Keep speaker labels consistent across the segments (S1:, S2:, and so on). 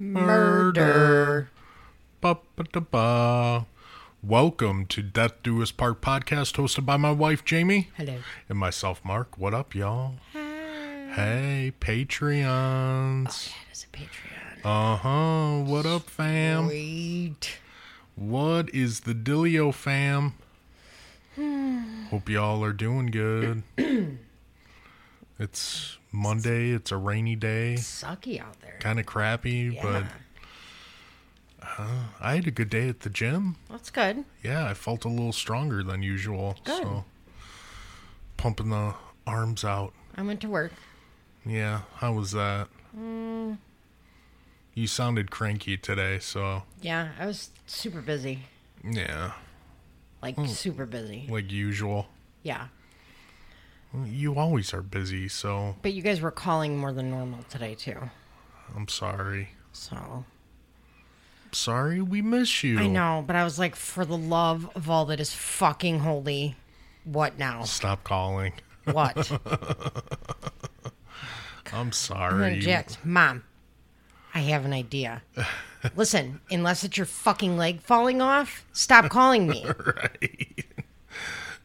S1: Murder.
S2: Ba-ba-da-ba. Welcome to Death Do Us Part podcast, hosted by my wife Jamie
S1: Hello.
S2: and myself, Mark. What up, y'all? Hey, Patreons.
S1: That is a Patreon.
S2: Uh huh. What up, fam?
S1: Wait.
S2: What is the dealio, fam?
S1: Hmm.
S2: Hope y'all are doing good. it's Monday. It's a rainy day.
S1: Sucky out there.
S2: Kind of crappy, but uh, I had a good day at the gym.
S1: That's good.
S2: yeah, I felt a little stronger than usual.
S1: Good.
S2: So pumping the arms out.
S1: I went to work.
S2: Yeah, how was that?
S1: Mm.
S2: You sounded cranky today, so
S1: Yeah, I was super busy.
S2: yeah,
S1: Like super busy.
S2: like usual.
S1: Yeah.
S2: You always are busy, so
S1: But you guys were calling more than normal today too.
S2: I'm sorry.
S1: So
S2: Sorry we miss you.
S1: I know, but I was like, for the love of all that is fucking holy, what now?
S2: Stop calling.
S1: What? I'm
S2: I'm
S1: gonna
S2: sorry.
S1: inject. Mom, I have an idea. Listen, unless it's your fucking leg falling off, stop calling me.
S2: right.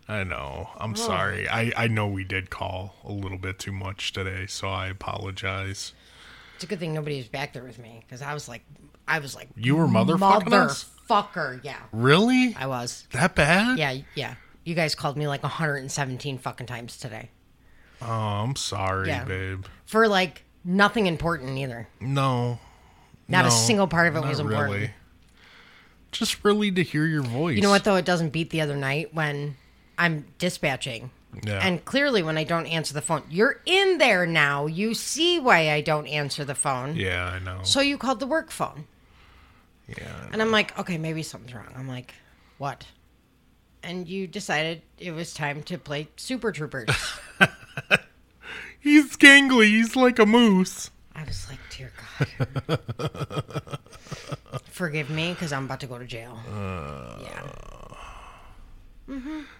S2: I know. I'm
S1: Oh.
S2: sorry. I, I know we did call a little bit too much today, so I apologize.
S1: It's a good thing nobody was back there with me because I was like, I was like,
S2: You were motherfucking us?
S1: motherfucker. Yeah,
S2: Really?
S1: I was.
S2: that bad?
S1: Yeah, yeah. You guys called me like 117 fucking times today
S2: Oh, I'm sorry,
S1: Yeah.
S2: babe.
S1: for like nothing important either.
S2: No.
S1: Not a
S2: no,
S1: single part of it was
S2: not
S1: important.
S2: really. Just really to hear your voice.
S1: You know what though? It doesn't beat the other night when I'm dispatching.
S2: Yeah.
S1: And clearly, when I don't answer the phone, you're in there now. You see why I don't answer the phone.
S2: Yeah, I know.
S1: So you called the work phone.
S2: yeah.
S1: And I'm like, okay, maybe something's wrong. I'm like, what? And you decided it was time to play Super Troopers.
S2: He's gangly. He's like a moose.
S1: I was like, dear God. Forgive me because I'm about to go to jail.
S2: Uh.
S1: yeah.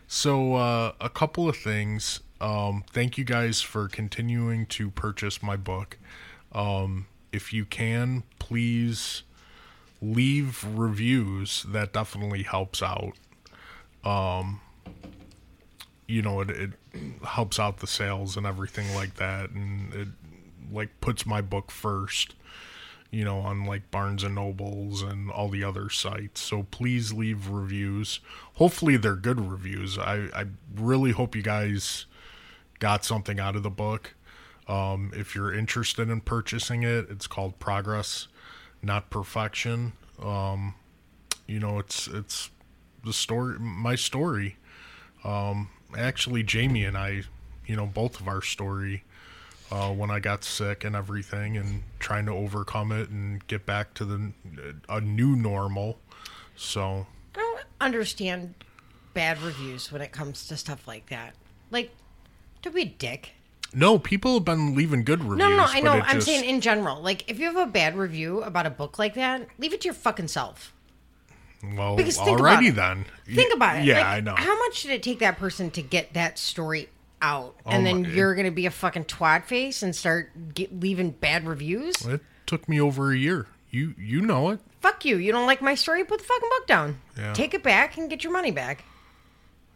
S2: So, uh, a couple of things. Um, thank you guys for continuing to purchase my book. Um, if you can, please leave reviews. That definitely helps out. Um, you know, it, it helps out the sales and everything like that, and it like puts my book first. You know, on like Barnes and Nobles and all the other sites. So please leave reviews. Hopefully, they're good reviews. I I really hope you guys got something out of the book. Um, if you're interested in purchasing it, it's called Progress, Not Perfection. Um, you know, it's it's the story, my story. Um, actually, Jamie and I, you know, both of our story uh, when I got sick and everything, and trying to overcome it and get back to the a new normal. So
S1: I don't understand bad reviews when it comes to stuff like that. Like, don't be a dick.
S2: no, people have been leaving good reviews.
S1: No, no, no, I
S2: but
S1: know.
S2: it
S1: I'm
S2: just-
S1: saying in general. Like, if you have a bad review about a book like that, leave it to your fucking self.
S2: Well,
S1: Because think about
S2: already
S1: it.
S2: then. Y-
S1: Think about it.
S2: Yeah,
S1: Like,
S2: I know.
S1: How much did it take that person to get that story out, and then
S2: Oh my-
S1: you're going to be a fucking twat face and start get, leaving bad reviews?
S2: it took me over a year. You you know it.
S1: Fuck you! You don't like my story? Put the fucking book down.
S2: Yeah.
S1: Take it back and get your money back.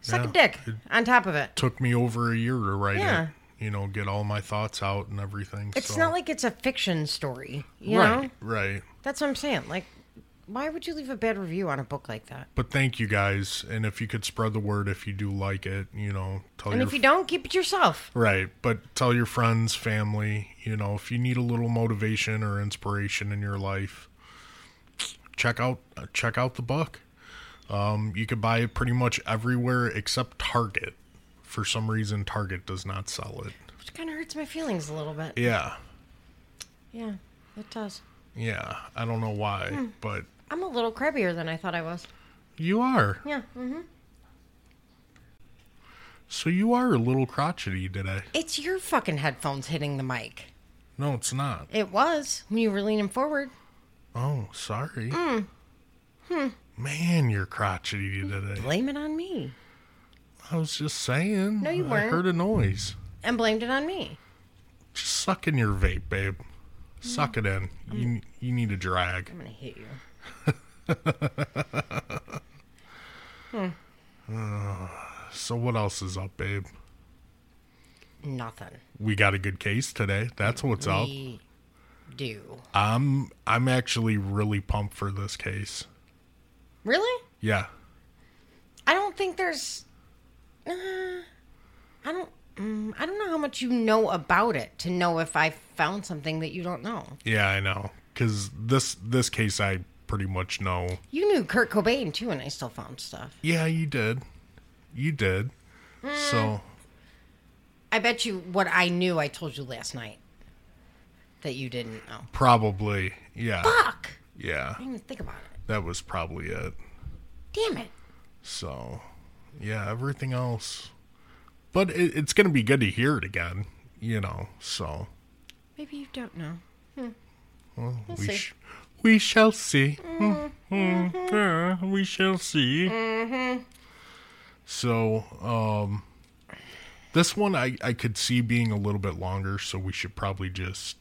S1: Suck
S2: Yeah.
S1: a dick. On top of it,
S2: Took me over a year to write
S1: Yeah.
S2: it. You know, get all my thoughts out and everything.
S1: it's
S2: so-
S1: not like it's a fiction story. You
S2: right,
S1: know,
S2: right.
S1: that's what I'm saying. Like, why would you leave a bad review on a book like that?
S2: But thank you guys, and if you could spread the word, if you do like it, you know, tell
S1: And
S2: your
S1: if you don't, keep it yourself.
S2: Right, but tell your friends, family, you know, if you need a little motivation or inspiration in your life, check out check out the book. Um, you could buy it pretty much everywhere except Target. For some reason, Target does not sell it.
S1: Which kind of hurts my feelings a little bit.
S2: Yeah,
S1: Yeah. It does.
S2: Yeah, I don't know why,
S1: Hmm.
S2: but
S1: I'm a little crabbier than I thought I was.
S2: you are.
S1: Yeah. Mm-hmm.
S2: So you are a little crotchety today.
S1: It's your fucking headphones hitting the mic.
S2: No, it's not.
S1: It was when you were leaning forward.
S2: Oh, sorry.
S1: Hmm.
S2: Man, you're crotchety today.
S1: Blame it on me.
S2: I was just saying.
S1: No, you
S2: I
S1: weren't.
S2: heard a noise.
S1: And blamed it on me.
S2: Just suck in your vape, babe. Suck it in. You you need a drag.
S1: I'm gonna hit you.
S2: So what else is up, babe?
S1: Nothing.
S2: We got a good case today. That's what's up.
S1: We do.
S2: I'm I'm actually really pumped for this case.
S1: Really?
S2: Yeah.
S1: I don't think there's. Uh, I don't. Mm, I don't know how much you know about it to know if I found something that you don't know.
S2: Yeah, I know. Cuz this this case I pretty much know.
S1: You knew Kurt Cobain too, and I still found stuff.
S2: Yeah, you did. You did. So,
S1: I bet you what I knew I told you last night that you didn't know.
S2: probably. Yeah.
S1: Fuck!
S2: Yeah.
S1: I didn't even think about it.
S2: That was probably it.
S1: Damn it.
S2: So, yeah, everything else. But it, it's going to be good to hear it again, you know. So,
S1: Maybe you don't know.
S2: we
S1: see.
S2: sh- we shall see. Mhm. Yeah, we shall see. So, um this one I I could see being a little bit longer, so we should probably just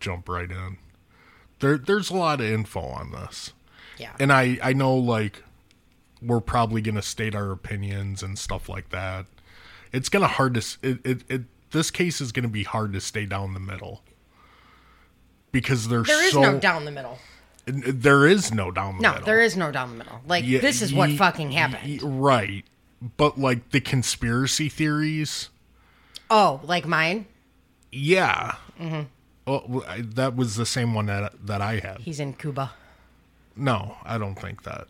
S2: jump right in. There there's a lot of info on this.
S1: Yeah.
S2: and I I know like we're probably gonna state our opinions and stuff like that. It's gonna hard to s- it it, it this case is gonna be hard to stay down the middle because there's
S1: there is
S2: so
S1: no down the middle.
S2: n- there is no down the
S1: No,
S2: middle.
S1: there is no down the middle. Like,
S2: Yeah,
S1: this is what
S2: ye-
S1: fucking
S2: ye-
S1: happened.
S2: right? But like the conspiracy theories,
S1: oh, like mine?
S2: yeah.
S1: Mm-hmm.
S2: Oh, w- I- that was the same one that that I had.
S1: He's in Cuba.
S2: No, I don't think that.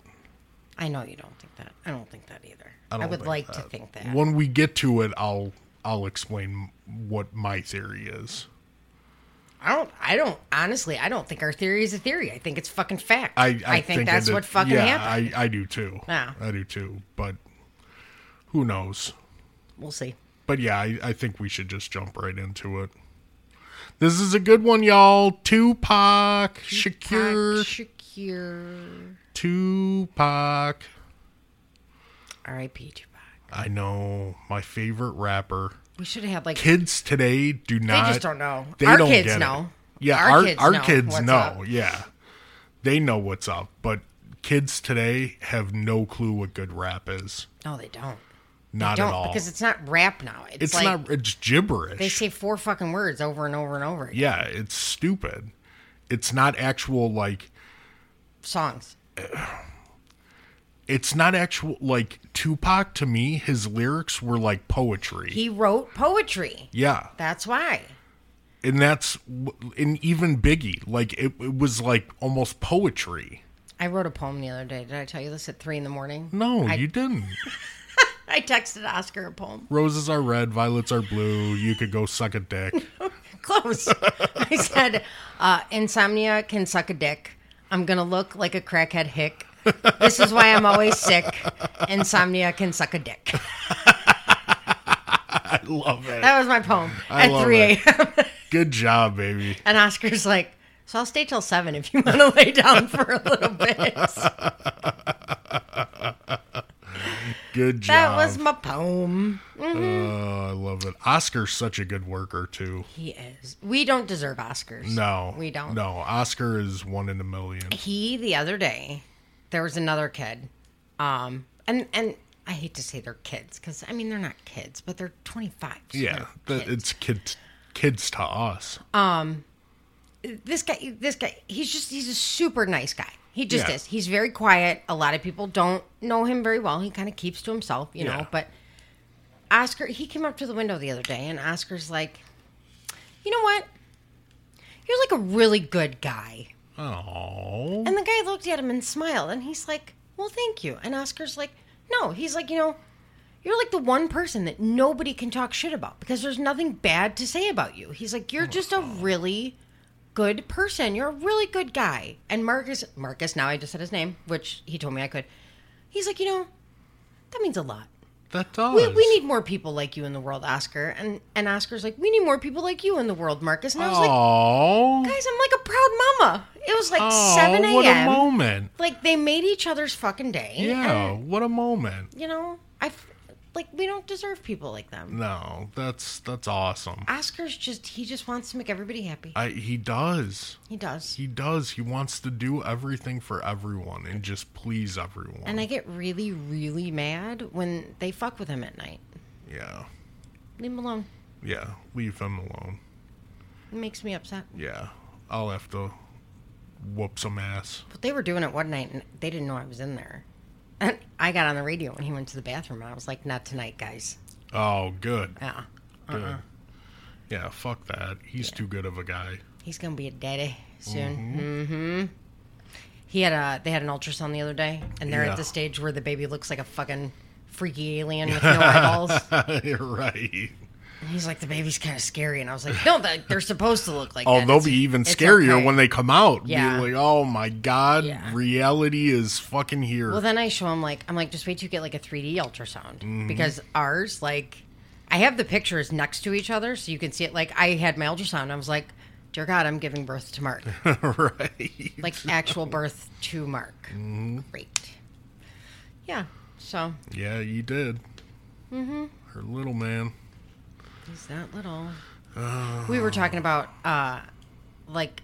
S1: I know you don't think that. I don't think that either.
S2: I,
S1: I,
S2: don't
S1: would
S2: think
S1: like to
S2: that.
S1: think that.
S2: When we get to it, I'll I'll explain what my theory is.
S1: I don't. I don't. Honestly, I don't think our theory is a theory. I think it's fucking fact.
S2: I I,
S1: think, that's
S2: did-
S1: what fucking
S2: yeah,
S1: happened.
S2: I I do too.
S1: Yeah.
S2: I do too. But who knows?
S1: we'll see.
S2: But yeah, I, I think we should just jump right into it. This is a good one, y'all. Tupac, Shakur,
S1: Shakir.
S2: Tupac.
S1: R.I.P. Tupac.
S2: I know my favorite rapper.
S1: We should have had like
S2: Kids today do
S1: they
S2: not.
S1: just don't know.
S2: they
S1: our
S2: don't
S1: kids
S2: get it.
S1: know.
S2: Yeah, our, our kids, know,
S1: what's up.
S2: Yeah, they know what's up, but kids today have no clue what good rap is.
S1: No, they don't.
S2: Not
S1: don't
S2: at all.
S1: because it's not rap now. It's,
S2: it's
S1: like
S2: not. It's gibberish.
S1: they say four fucking words over and over and over. Again.
S2: yeah, it's stupid. It's not actual like.
S1: Songs.
S2: It's not actual like Tupac to me. His lyrics were like poetry.
S1: He wrote poetry.
S2: yeah,
S1: That's why.
S2: and that's and even Biggie like it, it was like almost poetry.
S1: I wrote a poem the other day. Did I tell you this at three in the morning?
S2: No, you didn't.
S1: I texted Oscar a poem.
S2: Roses are red, violets are blue. You could go suck a dick.
S1: close. I said, uh, insomnia can suck a dick. I'm going to look like a crackhead hick. This is why I'm always sick. Insomnia can suck a dick.
S2: Love it.
S1: That was my poem
S2: I
S1: at
S2: love
S1: 3
S2: it.
S1: a.m.
S2: Good job, baby.
S1: And Oscar's like, so I'll stay till 7 if you want to lay down for a little bit. That
S2: Good job.
S1: was my poem.
S2: Oh, I love it. Oscar's such a good worker too.
S1: He is. We don't deserve Oscars.
S2: No,
S1: We don't.
S2: No, Oscar is one in a million.
S1: he the other day there was another kid um and and i hate to say they're kids because i mean they're not kids but they're 25 so
S2: Yeah,
S1: they're
S2: the,
S1: kids.
S2: it's kids, kids to us.
S1: this guy this guy he's just he's a super nice guy he just
S2: Yeah.
S1: is he's very quiet a lot of people don't know him very well he kind of keeps to himself you
S2: Yeah.
S1: know but oscar he came up to the window the other day and oscar's like you know what you're like a really good guy
S2: Oh,
S1: And the guy looked at him and smiled, and he's like, "Well, thank you." And Oscar's like, "No." He's like, "You know, you're like the one person that
S2: Oh
S1: nobody can talk shit about because there's nothing bad to say about you." He's like, "You're just a really good person. You're a really good guy. And Marcus, Marcus, now I just said his name, which he told me I could. He's like, you know, that means a lot.
S2: That does.
S1: We, we need more people like you in the world, Oscar. And and Oscar's like, we need more people like you in the world, Marcus. And I was like,
S2: Aww.
S1: guys, I'm like a proud mama. It was like 7
S2: What a
S1: a.m.
S2: moment.
S1: Like they made each other's fucking day.
S2: Yeah,
S1: And,
S2: what a moment.
S1: you know, I f- like we don't deserve people like them.
S2: No, that's that's awesome.
S1: Oscar's just he just wants to make everybody happy.
S2: I he does.
S1: He does.
S2: He does. He wants to do everything for everyone and just please everyone.
S1: And I get really, really mad when they fuck with him at night.
S2: yeah.
S1: Leave him alone.
S2: Yeah. Leave him alone.
S1: It makes me upset.
S2: Yeah. I'll have to whoop some ass.
S1: But they were doing it one night and they didn't know I was in there. And I got on the radio when he went to the bathroom and I was like, not tonight, guys. Uh-uh."
S2: Oh, good.
S1: Yeah.
S2: Good. Yeah, fuck that. He's too good of a guy.
S1: He's going to be a daddy soon. Mm-hmm. He had a, they had an ultrasound the other day and they're
S2: Yeah.
S1: at the stage where the baby looks like a fucking freaky alien with no eyeballs.
S2: You're right.
S1: And he's like, the baby's kind of scary. And I was like, no, they- they're supposed to look like
S2: Oh,
S1: that.
S2: they'll
S1: It's-
S2: be even
S1: it's
S2: scarier
S1: okay."
S2: when they come out.
S1: Yeah.
S2: Be like, oh my god,
S1: Yeah.
S2: reality is fucking here.
S1: Well, then I show him like I'm like just wait till you get like a 3D ultrasound
S2: Mm-hmm.
S1: because ours like I have the pictures next to each other so you can see it. Like I had my ultrasound, I was like, dear God, I'm giving birth to Mark,
S2: right.
S1: like actual birth to Mark. Great. Yeah. So
S2: Yeah, you did. Mm-hmm. Her little man.
S1: he's not little. we were talking about uh like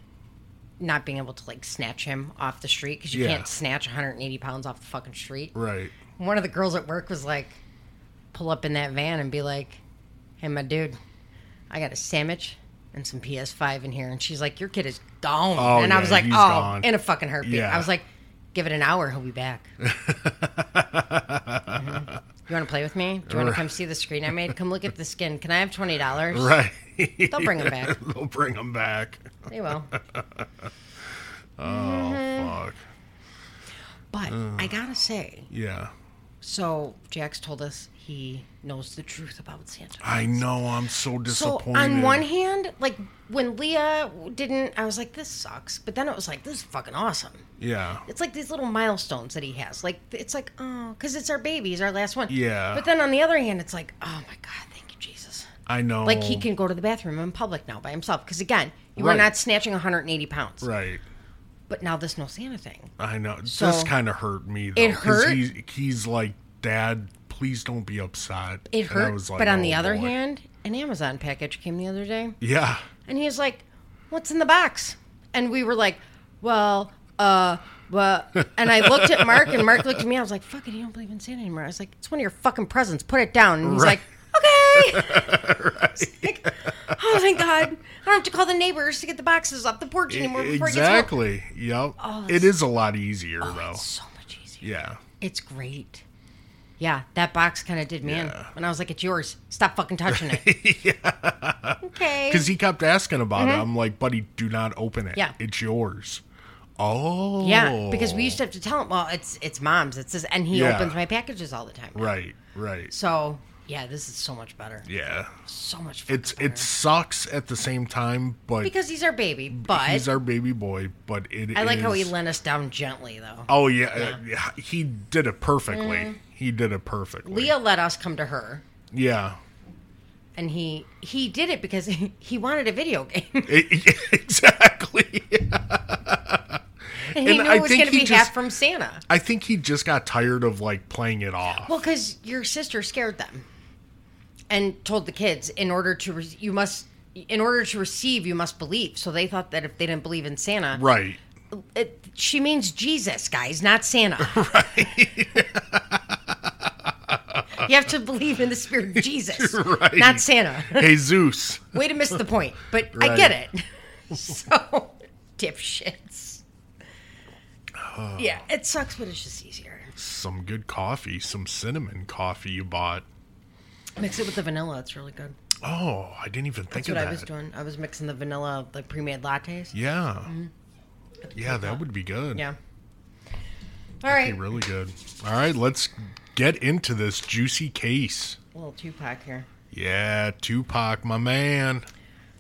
S1: not being able to like snatch him off the street because you
S2: Yeah.
S1: can't snatch 180 pounds off the fucking street.
S2: Right.
S1: one of the girls at work was like, pull up in that van and be like, hey, my dude, I got a sandwich and some PS5 in here. And she's like, your kid is gone.
S2: Oh,
S1: and I
S2: yeah,
S1: was like, oh,
S2: he's gone.
S1: in a fucking heartbeat.
S2: Yeah.
S1: I was like, give it an hour, he'll be back. Mhm. You want to play with me? Do you want to come see the screen I made? Come look at the skin. Can I have $20?
S2: Right.
S1: They'll bring him back.
S2: They'll bring him back.
S1: They will.
S2: Oh
S1: Mm-hmm.
S2: fuck.
S1: But
S2: Uh.
S1: I got to say,
S2: Yeah.
S1: so Jax told us he knows the truth about Santa.
S2: I know. I'm so
S1: So
S2: disappointed.
S1: on one hand, like when Leah didn't, I was like, this sucks. But then it was like, this is fucking awesome.
S2: yeah.
S1: It's like these little milestones that he has. Like it's like, oh, because it's our baby, he's our last one.
S2: Yeah.
S1: But then on the other hand, it's like, oh my god, thank you, Jesus.
S2: I know.
S1: Like he can go to the bathroom in public now by himself. Because again, you
S2: Oh. Right.
S1: are not snatching 180 pounds.
S2: Right.
S1: But now this no Santa thing.
S2: I know.
S1: So-
S2: this kind of hurt me though.
S1: It
S2: 'cause
S1: hurt?
S2: He's, he's like, Dad, please don't be upset. And
S1: It
S2: I
S1: hurt.
S2: was like,
S1: but on
S2: "Oh,
S1: the other
S2: boy."
S1: hand, an Amazon package came the other day.
S2: Yeah.
S1: And he was like, "What's in the box?" And we were like, "Well, uh, well." And I looked at Mark, and Mark looked at me. I was like, "Fuck it, you don't believe in Santa anymore." I was like, "It's one of your fucking presents. Put it down." And he's
S2: Right.
S1: like, "Okay." It's like, oh thank God! I don't have to call the neighbors to get the boxes off the porch anymore
S2: E-
S1: before it gets Oh, home.
S2: exactly. Yep. it is a lot easier
S1: oh,
S2: though.
S1: It's so much easier.
S2: Yeah.
S1: It's great. Yeah, that box kind of did me
S2: Yeah.
S1: in. And I was like, "It's yours. Stop fucking touching it." Okay.
S2: Because he kept asking about it. I'm like, buddy, do not open it.
S1: Mm-hmm. Yeah.
S2: It's yours. Oh.
S1: Yeah, because we used to have to tell him, well, it's it's mom's. It's his, and he
S2: Yeah.
S1: opens my packages all the time.
S2: Oh. Right, right.
S1: So yeah, this is so much better.
S2: Yeah.
S1: So much. fucking
S2: It's
S1: better.
S2: it sucks at the same time, but
S1: because he's our baby, but
S2: he's our baby boy, but it
S1: I like how he
S2: is-
S1: let us down gently though.
S2: Oh yeah, uh, he did it perfectly.
S1: Mm.
S2: He did it perfectly.
S1: Leah let us come to her,
S2: Yeah.
S1: and he he did it because he wanted a video game,
S2: It- exactly.
S1: and he
S2: And
S1: knew
S2: I
S1: it was
S2: think
S1: going to
S2: he
S1: be half
S2: just-
S1: from Santa.
S2: I think he just got tired of like playing it off.
S1: Well, because your sister scared them, and told the kids in order to re- you must in order to receive you must believe. So they thought that if they didn't believe in Santa,
S2: right.
S1: it, uh, she means Jesus, guys, not Santa. you have to believe in the spirit of Jesus,
S2: Right.
S1: not Santa.
S2: Hey Zeus.
S1: Way to miss the point, but I
S2: Right.
S1: get it. so, dipshits.
S2: Oh.
S1: yeah, it sucks, but it's just easier.
S2: Some good coffee, some cinnamon coffee you bought.
S1: Mix it with the vanilla; it's really good.
S2: Oh, I didn't even think
S1: That's what
S2: of that.
S1: I was doing. I was mixing the vanilla, like pre-made lattes.
S2: Yeah. Yeah, that would be good.
S1: Mm-hmm. Yeah. All
S2: Be
S1: right,
S2: really good. All right, let's get into this juicy case.
S1: little Tupac here.
S2: Yeah, Tupac, my man.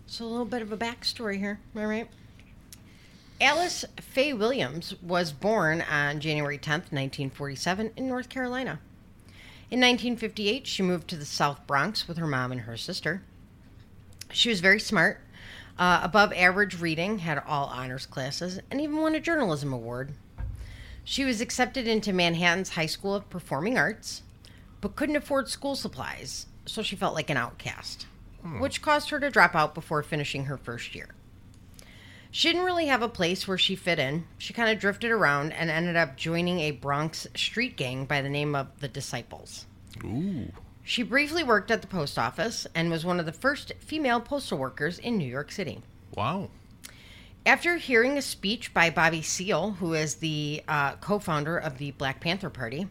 S1: So a little bit of a backstory here. All right. Alice Faye Williams was born on January 10th, 1947, in North Carolina. In 1958, she moved to the South Bronx with her mom and her sister. She was very smart, uh, above average reading, had all honors classes, and even won a journalism award. She was accepted into Manhattan's High School of Performing Arts, but couldn't afford school supplies, so she felt like an outcast, which caused her to drop out before finishing her first year. She didn't really have a place where she fit in. She kind of drifted around and ended up joining a Bronx street gang by the name of the Disciples.
S2: Ooh.
S1: She briefly worked at the post office and was one of the first female postal workers in New York City.
S2: Wow.
S1: After hearing a speech by Bobby Seale, who is the uh, co-founder of the Black Panther Party,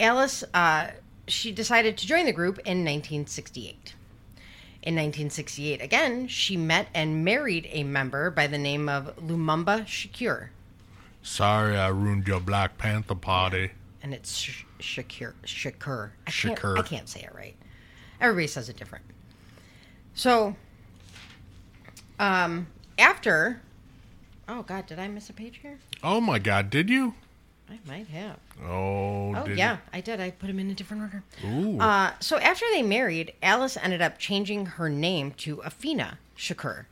S1: Alice uh, she decided to join the group in 1968. In 1968, again, she met and married a member by the name of Lumumba Shakur,
S2: Sorry I ruined your Black Panther party.
S1: and it's Sh- Shakur. Shakur. I
S2: Shakur.
S1: Can't, I can't say it right. Everybody says it different. So, um, after, oh God, did I miss a page here?
S2: Oh my god, did you?
S1: I might have.
S2: Oh,
S1: Oh
S2: did
S1: yeah, I did. I put them in a different order.
S2: you? Ooh.
S1: Uh, so after they married, Alice ended up changing her name to Afina Shakur.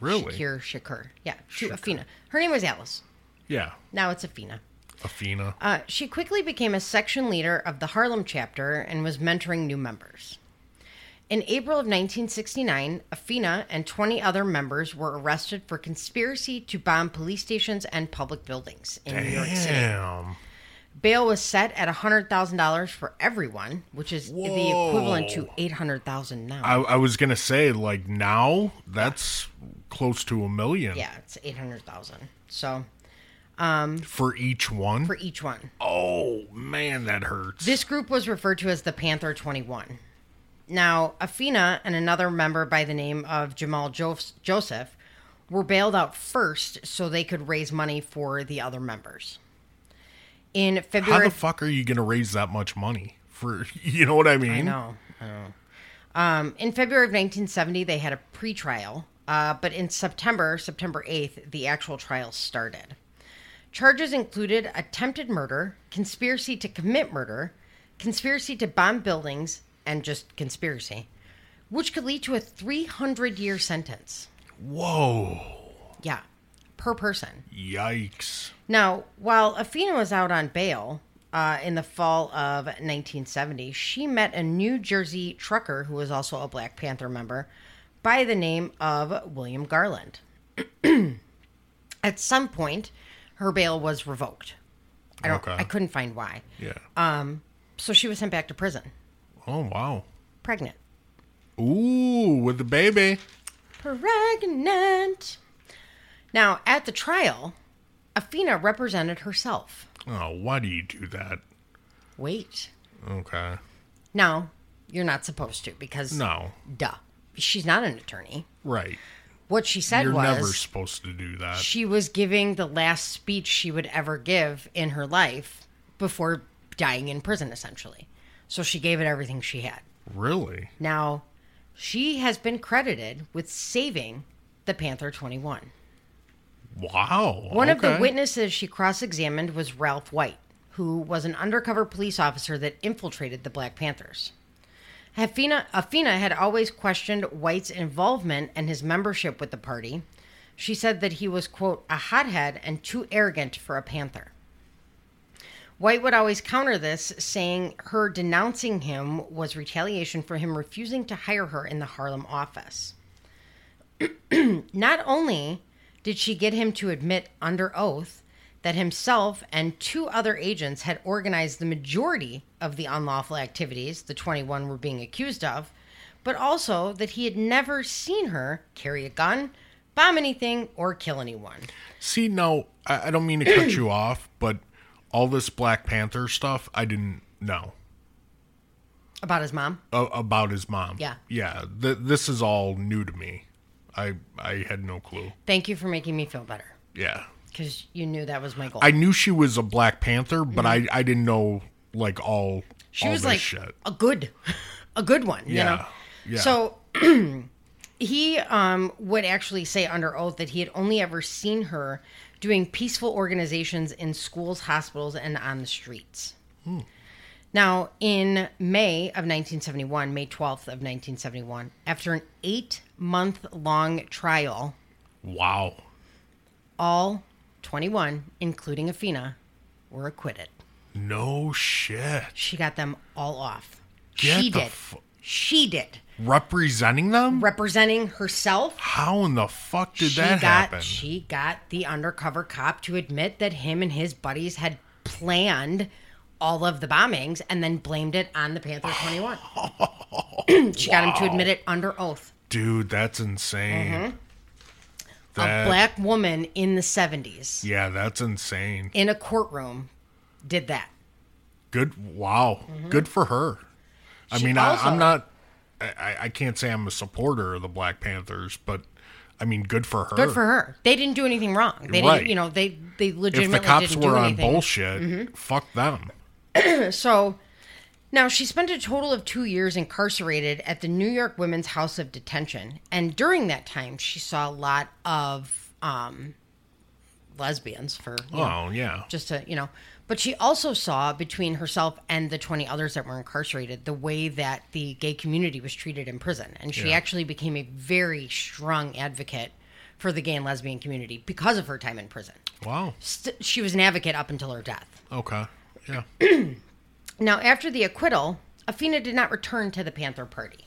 S2: really?
S1: Shakir Shakur. Yeah, to Afina. Her name was Alice.
S2: Yeah.
S1: Now it's Afina.
S2: Athena.
S1: Uh, she quickly became a section leader of the Harlem chapter and was mentoring new members. In April of 1969, Afina and 20 other members were arrested for conspiracy to bomb police stations and public buildings in New York City.
S2: Damn.
S1: Bail was set at $100,000 for everyone, which is the equivalent to 800,000 now.
S2: I, I was gonna say, like now, that's close to a million
S1: yeah, it's 800,000. So,
S2: for each one.
S1: for each one.
S2: oh man, that hurts.
S1: This group was referred to as the Panther 21. Now, Afina and another member by the name of Jamal jo- Joseph were bailed out first so they could raise money for the other members. In
S2: How
S1: February,
S2: the fuck are you gonna raise that much money for? You know what I mean?
S1: I know, I know. Um, in February of 1970, they had a pretrial, uh, but in September, September 8th, the actual trial started. Charges included attempted murder, conspiracy to commit murder, conspiracy to bomb buildings, and just conspiracy, which could lead to a 300 year sentence.
S2: Whoa!
S1: Yeah, per person.
S2: Yikes!
S1: Now, while Afina was out on bail uh, in the fall of 1970, she met a New Jersey trucker who was also a Black Panther member by the name of William Garland. At some point, her bail was revoked. I don't.
S2: Okay.
S1: I couldn't find why. Um,
S2: Yeah.
S1: So she was sent back to prison,
S2: Uh, oh wow.
S1: pregnant.
S2: Ooh, with the baby.
S1: Pregnant. Now, at the trial, Afina represented herself.
S2: Oh, why do you do that?
S1: Wait.
S2: Okay.
S1: No, you're not supposed to because
S2: No.
S1: duh. She's not an attorney.
S2: Right.
S1: What she said
S2: You're never
S1: was
S2: supposed to do that.
S1: she was giving the last speech she would ever give in her life before dying in prison, essentially. So she gave it everything she had.
S2: Really?
S1: Now, she has been credited with saving the Panther 21.
S2: Wow.
S1: One of the
S2: okay.
S1: witnesses she cross examined was Ralph White, who was an undercover police officer that infiltrated the Black Panthers. Afina, Afina had always questioned White's involvement and his membership with the party. She said that he was, quote, a hothead and too arrogant for a Panther. White would always counter this, saying her denouncing him was retaliation for him refusing to hire her in the Harlem office. Not only did she get him to admit under oath that himself and two other agents had organized the majority of the unlawful activities the 21 were being accused of, but also that he had never seen her carry a gun, bomb anything, or kill anyone.
S2: See, no, I, I don't mean to cut you off, but all this Black Panther stuff, I didn't know
S1: About his mom?
S2: uh, about his mom.
S1: Yeah.
S2: Yeah. Th- this is all new to me. I I had no clue.
S1: Thank you for making me feel better
S2: Yeah.
S1: because you knew that was my goal.
S2: I knew she was a Black Panther, but I I didn't know like all
S1: Mm-hmm. she
S2: all
S1: was
S2: this
S1: like
S2: shit.
S1: a good a good one you know
S2: Yeah, yeah.
S1: so he um, would actually say under oath that he had only ever seen her doing peaceful organizations in schools, hospitals, and on the streets.
S2: Hmm.
S1: Now, in May of 1971, May 12th of 1971, after an eight month long trial,
S2: Wow.
S1: all 21, including Athena, were acquitted.
S2: No shit.
S1: She got them all off.
S2: Get
S1: she
S2: the
S1: did.
S2: fu-
S1: she did.
S2: Representing them?
S1: Representing herself,
S2: How in the fuck did
S1: she
S2: that
S1: got
S2: happen?
S1: she got the undercover cop to admit that him and his buddies had planned all of the bombings and then blamed it on the Panther 21. she got him to admit it under oath.
S2: Dude, that's insane.
S1: A
S2: That-
S1: Mm-hmm. black woman in the 70s
S2: Yeah, that's insane.
S1: in a courtroom did that.
S2: Good. Wow. Good for her. I
S1: Mm-hmm. She
S2: mean,
S1: also-
S2: I, I'm not. I- I, I can't say I'm a supporter of the Black Panthers, but I mean, good for her.
S1: Good for her. They didn't do anything wrong. They
S2: Right.
S1: didn't, you know, they they
S2: If
S1: legitimately
S2: the cops
S1: didn't do
S2: were on
S1: anything. Mm-hmm.
S2: bullshit, fuck them.
S1: So now she spent a total of two years incarcerated at the New York Women's House of Detention. And during that time, she saw a lot of um, lesbians for, you know,
S2: Oh yeah.
S1: just to, you know, but she also saw between herself and the 20 others that were incarcerated the way that the gay community was treated in prison. And she
S2: Yeah.
S1: actually became a very strong advocate for the gay and lesbian community because of her time in prison.
S2: Wow.
S1: St- she was an advocate up until her death.
S2: Okay. Yeah.
S1: Now, after the acquittal, Athena did not return to the Panther Party.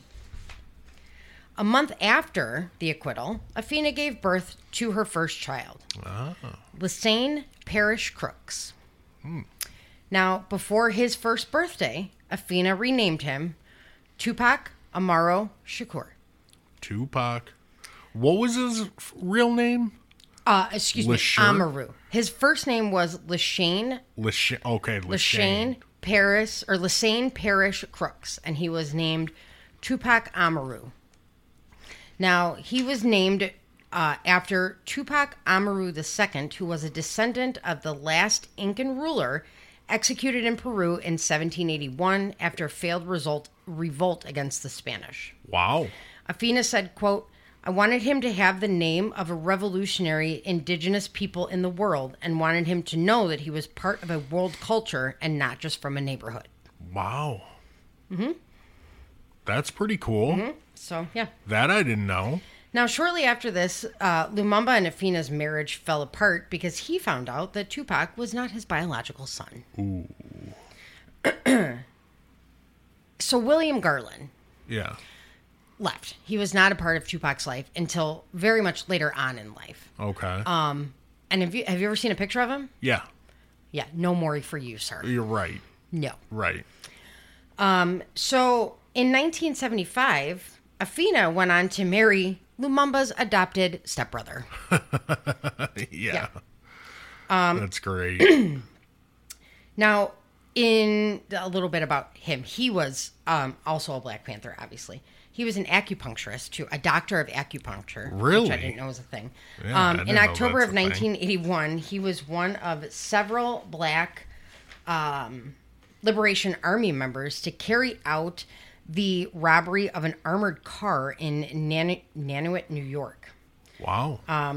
S1: A month after the acquittal, Athena gave birth to her first child, Lysane Parrish Crooks. Now, before his first birthday, Athena renamed him Tupac Amaro Shakur.
S2: Tupac. What was his f- real name?
S1: Uh, excuse
S2: Lashure?
S1: me, Amaru. His first name was Lashane
S2: Lashane. Okay. Lashane.
S1: Lashane Paris or Lashane Parish Crooks, and he was named Tupac Amaru. Now he was named uh, after Tupac Amaru II, who was a descendant of the last Incan ruler executed in Peru in 1781 after a failed result, revolt against the Spanish.
S2: Wow.
S1: Athena said, quote, I wanted him to have the name of a revolutionary indigenous people in the world and wanted him to know that he was part of a world culture and not just from a neighborhood.
S2: Wow. Mm-hmm. That's pretty cool.
S1: So, yeah.
S2: That I didn't know.
S1: Now, shortly after this, uh, Lumumba and Athena's marriage fell apart because he found out that Tupac was not his biological son. Ooh. so, William Garland
S2: Yeah.
S1: left. He was not a part of Tupac's life until very much later on in life.
S2: Okay.
S1: Um, and have you have you ever seen a picture of him?
S2: yeah.
S1: Yeah, no more for you, sir.
S2: You're right.
S1: No.
S2: Right.
S1: So in 1975, Athena went on to marry Lumumba's adopted stepbrother.
S2: Yeah. Um,
S1: Um,
S2: That's great.
S1: Now, in a little bit about him, he was um, also a Black Panther, obviously. He was an acupuncturist, too, a doctor of acupuncture. Which
S2: Really?
S1: I didn't know was a thing.
S2: Yeah, I
S1: um,
S2: didn't
S1: in
S2: know
S1: October
S2: that's
S1: of
S2: a thing.
S1: 1981, he was one of several Black um, Liberation Army members to carry out the robbery of an armored car in Nan- Nanuet, New York.
S2: wow.
S1: uh,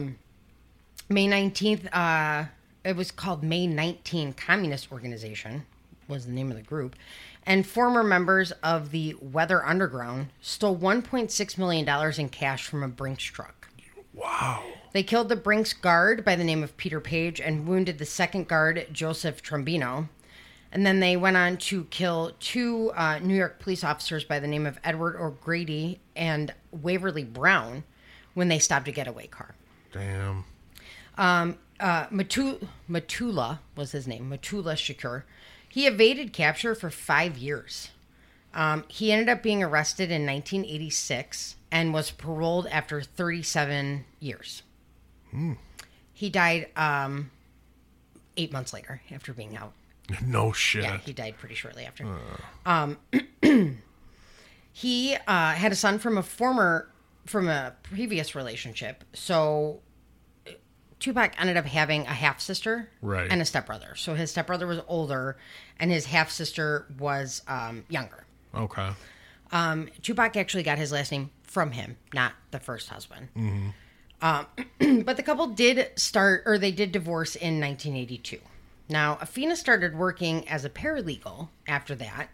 S1: May 19th, uh, it was called May 19 Communist Organization, was the name of the group. And former members of the Weather Underground stole $1.6 million in cash from a Brinks truck.
S2: wow.
S1: They killed the Brinks guard by the name of Peter Page and wounded the second guard, Joseph Trombino. And then they went on to kill two uh, New York police officers by the name of Edward O'Grady and Waverly Brown when they stopped a getaway car.
S2: Damn.
S1: Uh, Matu- Matula was his name, Matula Shakur. He evaded capture for five years. Um, he ended up being arrested in 1986 and was paroled after 37 years. He died um, eight months later after being out.
S2: No shit.
S1: Yeah, he died pretty shortly after. Um, he uh, had a son from a former, from a previous relationship. So uh, Tupac ended up having a half sister
S2: Right.
S1: and a stepbrother. So his stepbrother was older, and his half sister was um, younger.
S2: Okay.
S1: Um, Tupac actually got his last name from him, not the first husband. Um, but the couple did start, or they did divorce in 1982. Now, Afina started working as a paralegal after that,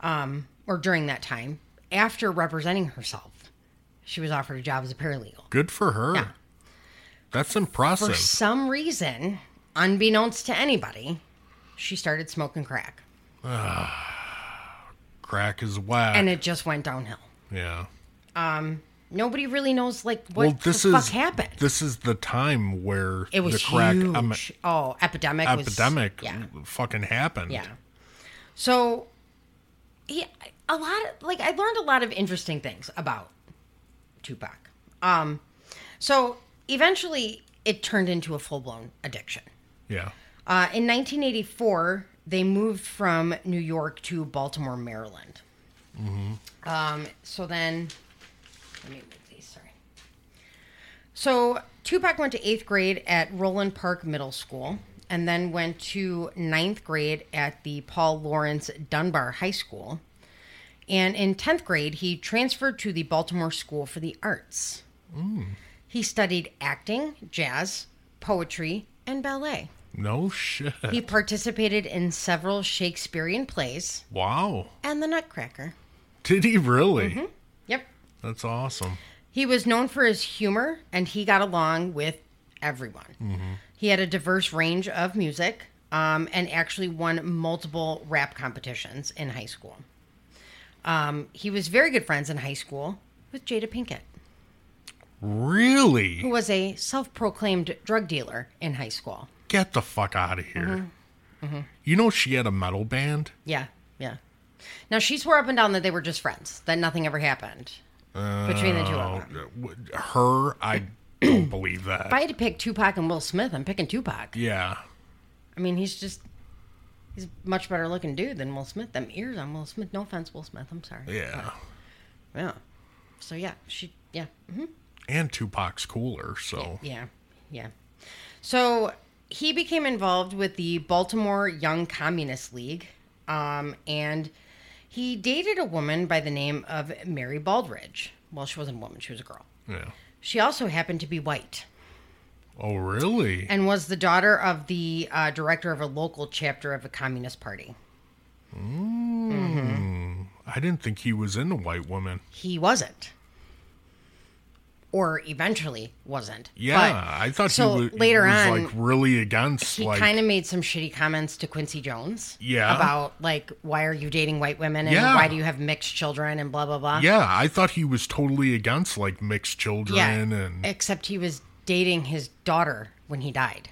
S1: um, or during that time, after representing herself. She was offered a job as a paralegal.
S2: Good for her.
S1: Yeah.
S2: That's
S1: For
S2: impressive.
S1: some reason, unbeknownst to anybody, she started smoking crack.
S2: Crack is whack.
S1: And it just went downhill.
S2: yeah.
S1: Nobody really knows like what
S2: well, this
S1: the
S2: is
S1: fuck happened.
S2: this is the time where
S1: it was
S2: the crack
S1: huge.
S2: em-
S1: oh, epidemic was-
S2: epidemic
S1: yeah.
S2: fucking happened.
S1: Yeah. So, yeah, a lot of like I learned a lot of interesting things about Tupac. Um, so eventually it turned into a full blown addiction.
S2: Yeah.
S1: Uh, in 1984, they moved from New York to Baltimore, Maryland. Um, so then, let me move these. Sorry. So Tupac went to eighth grade at Roland Park Middle School, and then went to ninth grade at the Paul Lawrence Dunbar High School. And in tenth grade, he transferred to the Baltimore School for the Arts. He studied acting, jazz, poetry, and ballet.
S2: No shit.
S1: He participated in several Shakespearean plays
S2: wow.
S1: and the Nutcracker.
S2: Did he really?
S1: Mm-hmm. Yep.
S2: That's awesome.
S1: He was known for his humor and he got along with everyone. He had a diverse range of music um, and actually won multiple rap competitions in high school. Um, he was very good friends in high school with Jada Pinkett,
S2: Really?
S1: who was a self proclaimed drug dealer in high school.
S2: Get the fuck out of here.
S1: Mm-hmm.
S2: You know she had a metal band?
S1: Yeah, yeah. Now she swore up and down that they were just friends, that nothing ever happened between the two of them.
S2: Oh, W- Her, I don't believe that.
S1: If I had to pick Tupac and Will Smith, I'm picking Tupac.
S2: yeah.
S1: I mean, he's just he's a much better looking dude than Will Smith. Them ears on Will Smith. No offense, Will Smith. I'm sorry.
S2: Yeah.
S1: Yeah. So yeah, she yeah. hmm
S2: And Tupac's cooler, so
S1: Yeah. Yeah. So he became involved with the Baltimore Young Communist League um and he dated a woman by the name of Mary Baldridge. Well, she wasn't a woman, she was a girl.
S2: yeah.
S1: She also happened to be white.
S2: Oh, really?
S1: and was the daughter of the uh, director of a local chapter of the Communist Party.
S2: I didn't think he was into white women.
S1: He wasn't, or eventually wasn't.
S2: Yeah,
S1: But
S2: I thought
S1: so
S2: he was,
S1: later
S2: was
S1: on,
S2: like really against
S1: he
S2: like
S1: kind of made some shitty comments to Quincy Jones.
S2: Yeah.
S1: About like, why are you dating white women and
S2: Yeah.
S1: why do you have mixed children and blah blah blah.
S2: Yeah, I thought he was totally against like mixed children
S1: Yeah.
S2: and
S1: Except he was dating his daughter when he died.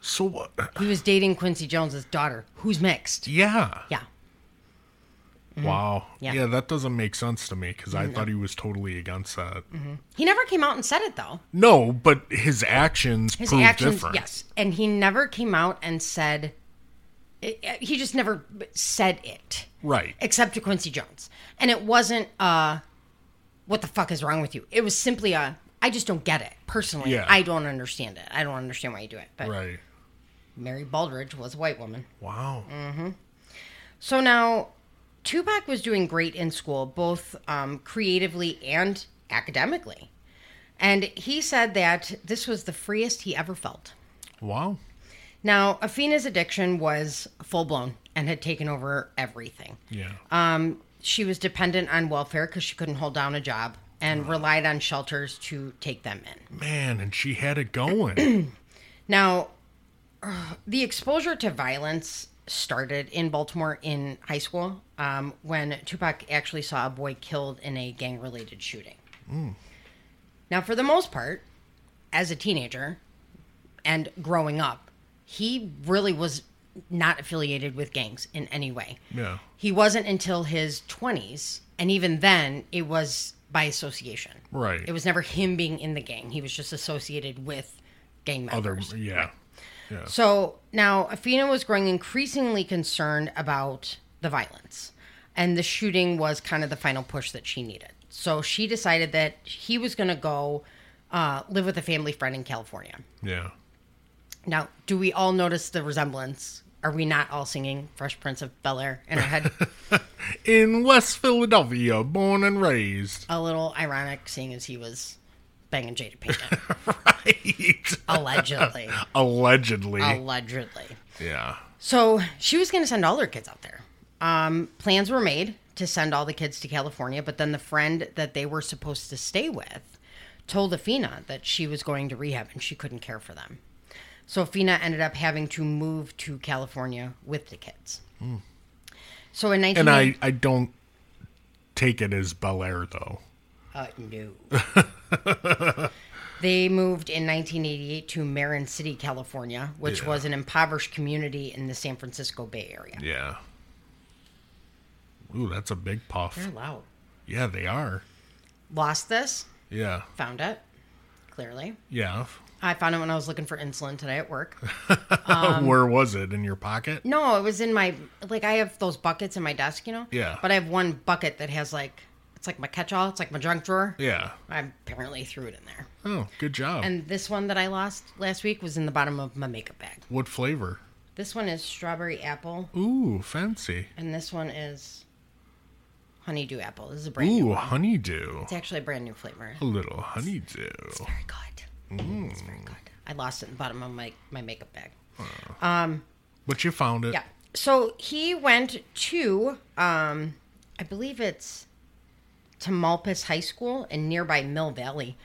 S2: so what
S1: He was dating Quincy Jones's daughter, who's mixed.
S2: yeah.
S1: Yeah.
S2: Wow.
S1: Mm-hmm. Yeah. Mm-hmm.
S2: Yeah, that doesn't make sense to me because I thought he was totally against that.
S1: He never came out and said it though.
S2: No, but his actions
S1: His
S2: prove
S1: actions,
S2: different.
S1: yes, and he never came out and said. it- it- He just never said it,
S2: Right.
S1: except to Quincy Jones, and it wasn't. uh What the fuck is wrong with you? It was simply a. I just don't get it personally.
S2: Yeah.
S1: I don't understand it. I don't understand why you do it. But
S2: Right.
S1: Mary Baldridge was a white woman.
S2: Wow.
S1: Mm. So now, Tupac was doing great in school, both um, creatively and academically, and he said that this was the freest he ever felt.
S2: Wow.
S1: Now, Afina's addiction was full blown and had taken over everything.
S2: Yeah.
S1: Um, she was dependent on welfare because she couldn't hold down a job and relied on shelters to take them in.
S2: Man, and she had it going.
S1: Now, ugh, the exposure to violence started in Baltimore in high school um, when Tupac actually saw a boy killed in a gang related shooting. Now, for the most part, as a teenager and growing up, he really was not affiliated with gangs in any way.
S2: Yeah.
S1: He wasn't until his 20s, and even then, it was by association.
S2: Right.
S1: It was never him being in the gang. He was just associated with gang
S2: Other
S1: members.
S2: yeah.
S1: So now Afina was growing increasingly concerned about the violence, and the shooting was kind of the final push that she needed. So she decided that he was going to go uh, live with a family friend in California.
S2: Yeah.
S1: Now, do we all notice the resemblance Are we not all singing Fresh Prince of Bel Air in our head?
S2: In West Philadelphia, born and raised.
S1: a little ironic, seeing as he was banging Jada Pinkett,
S2: Right.
S1: allegedly.
S2: Allegedly.
S1: Uh, allegedly.
S2: yeah.
S1: So she was going to send all her kids out there. Um, plans were made to send all the kids to California, but then the friend that they were supposed to stay with told Afina that she was going to rehab and she couldn't care for them. So Afina ended up having to move to California with the kids. So in 19...
S2: And I, I don't take it as Bel Air, though.
S1: Uh, no. they moved in 1988 to Marin City, California, which
S2: Yeah.
S1: was an impoverished community in the San Francisco Bay Area.
S2: Yeah. Ooh, that's a big puff.
S1: They're loud.
S2: Yeah, they are.
S1: Lost this,
S2: Yeah.
S1: found it, clearly.
S2: Yeah.
S1: I found it when I was looking for insulin today at work. Um,
S2: Where was it? In your pocket?
S1: No, it was in my, like, I have those buckets in my desk, you know?
S2: Yeah.
S1: But I have one bucket that has, like, it's like my catch all, it's like my junk drawer.
S2: Yeah.
S1: I apparently threw it in there.
S2: Oh, good job.
S1: And this one that I lost last week was in the bottom of my makeup bag.
S2: what flavor?
S1: This one is strawberry apple.
S2: Ooh, fancy.
S1: And this one is honeydew apple. This is a brand new.
S2: Ooh, honeydew.
S1: It's actually a brand new flavor.
S2: A little honeydew.
S1: Very good.
S2: Mm.
S1: It's very good. I lost it in the bottom of my, my makeup bag.
S2: But you found it.
S1: Yeah. So he went to, um, I believe it's Tamalpais High School in nearby Mill Valley,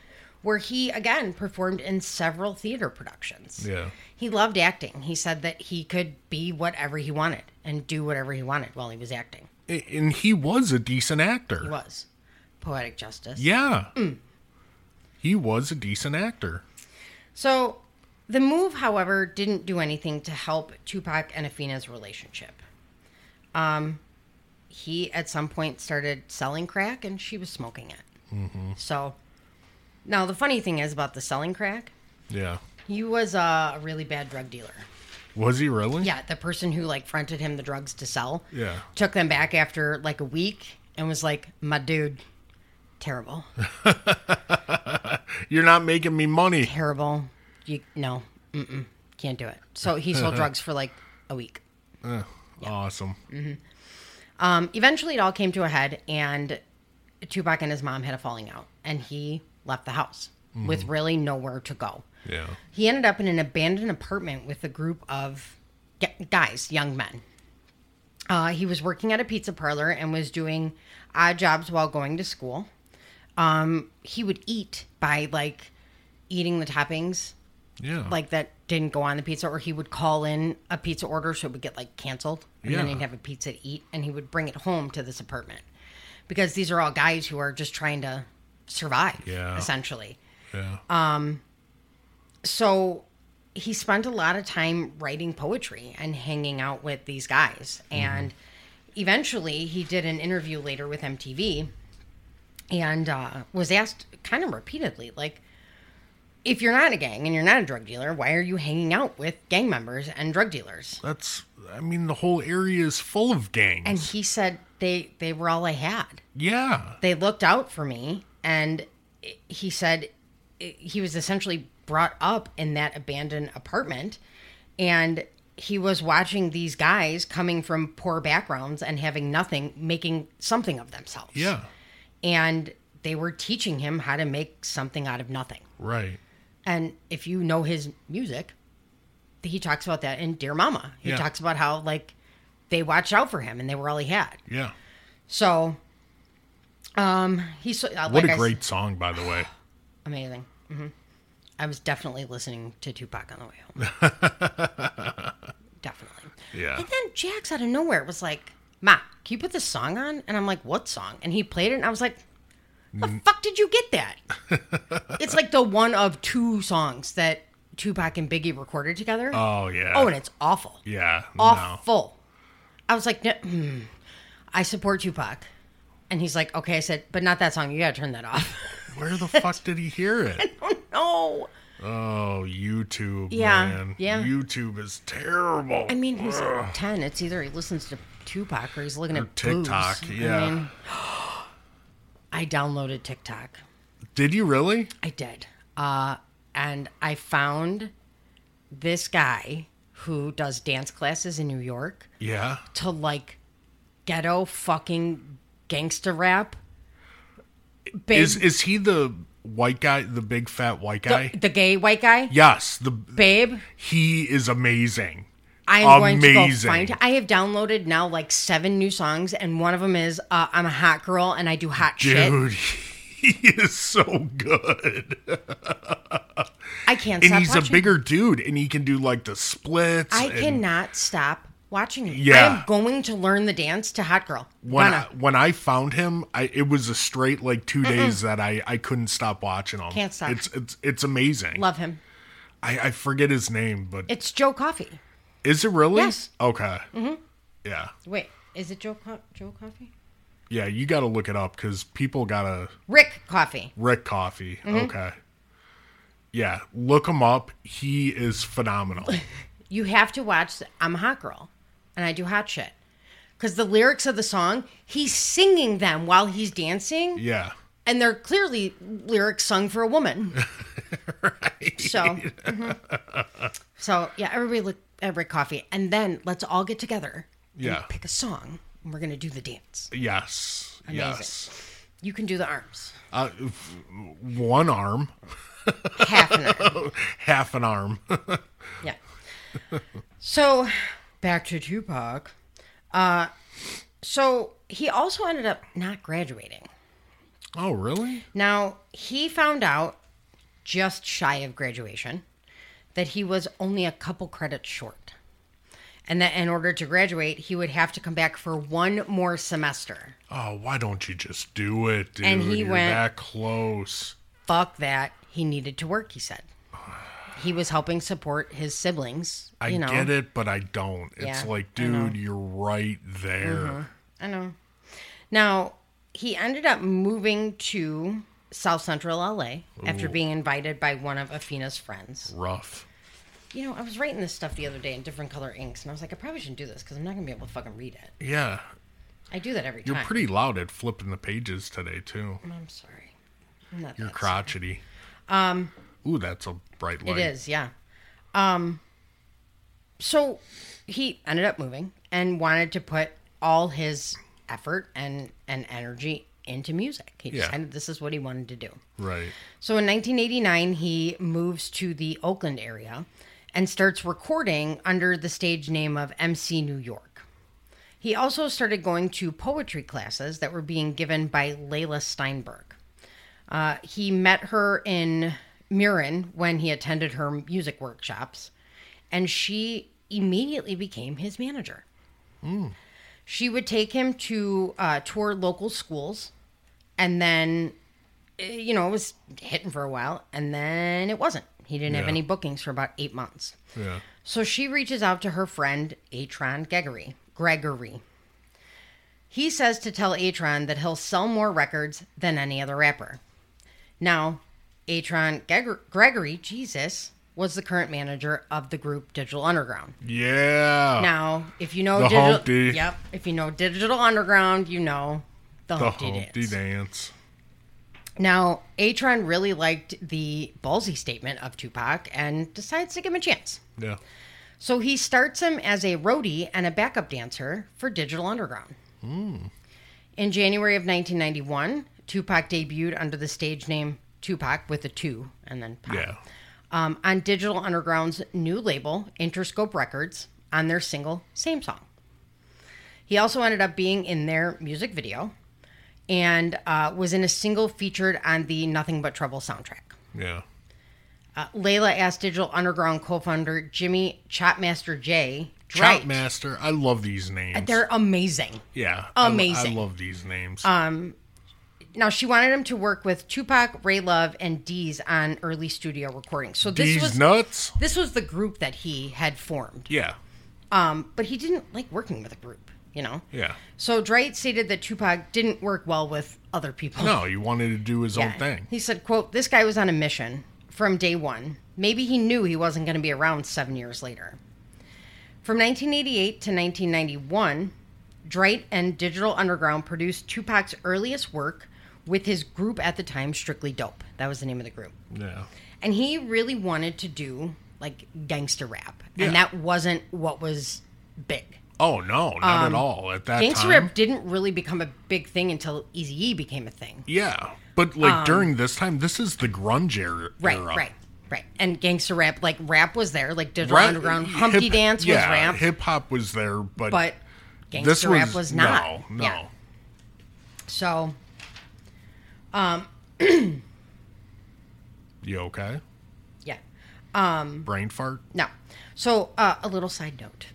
S1: where he again performed in several theater productions.
S2: Yeah.
S1: He loved acting. He said that he could be whatever he wanted and do whatever he wanted while he was acting.
S2: A- And he was a decent actor.
S1: He was Mm. poetic justice.
S2: Yeah. He was a decent actor.
S1: So the move, however, didn't do anything to help Tupac and Afina's relationship. Um, he at some point started selling crack, and she was smoking it. So now the funny thing is about the selling crack.
S2: Yeah.
S1: He was uh, a really bad drug dealer.
S2: Was he really?
S1: Yeah, the person who like fronted him the drugs to sell.
S2: Yeah.
S1: Took them back after like a week and was like, "My dude, terrible,
S2: You're not making me money.
S1: terrible. You no, mm-mm, can't do it." So he sold drugs for like a week.
S2: Awesome.
S1: Mm. Um, eventually, it all came to a head, and Tupac and his mom had a falling out, and he left the house with really nowhere to go.
S2: Yeah.
S1: He ended up in an abandoned apartment with a group of gu- guys, young men. Uh, he was working at a pizza parlor and was doing odd jobs while going to school. Um, he would eat by like eating the toppings
S2: Yeah.
S1: like that didn't go on the pizza, or he would call in a pizza order so it would get like canceled, and then
S2: Yeah.
S1: he'd have a pizza to eat, and he would bring it home to this apartment because these are all guys who are just trying to survive,
S2: Yeah.
S1: essentially.
S2: yeah.
S1: uh, So he spent a lot of time writing poetry and hanging out with these guys, and eventually he did an interview later with MTV, and uh, was asked kind of repeatedly, like, if you're not a gang and you're not a drug dealer, why are you hanging out with gang members and drug dealers?
S2: That's I mean the whole area is full of gangs.
S1: And he said they they were all I had.
S2: yeah.
S1: They looked out for me, and he said he was essentially brought up in that abandoned apartment, and he was watching these guys coming from poor backgrounds and having nothing, making something of themselves.
S2: Yeah.
S1: and they were teaching him how to make something out of nothing.
S2: Right.
S1: And if you know his music, he talks about that in Dear Mama. He
S2: Yeah.
S1: talks about how like they watched out for him and they were all he had.
S2: Yeah.
S1: So, um, he's so, uh,
S2: What
S1: like I
S2: a
S1: s-
S2: great song by the way.
S1: amazing. hmm I was definitely listening to Tupac on the way home. definitely.
S2: Yeah.
S1: And then Jax out of nowhere was like, "Ma, can you put this song on?" And I'm like, "What song?" And he played it, and I was like,
S2: Mm.
S1: "The fuck did you get that?" it's like the one of two songs that Tupac and Biggie recorded together.
S2: Oh yeah.
S1: oh, and it's awful.
S2: yeah. No.
S1: Awful. I was like, "No, hmm, I support Tupac. And he's like, okay. I said, but not that song. You gotta turn that off.
S2: Where the fuck did he hear it?
S1: no.
S2: Oh, YouTube,
S1: Yeah,
S2: man.
S1: yeah.
S2: YouTube is terrible.
S1: I mean, he's ten. It's either he listens to Tupac or he's looking at boobs.
S2: TikTok, yeah.
S1: I, mean, I downloaded TikTok.
S2: did you really?
S1: I did. Uh, and I found this guy who does dance classes in New York
S2: Yeah.
S1: to like ghetto fucking gangster rap. Big,
S2: Is is he the white guy, the big fat white guy?
S1: the, the gay white guy,
S2: yes, the
S1: babe.
S2: he is amazing.
S1: I am going to go
S2: Amazing.
S1: find. I have downloaded now like seven new songs, and one of them is uh, "I'm a Hot Girl" and I do hot shit.
S2: Dude, he is so good.
S1: I can't
S2: And
S1: stop
S2: he's
S1: watching.
S2: a bigger dude and he can do like the splits.
S1: I
S2: and
S1: cannot stop watching it.
S2: Yeah.
S1: I am going to learn the dance to Hot Girl.
S2: when I,
S1: Gonna.
S2: when I found him, I it was a straight like 2 days that I I couldn't stop watching him.
S1: Can't stop.
S2: It's it's it's amazing.
S1: Love him.
S2: I, I forget his name, but
S1: It's Joe Coffee.
S2: is it really?
S1: Yes.
S2: Okay. Mm-hmm. Yeah.
S1: Wait, is it Joe Co- Joe Coffee?
S2: Yeah, you got to look it up because people got to
S1: Rick Coffee.
S2: Rick Coffee.
S1: Mm-hmm.
S2: Okay. Yeah, look him up. He is phenomenal.
S1: You have to watch I'm a Hot Girl and I do hot shit. Because the lyrics of the song, he's singing them while he's dancing,
S2: yeah.
S1: and they're clearly lyrics sung for a woman. So, mhm. so yeah, everybody look at Rick Coffee, and then let's all get together. and
S2: Yeah.
S1: pick a song, and we're gonna do the dance.
S2: Yes. Yes.
S1: You can do the arms,
S2: Uh, f- one arm,
S1: half an arm.
S2: half an arm.
S1: Yeah. So, back to Tupac. Uh, so he also ended up not graduating.
S2: oh, really?
S1: Now, he found out just shy of graduation that he was only a couple credits short. And that in order to graduate, he would have to come back for one more semester.
S2: Oh, why don't you just do it, dude?
S1: And he
S2: You're
S1: went-
S2: that close.
S1: Fuck that. He needed to work, he said. He was helping support his siblings.
S2: I
S1: you know.
S2: get it, but I don't.
S1: Yeah,
S2: It's like,
S1: I know. Mm-hmm.
S2: dude, you're right there.
S1: I know. Now, he ended up moving to South Central LA after being invited by one of Afina's friends.
S2: Rough.
S1: You know, I was writing this stuff the other day in different color inks, and I was like, I probably shouldn't do this because I'm not going to be able to fucking read it.
S2: Yeah.
S1: I do that every
S2: You're
S1: time.
S2: pretty loud at flipping the pages today, too.
S1: I'm sorry. I'm not
S2: You're
S1: that-
S2: crotchety. Um. Ooh, that's a bright
S1: It
S2: light.
S1: is, yeah. Um, so he ended up moving and wanted to put all his effort and, and energy into music. He
S2: Yeah.
S1: decided this is what he wanted to do.
S2: Right.
S1: So in 1989, he moves to the Oakland area and starts recording under the stage name of MC New York. He also started going to poetry classes that were being given by Layla Steinberg. Uh, he met her in Murin when he attended her music workshops, and she immediately became his manager. She would take him to uh, tour local schools, and then eh, you know, it was hitting for a while and then it wasn't. He didn't have
S2: Yeah.
S1: any bookings for about eight months.
S2: Yeah.
S1: So she reaches out to her friend Atron Gregory. Gregory. He says to tell Atron that he'll sell more records than any other rapper. Now, Atron Geg- Gregory, Jesus, was the current manager of the group Digital Underground.
S2: Yeah.
S1: Now, if you know
S2: Oh. The
S1: digital,
S2: Humpty.
S1: yep, if you know Digital Underground, you know the,
S2: the
S1: Humpty,
S2: Humpty
S1: Dance.
S2: dance.
S1: Now, Atron really liked the ballsy statement of Tupac and decides to give him a chance.
S2: Yeah.
S1: So he starts him as a roadie and a backup dancer for Digital Underground. In January of 1991, Tupac debuted under the stage name Tupac with a two and then Pop
S2: Yeah.
S1: um, on Digital Underground's new label, Interscope Records, on their single Same Song. He also ended up being in their music video and uh, was in a single featured on the Nothing But Trouble soundtrack.
S2: Yeah.
S1: Uh, Layla asked Digital Underground co founder Jimmy Chopmaster J. Drake.
S2: Chopmaster. I love these names.
S1: Uh, They're amazing.
S2: yeah. I lo-
S1: amazing. Um,
S2: I, love these names.
S1: Now, she wanted him to work with Tupac, Ray Love, and Deez on early studio recordings. So this
S2: these
S1: was.
S2: nuts.
S1: this was the group that he had formed.
S2: Yeah.
S1: Um, but he didn't like working with a group, you know?
S2: Yeah.
S1: So Dwight stated that Tupac didn't work well with other people.
S2: No, he wanted to do his
S1: Oh. Yeah.
S2: own thing.
S1: He said, quote, this guy was on a mission from day one. Maybe he knew he wasn't going to be around seven years later. From 1988 to 1991, Dwight and Digital Underground produced Tupac's earliest work with his group at the time, Strictly Dope. That was the name of the group.
S2: Yeah.
S1: And he really wanted to do like gangster rap,
S2: Yeah.
S1: and that wasn't what was big.
S2: Oh no, not at
S1: Um,
S2: all at that
S1: Gangster
S2: time.
S1: rap didn't really become a big thing until Easy E became a thing.
S2: Yeah, but like during this time, this is the grunge er-, era.
S1: Um, Right,
S2: era.
S1: right, right. And gangster rap, like rap was there, like digital
S2: Ra-
S1: underground humpty
S2: hip-
S1: dance was
S2: yeah,
S1: rap,
S2: Hip hop was there, but,
S1: but gangster
S2: this
S1: rap was not.
S2: No, no.
S1: Yeah. So,
S2: You okay?
S1: yeah. Mm-hmm.
S2: Brain fart?
S1: No. So, uh, a little side note.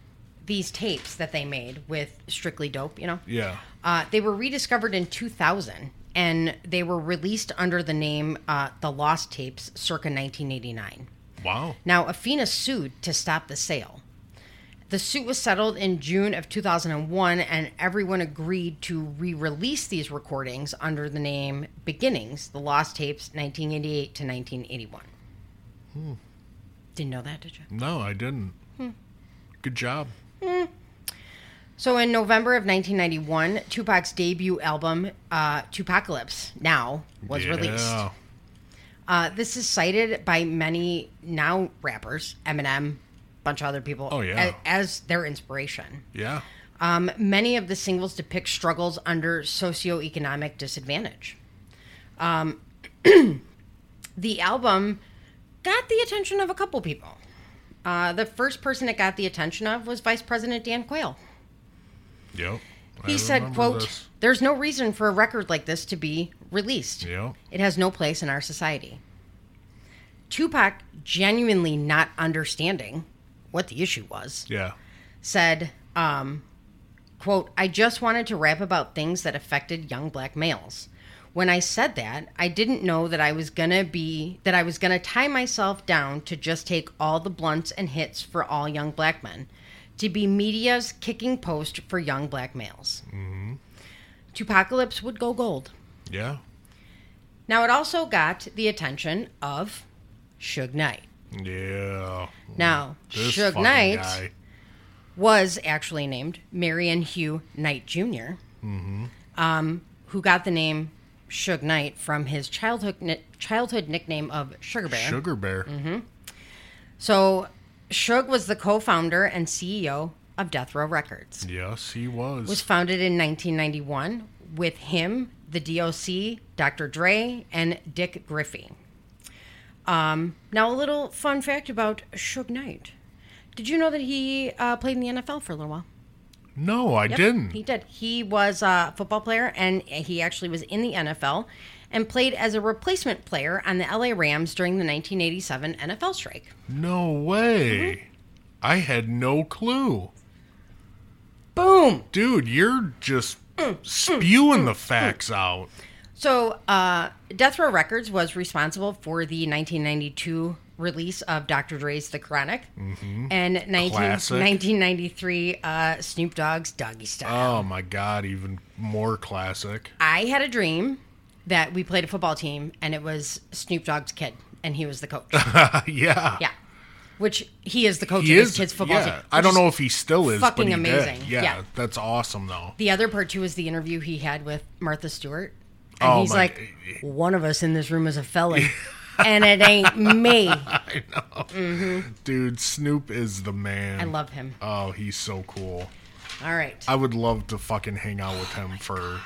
S1: These tapes that they made with Strictly Dope, you know,
S2: Yeah.
S1: uh, they were rediscovered in 2000 and they were released under the name uh, The Lost Tapes circa 1989.
S2: Wow.
S1: Now, Afina sued to stop the sale. The suit was settled in June of 2001, and everyone agreed to re release these recordings under the name Beginnings, The Lost Tapes, 1988 to 1981.
S2: Hmm.
S1: Didn't know that, did you?
S2: No, I didn't.
S1: Hmm.
S2: Good job.
S1: So in November of 1991, Tupac's debut album, uh, Tupacalypse Now, was
S2: yeah.
S1: released. Uh, this is cited by many now rappers, Eminem, bunch of other people,
S2: Oh, yeah.
S1: a- as their inspiration.
S2: Yeah.
S1: Um, many of the singles depict struggles under socioeconomic disadvantage. Um, the album got the attention of a couple people. Uh, the first person it got the attention of was Vice President Dan Quayle.
S2: Yep. I
S1: He said,
S2: remember
S1: quote,
S2: this.
S1: there's no reason for a record like this to be released.
S2: Yep.
S1: It has no place in our society. Tupac, genuinely not understanding what the issue was,
S2: Yeah.
S1: said, um, quote, I just wanted to rap about things that affected young black males. When I said that, I didn't know that I was gonna be that I was gonna tie myself down to just take all the blunts and hits for all young black men, to be media's kicking post for young black males. Mm-hmm. Tupacalypse would go gold.
S2: Yeah.
S1: Now it also got the attention of Suge Knight.
S2: Yeah.
S1: Now,
S2: Mm. This
S1: Suge
S2: fucking
S1: Knight
S2: guy.
S1: was actually named Marion Hugh Knight junior um, who got the name Suge Knight from his childhood ni- childhood nickname of Sugar Bear.
S2: Sugar Bear.
S1: Mm-hmm. So, Suge was the co-founder and CEO of Death Row Records.
S2: Yes, he was.
S1: Was founded in 1991 with him, the DOC, Dr. Dre, and Dick Griffey. Um, now, a little fun fact about Suge Knight. Did you know that he uh, played in the NFL for a little while?
S2: no, I
S1: Yep,
S2: didn't.
S1: He did. He was a football player, and he actually was in the NFL and played as a replacement player on the LA Rams during the 1987 NFL strike.
S2: no way.
S1: Mm-hmm.
S2: I had no clue.
S1: Boom. Mm.
S2: Dude, you're just spewing the facts out.
S1: So, uh, Death Row Records was responsible for the 1992 release of Dr. Dre's The Chronic and 19,
S2: Mm-hmm. Classic.
S1: 1993 uh, Snoop Dogg's Doggy Style.
S2: Oh my god, even more classic.
S1: I had a dream that we played a football team, and it was Snoop Dogg's kid, and he was the coach.
S2: yeah.
S1: Yeah. Which he is the coach
S2: He
S1: of his
S2: is.
S1: kids' football
S2: yeah.
S1: team.
S2: I don't
S1: Which is-
S2: know if he still is,
S1: fucking
S2: but he
S1: amazing.
S2: Did. Yeah,
S1: Yeah.
S2: that's awesome though.
S1: The other part too was the interview he had with Martha Stewart, and
S2: Oh,
S1: he's
S2: my-
S1: like, "One of us in this room is a felon, and it ain't me."
S2: Dude, Snoop is the man.
S1: Mm-hmm. I love him.
S2: Oh, he's so cool.
S1: All right.
S2: I would love to fucking hang out with
S1: Oh
S2: him for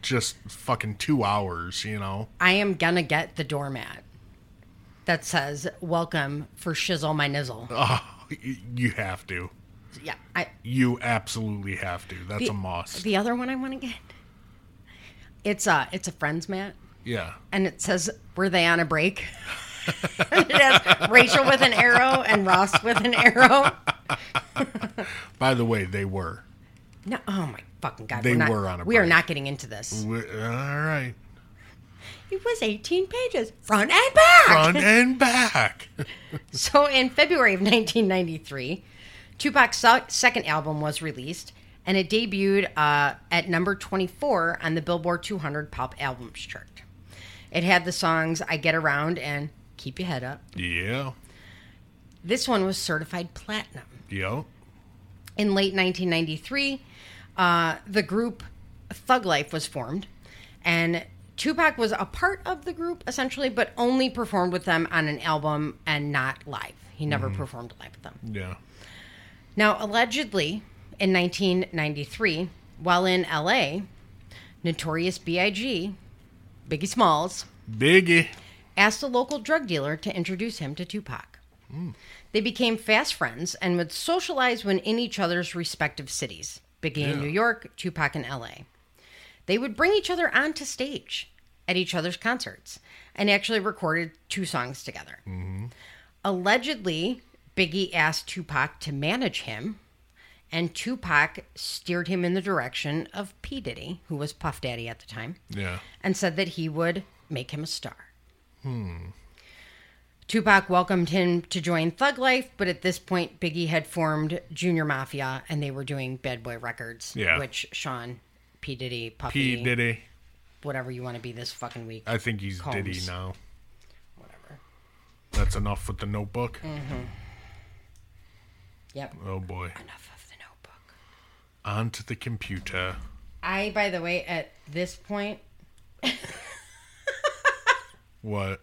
S2: just fucking two hours, you know?
S1: I am gonna get the doormat that says "Welcome for shizzle my nizzle."
S2: Oh, y- you have to.
S1: yeah. I,
S2: You absolutely have to. That's
S1: the,
S2: a must.
S1: The other one I want to get. It's a it's a friends mat.
S2: yeah.
S1: and it says, "Were they on a break?" it has Rachel with an arrow and Ross with an arrow.
S2: By the way, they were.
S1: No, oh my fucking god!
S2: They
S1: not,
S2: were on a
S1: We are
S2: break.
S1: not getting into this.
S2: We- all right.
S1: It was 18 pages, front and back.
S2: Front and back.
S1: So in February of 1993, Tupac's se- second album was released, and it debuted uh, at number 24 on the Billboard 200 Pop Albums chart. It had the songs "I Get Around" and "Keep Your Head Up."
S2: Yeah.
S1: This one was certified platinum.
S2: Yep.
S1: In late 1993, uh, the group Thug Life was formed, and Tupac was a part of the group essentially, but only performed with them on an album and not live. He He never performed live with them.
S2: Yeah.
S1: Now, allegedly, in 1993, while in LA, notorious B.I.G., Biggie Smalls,
S2: Biggie.
S1: asked a local drug dealer to introduce him to Tupac. They became fast friends and would socialize when in each other's respective cities Biggie in New York, Tupac in LA. They would bring each other onto stage at each other's concerts and actually recorded two songs together. Allegedly, Biggie asked Tupac to manage him, and Tupac steered him in the direction of P. Diddy, who was Puff Daddy at the time
S2: Yeah.
S1: and said that he would make him a star.
S2: Hmm.
S1: Tupac welcomed him to join Thug Life, but at this point, Biggie had formed Junior Mafia and they were doing Bad Boy Records,
S2: Yeah.
S1: which Sean, P. Diddy, Puffy,
S2: P Diddy.
S1: whatever you want to be this fucking week,
S2: I think he's
S1: Combs.
S2: Diddy now.
S1: whatever.
S2: That's enough with the notebook.
S1: Mm. Yep.
S2: Oh boy.
S1: Enough of the notebook.
S2: Onto the computer.
S1: I, by the way, at this point,
S2: What?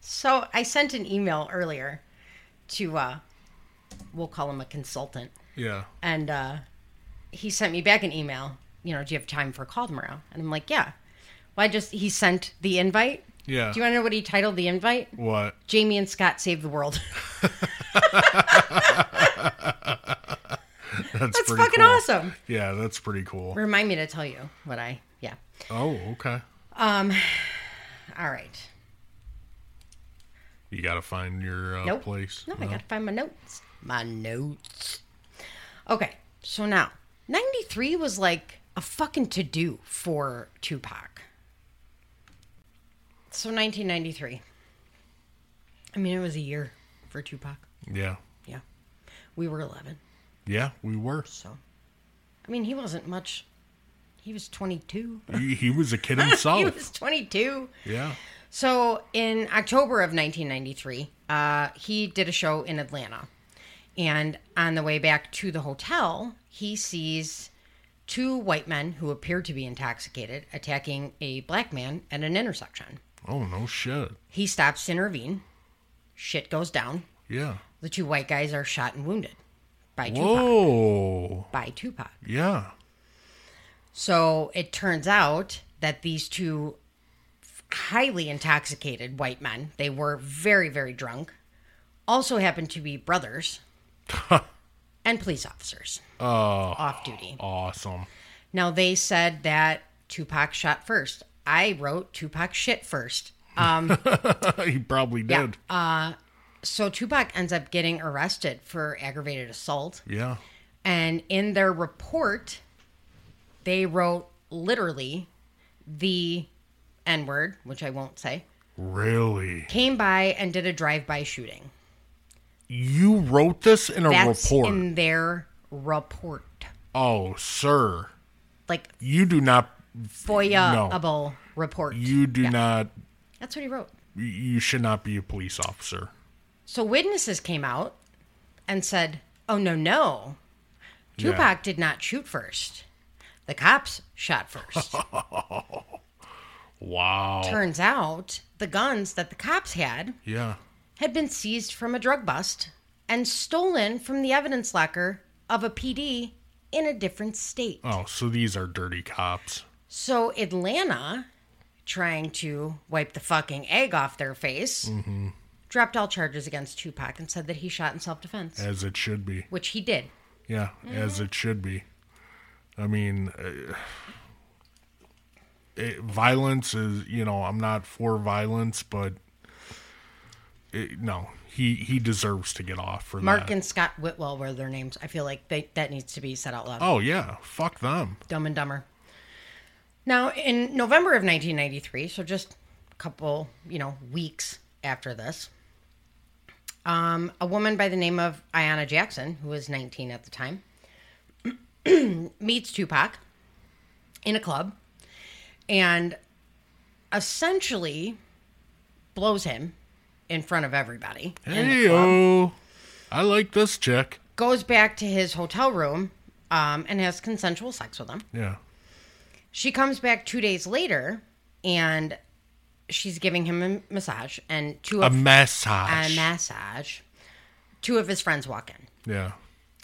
S1: so I sent an email earlier to, uh, we'll call him a consultant.
S2: Yeah.
S1: And uh, he sent me back an email, you know, do you have time for a call tomorrow? And I'm like, yeah. Well, I just, he sent the invite.
S2: Yeah.
S1: Do you want to know what he titled the invite?
S2: What?
S1: Jamie and Scott Save the World.
S2: That's,
S1: That's
S2: pretty
S1: fucking
S2: cool.
S1: awesome.
S2: Yeah, that's pretty cool.
S1: Remind me to tell you what I, yeah.
S2: Oh, okay.
S1: All right.
S2: You got to find your uh,
S1: Nope.
S2: place.
S1: No, I got to find my notes. My notes. Okay. So now, 93 was like a fucking to do for Tupac. So 1993. I mean, it was a year for Tupac.
S2: Yeah.
S1: Yeah. We were 11.
S2: Yeah, we were.
S1: So, I mean, he wasn't much. He was 22.
S2: He, he was a kid
S1: He
S2: himself.
S1: was 22.
S2: yeah.
S1: So, in October of 1993, uh, he did a show in Atlanta. And on the way back to the hotel, he sees two white men who appear to be intoxicated attacking a black man at an intersection.
S2: Oh, no shit.
S1: He stops to intervene. Shit goes down.
S2: Yeah.
S1: The two white guys are shot and wounded by Tupac.
S2: Whoa.
S1: By Tupac.
S2: Yeah.
S1: So it turns out that these two highly intoxicated white men, they were very, very drunk, also happened to be brothers and police officers off duty.
S2: Awesome.
S1: Now, they said that Tupac shot first. I wrote Tupac shit first.
S2: he probably
S1: Yeah. uh,
S2: did. Yeah.
S1: So Tupac ends up getting arrested for aggravated assault.
S2: yeah.
S1: And in their report, they wrote literally the N word, which I won't say,
S2: Really?
S1: came by and did a drive by shooting.
S2: You wrote this in a
S1: That's
S2: report.
S1: in their report.
S2: Oh, sir.
S1: Like
S2: You do not.
S1: FOIA-able report.
S2: You do not.
S1: That's what he wrote.
S2: You should not be a police officer.
S1: So witnesses came out and said, oh, no, no. Tupac did not shoot first. The cops shot first.
S2: Wow.
S1: Turns out the guns that the cops had
S2: Yeah.
S1: had been seized from a drug bust and stolen from the evidence locker of a PD in a different state.
S2: Oh, so these are dirty cops.
S1: So Atlanta, trying to wipe the fucking egg off their face,
S2: Mm-hmm.
S1: dropped all charges against Tupac and said that he shot in self defense,
S2: As it should be.
S1: which he did.
S2: Eh. Yeah, as
S1: Mm-hmm.
S2: it should be. I mean, uh, it, violence is, you know, I'm not for violence, but it, no, he he deserves to get off for
S1: Mark
S2: that.
S1: and Scott Whitwell were their names. I feel like they, that needs to be said out loud.
S2: Oh yeah, fuck them.
S1: Dumb and Dumber. Now, in November of 1993, so just a couple, you know, weeks after this, um, a woman by the name of Ayanna Jackson, who was 19 at the time, meets Tupac in a club and essentially blows him in front of everybody. in the
S2: Hey
S1: club
S2: oh, I like this chick.
S1: goes back to his hotel room um, and has consensual sex with him.
S2: Yeah,
S1: She comes back two days later and she's giving him a massage and two
S2: a
S1: of
S2: massage.
S1: a massage. two of his friends walk in.
S2: Yeah.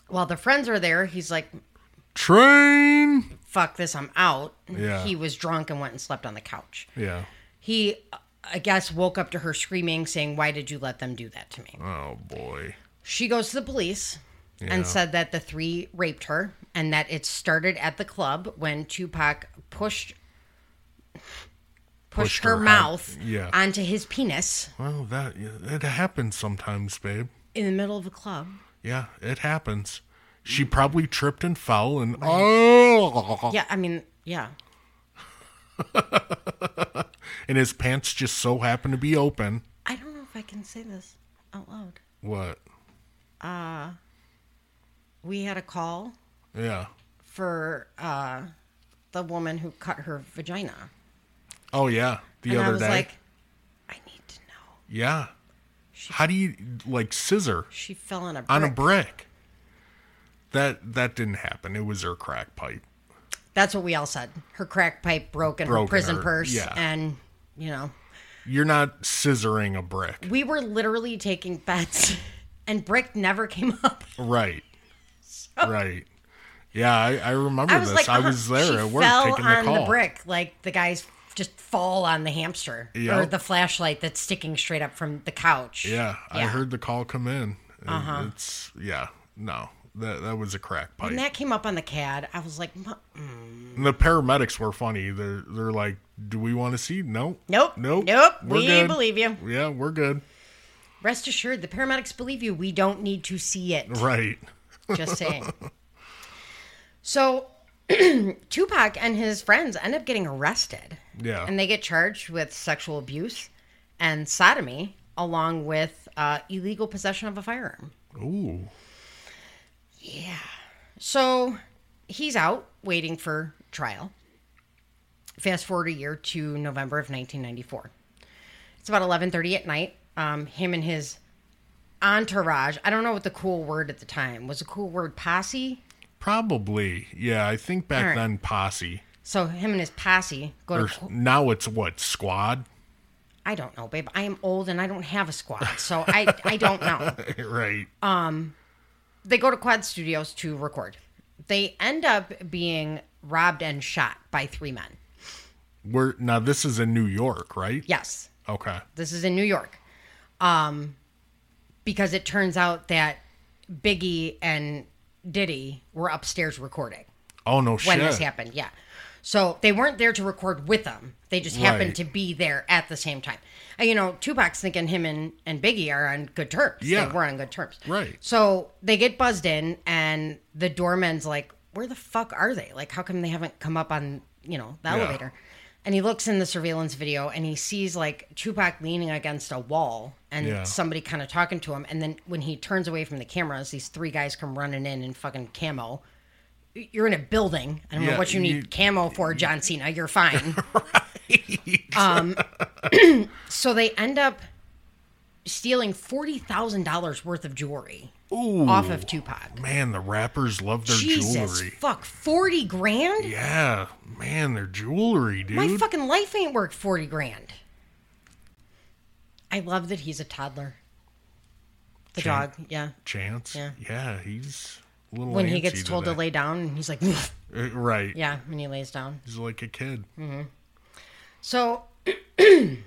S1: While the friends are there, he's like,
S2: Train.
S1: fuck this, I'm out.
S2: Yeah.
S1: He was drunk and went and slept on the couch.
S2: Yeah.
S1: He, I guess, woke up to her screaming, saying, Why did you let them do that to me?
S2: Oh boy.
S1: She goes to the police
S2: Yeah.
S1: and said that the three raped her and that it started at the club when Tupac pushed. Pushed,
S2: Pushed
S1: her,
S2: her out.
S1: mouth
S2: Yeah.
S1: onto his penis
S2: Well, that it happens sometimes, babe.
S1: in the middle of a club.
S2: Yeah, it happens. She probably tripped and fell and oh,
S1: Mm. Yeah, I mean, yeah.
S2: and his pants just so happened to be open.
S1: I don't know if I can say this out loud.
S2: What?
S1: We had a call
S2: Yeah.
S1: for uh, the woman who cut her vagina.
S2: Oh yeah. The
S1: and
S2: other
S1: I was
S2: day.
S1: like, I need to know.
S2: yeah. How do you like scissor
S1: She fell on a brick.
S2: on a brick? That that didn't happen. It was her crack pipe.
S1: That's what we all said. Her crack pipe broke and her
S2: Broken
S1: prison
S2: her,
S1: purse.
S2: yeah.
S1: And, you know,
S2: You're not scissoring a brick,
S1: we were literally taking bets and brick never came up.
S2: right? right. Yeah, I, I remember
S1: I was
S2: this.
S1: like,
S2: I
S1: uh-huh.
S2: was there
S1: She
S2: at work
S1: fell
S2: taking
S1: on
S2: the call.
S1: brick. Like the guys just fall on the hamster
S2: Yeah.
S1: or the flashlight that's sticking straight up from the couch.
S2: Yeah, I
S1: Yeah.
S2: heard the call come in. Uh-huh. It's yeah, no, that that was a crack pipe.
S1: When that came up on the CAD, I was like, "Mm, "Mu-
S2: And the paramedics were funny. They're they're like, "Do we want to see? No,
S1: Nope.
S2: nope,
S1: Nope.
S2: We're
S1: We
S2: good.
S1: believe you."
S2: Yeah, we're good.
S1: Rest assured, the paramedics believe you. We don't need to see it.
S2: Right.
S1: Just saying. So, Tupac and his friends end up getting arrested.
S2: Yeah.
S1: And they get charged with sexual abuse and sodomy, along with uh, illegal possession of a firearm.
S2: Ooh,
S1: So, he's out waiting for trial. Fast forward a year to November of 1994. It's about 11:30 at night. Um, him and his entourage. I don't know what the cool word at the time was. A cool word posse.
S2: probably. Yeah, I think back
S1: All right.
S2: then posse
S1: So him and his posse go
S2: or
S1: to.
S2: now it's what squad,
S1: I don't know, babe. I am old and I don't have a squad, so I I don't know.
S2: right?
S1: Um, They go to Quad Studios to record. They end up being robbed and shot by three men.
S2: we're now this is in New York, right?
S1: Yes,
S2: Okay.
S1: this is in New York, um, because it turns out that Biggie and Diddy were upstairs recording
S2: Oh no
S1: when
S2: shit.
S1: this happened. Yeah, so they weren't there to record with them. They just happened
S2: Right.
S1: to be there at the same time. Uh, You know, Tupac's thinking him and, and Biggie are on good terms.
S2: Yeah.
S1: they were on good terms.
S2: Right.
S1: So they get buzzed in, and the doorman's like, "Where the fuck are they? Like, how come they haven't come up on you know the
S2: Yeah.
S1: elevator?" And he looks in the surveillance video, and he sees like Tupac leaning against a wall, and
S2: Yeah.
S1: somebody kind of talking to him. And then when he turns away from the cameras, these three guys come running in in fucking camo. You're in a building. I don't know
S2: Yeah,
S1: what you need camo for, John Cena. You're fine. Um, So they end up stealing forty thousand dollars worth of jewelry off of Tupac.
S2: Man, the rappers love their
S1: Jesus,
S2: jewelry.
S1: fuck, forty grand?
S2: Yeah, man, their jewelry, dude.
S1: My fucking life ain't worth forty grand. I love that he's a toddler. The
S2: Chan-
S1: dog, yeah.
S2: Chance.
S1: Yeah.
S2: he's a little.
S1: When he
S2: antsy
S1: gets told to
S2: today.
S1: lay down, and he's like,
S2: Uh, Right.
S1: yeah, Mm. and he lays down.
S2: He's like a kid.
S1: So they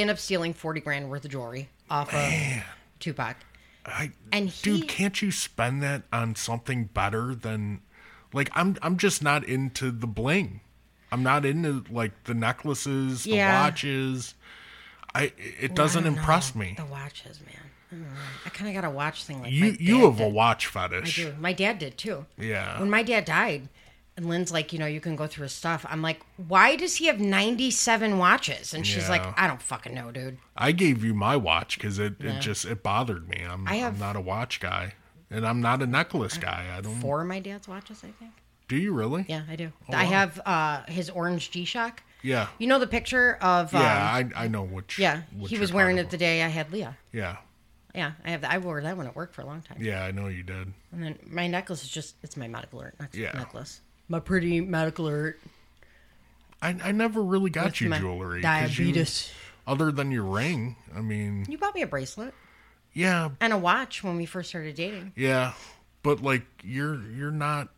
S1: end up stealing forty grand worth of jewelry off of Tupac.
S2: I,
S1: And he-
S2: dude, can't you spend that on something better than, like, I'm I'm just not into the bling. I'm not into like the necklaces, the
S1: Yeah.
S2: watches. I it doesn't impress me.
S1: The watches, man. I, don't know. I kind of got a watch thing like my
S2: You you
S1: dad
S2: have a
S1: did.
S2: watch
S1: I
S2: fetish.
S1: do. My dad did too.
S2: Yeah.
S1: When my dad died, and Lynn's like, you know, you can go through his stuff. I'm like, why does he have 97 watches? And she's
S2: Yeah.
S1: like, I don't fucking know, dude.
S2: I gave you my watch because it, it just it bothered me. I'm
S1: I have-
S2: I'm not a watch guy, and I'm not a necklace guy. I don't.
S1: Four of my dad's watches, I think.
S2: do you really?
S1: Yeah, I do. I have uh, his orange G Shock.
S2: Oh, Yeah.
S1: You know the picture of. um,
S2: Yeah, I I know which.
S1: yeah.
S2: which
S1: He
S2: you're
S1: was wearing
S2: talking
S1: it the day I had Leah.
S2: about. Yeah,
S1: Yeah, I have. The, I wore that one at work for a long time.
S2: yeah, I know you did.
S1: And then my necklace is just—it's my medical alert nec-
S2: Yeah.
S1: necklace. My pretty medical alert.
S2: I, I never really got
S1: With
S2: you
S1: my
S2: jewelry. 'cause you-
S1: diabetes.
S2: other than your ring, I mean,
S1: You bought me a bracelet.
S2: Yeah,
S1: and a watch when we first started dating.
S2: yeah, but like you're you're not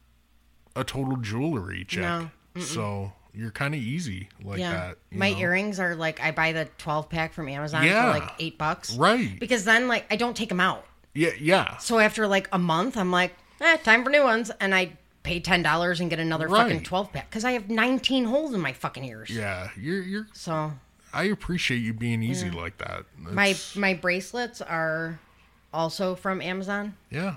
S2: a total jewelry check,
S1: No,
S2: so you're kind of easy like
S1: yeah,
S2: that. you
S1: my
S2: know?
S1: earrings are like I buy the twelve pack from Amazon
S2: Yeah.
S1: for like eight bucks,
S2: Right.
S1: Because then like I don't take them out.
S2: Yeah, yeah,
S1: So after like a month, I'm like, eh, time for new ones, and I pay ten dollars and get another fucking
S2: Right.
S1: twelve pack because I have nineteen holes in my fucking ears.
S2: yeah. You're you're.
S1: So
S2: I appreciate you being easy like that.
S1: my
S2: It's-
S1: my bracelets are also from Amazon.
S2: yeah.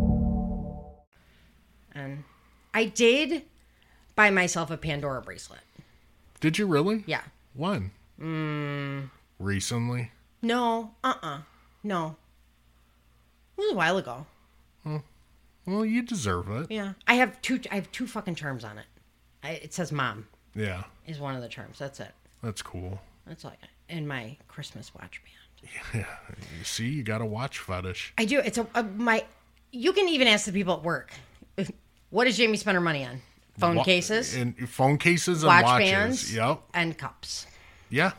S1: And I did buy myself a Pandora bracelet.
S2: Did you really?
S1: Yeah.
S2: When? Mm. Recently.
S1: No, uh uh No. It was a while ago.
S2: Well, you deserve it.
S1: Yeah. I have two I have two fucking charms on it. I, it says mom
S2: Yeah,
S1: is one of the charms. That's it.
S2: that's cool.
S1: That's all I got. And my Christmas watch band.
S2: You see, you got a watch fetish.
S1: I do. It's a, a my. You can even ask the people at work. What does Jamie spend her money on? Phone
S2: Wa-
S1: cases,
S2: and phone cases and
S1: watch
S2: watches.
S1: bands,
S2: Yep.
S1: and cups.
S2: Yeah.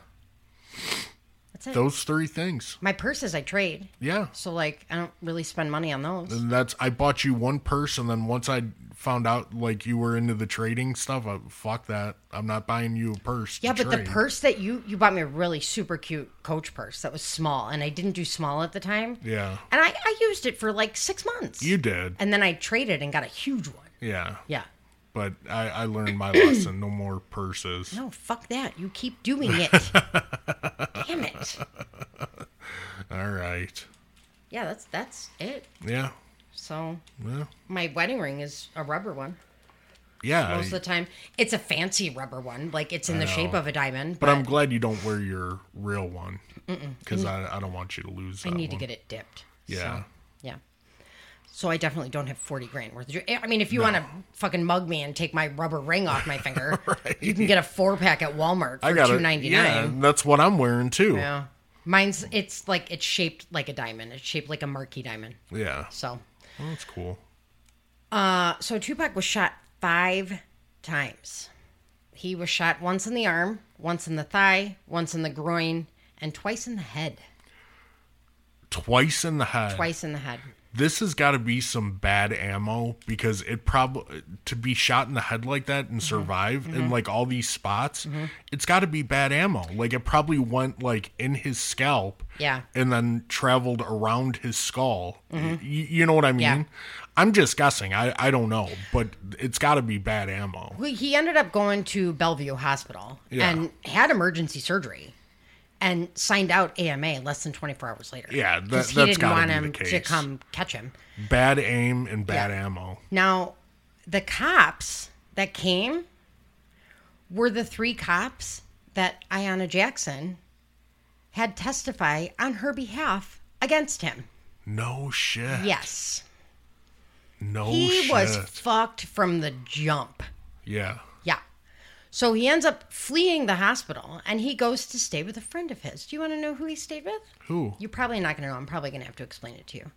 S1: That's it.
S2: Those three things.
S1: my purses I trade,
S2: Yeah.
S1: so like I don't really spend money on those.
S2: And that's I bought you one purse, and then once I found out like you were into the trading stuff, I, fuck that. I'm not buying you a purse. to
S1: Yeah, but
S2: trade.
S1: the purse that you you bought me a really super cute Coach purse that was small, and I didn't do small at the time.
S2: Yeah.
S1: and I I used it for like six months.
S2: You did.
S1: and then I traded and got a huge one.
S2: yeah.
S1: Yeah.
S2: But I, I learned my lesson. No more purses.
S1: No, fuck that. You keep doing it. Damn it.
S2: All right.
S1: Yeah, that's that's it.
S2: Yeah.
S1: So
S2: Well.
S1: my wedding ring is a rubber one
S2: Yeah.
S1: most of the time. It's a fancy rubber one, like it's in the shape of a diamond.
S2: but I'm glad you don't wear your real one because I, I don't want you to lose.
S1: I
S2: that
S1: need
S2: one.
S1: to get it dipped.
S2: Yeah.
S1: So, yeah. So I definitely don't have forty grand worth. of jewelry. I mean, if you want to fucking mug me and take my rubber ring off my finger, you can get a four pack at Walmart
S2: I
S1: for
S2: got
S1: two
S2: it.
S1: ninety
S2: Yeah,
S1: nine.
S2: that's what I'm wearing too. Yeah.
S1: Yeah. Mine's it's like it's shaped like a diamond. It's shaped like a marquee diamond. So,
S2: Well, that's cool.
S1: uh, so Tupac was shot five times. He was shot once in the arm, once in the thigh, once in the groin, and twice in the head.
S2: Twice in the head.
S1: Twice in the head.
S2: This has got to be some bad ammo because it probably to be shot in the head like that and
S1: Mm-hmm.
S2: survive in like all these spots. It's got to be bad ammo. Like it probably went like in his scalp.
S1: Yeah. Mm-hmm.
S2: And then traveled around his skull. Y- you know what I mean?
S1: Yeah.
S2: I'm just guessing. I, I don't know, but it's got to be bad ammo.
S1: Well, He ended up going to Bellevue Hospital
S2: Yeah.
S1: and had emergency surgery and signed out AMA less than 24 hours later.
S2: Yeah, that-
S1: 'Cause
S2: that's
S1: he didn't
S2: gotta
S1: want
S2: be the
S1: him to
S2: case.
S1: come catch him.
S2: Bad aim and bad
S1: Yeah.
S2: ammo.
S1: Now, the cops that came were the three cops that Ayanna Jackson had testify on her behalf against him.
S2: No shit.
S1: Yes.
S2: No
S1: He
S2: Oh, shit.
S1: was fucked from the jump.
S2: yeah.
S1: Yeah. So he ends up fleeing the hospital and he goes to stay with a friend of his. Do you want to know who he stayed with?
S2: Who?
S1: You're probably not going to know. I'm probably going to have to explain it to you.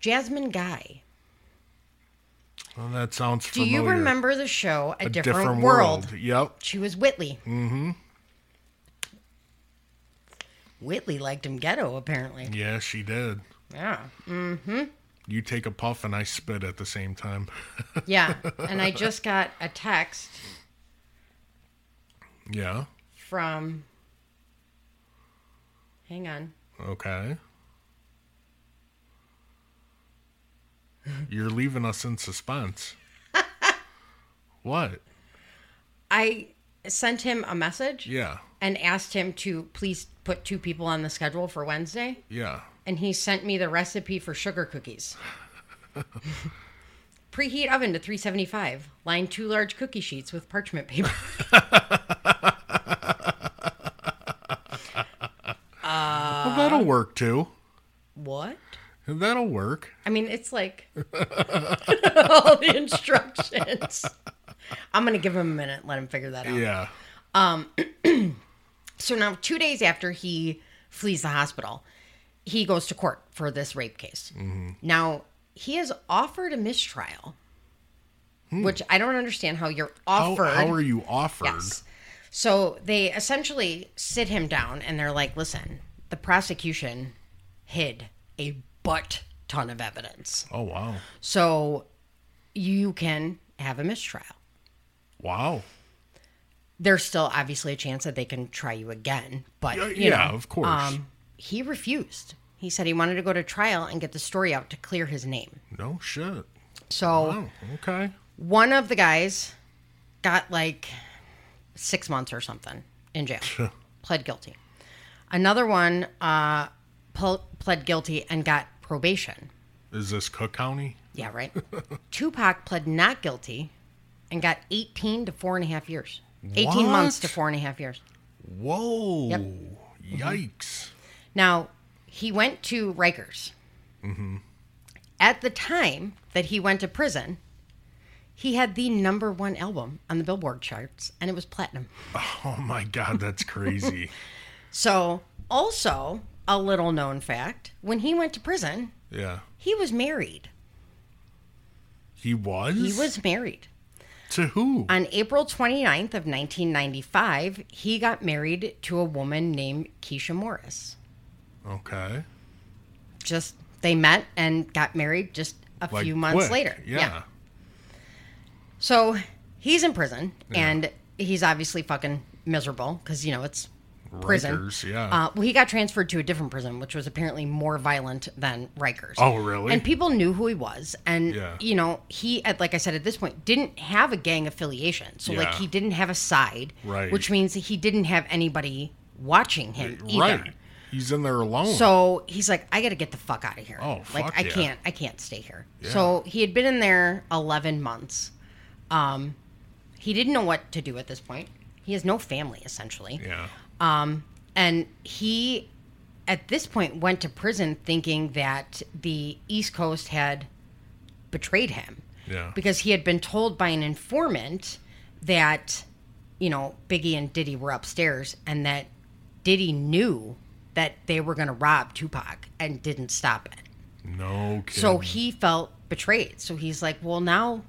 S1: Jasmine Guy.
S2: Well, that sounds
S1: Do
S2: familiar.
S1: you remember the show A,
S2: A
S1: Different, World?
S2: Yep.
S1: She was Whitley. Mm hmm. Whitley liked him ghetto, apparently.
S2: Yeah, she did.
S1: Yeah. Mm,
S2: You take a puff and I spit at the same time.
S1: Yeah. and I just got a text
S2: yeah.
S1: from. Hang on.
S2: Okay. You're leaving us in suspense. what?
S1: I sent him a message.
S2: Yeah.
S1: and asked him to please put two people on the schedule for Wednesday,
S2: Yeah.
S1: and he sent me the recipe for sugar cookies. Preheat oven to 375. Line two large cookie sheets with parchment paper. Uh,
S2: well, that'll work too.
S1: what?
S2: That'll work.
S1: I mean, it's like all the instructions. I'm going to give him a minute, let him figure that out.
S2: Yeah.
S1: So now, two days after he flees the hospital, he goes to court for this rape case.
S2: Mm-hmm.
S1: Now, he has offered a mistrial, which I don't understand how you're
S2: Hmm. How,
S1: offered.
S2: how are you offered?
S1: Yes. So they essentially sit him down and they're like, listen, the prosecution hid a butt ton of evidence.
S2: Oh wow.
S1: So you can have a mistrial.
S2: Wow.
S1: There's still obviously a chance that they can try you again, but
S2: Yeah,
S1: you
S2: yeah,
S1: know,
S2: of course.
S1: Um, he refused. He said he wanted to go to trial and get the story out to clear his name.
S2: No shit.
S1: So
S2: Oh, okay.
S1: one of the guys got like six months or something in jail pled guilty another one uh pl- pled guilty and got probation
S2: Is this Cook County?
S1: yeah right tupac pled not guilty and got 18 to four and a half years 18 months
S2: What?
S1: to four and a half years
S2: Whoa. Yikes.
S1: Now, he went to Rikers.
S2: Mm-hmm.
S1: At the time that he went to prison, he had the number one album on the Billboard charts, and it was platinum.
S2: Oh my god, that's crazy.
S1: So, also, a little known fact when he went to prison,
S2: yeah.
S1: he was married.
S2: He was?
S1: He was married.
S2: to who?
S1: On April 29th of 1995, he got married to a woman named Keisha Morris.
S2: okay.
S1: Just they met and got married just a few months
S2: quick.
S1: later.
S2: Yeah.
S1: So he's in prison, and he's obviously fucking miserable because you know it's prison.
S2: Rikers, yeah.
S1: Uh, well, he got transferred to a different prison, which was apparently more violent than Rikers.
S2: Oh, really?
S1: And people knew who he was, and
S2: Yeah.
S1: you know he, at like I said, at this point didn't have a gang affiliation, so like
S2: Yeah.
S1: he didn't have a side,
S2: Right.
S1: Which means he didn't have anybody watching him either.
S2: Right. He's in there alone.
S1: So he's like, I got to get the fuck out of here.
S2: Oh,
S1: like
S2: fuck
S1: I
S2: yeah.
S1: can't, I can't stay here. So he had been in there eleven months. Um, he didn't know what to do at this point. He has no family essentially, Um,
S2: yeah.
S1: and he, at this point, went to prison thinking that the East Coast had betrayed him
S2: Yeah.
S1: because he had been told by an informant that you know Biggie and Diddy were upstairs and that Diddy knew that they were going to rob Tupac and didn't stop it.
S2: no kidding.
S1: So he felt betrayed. So he's like, "Well, now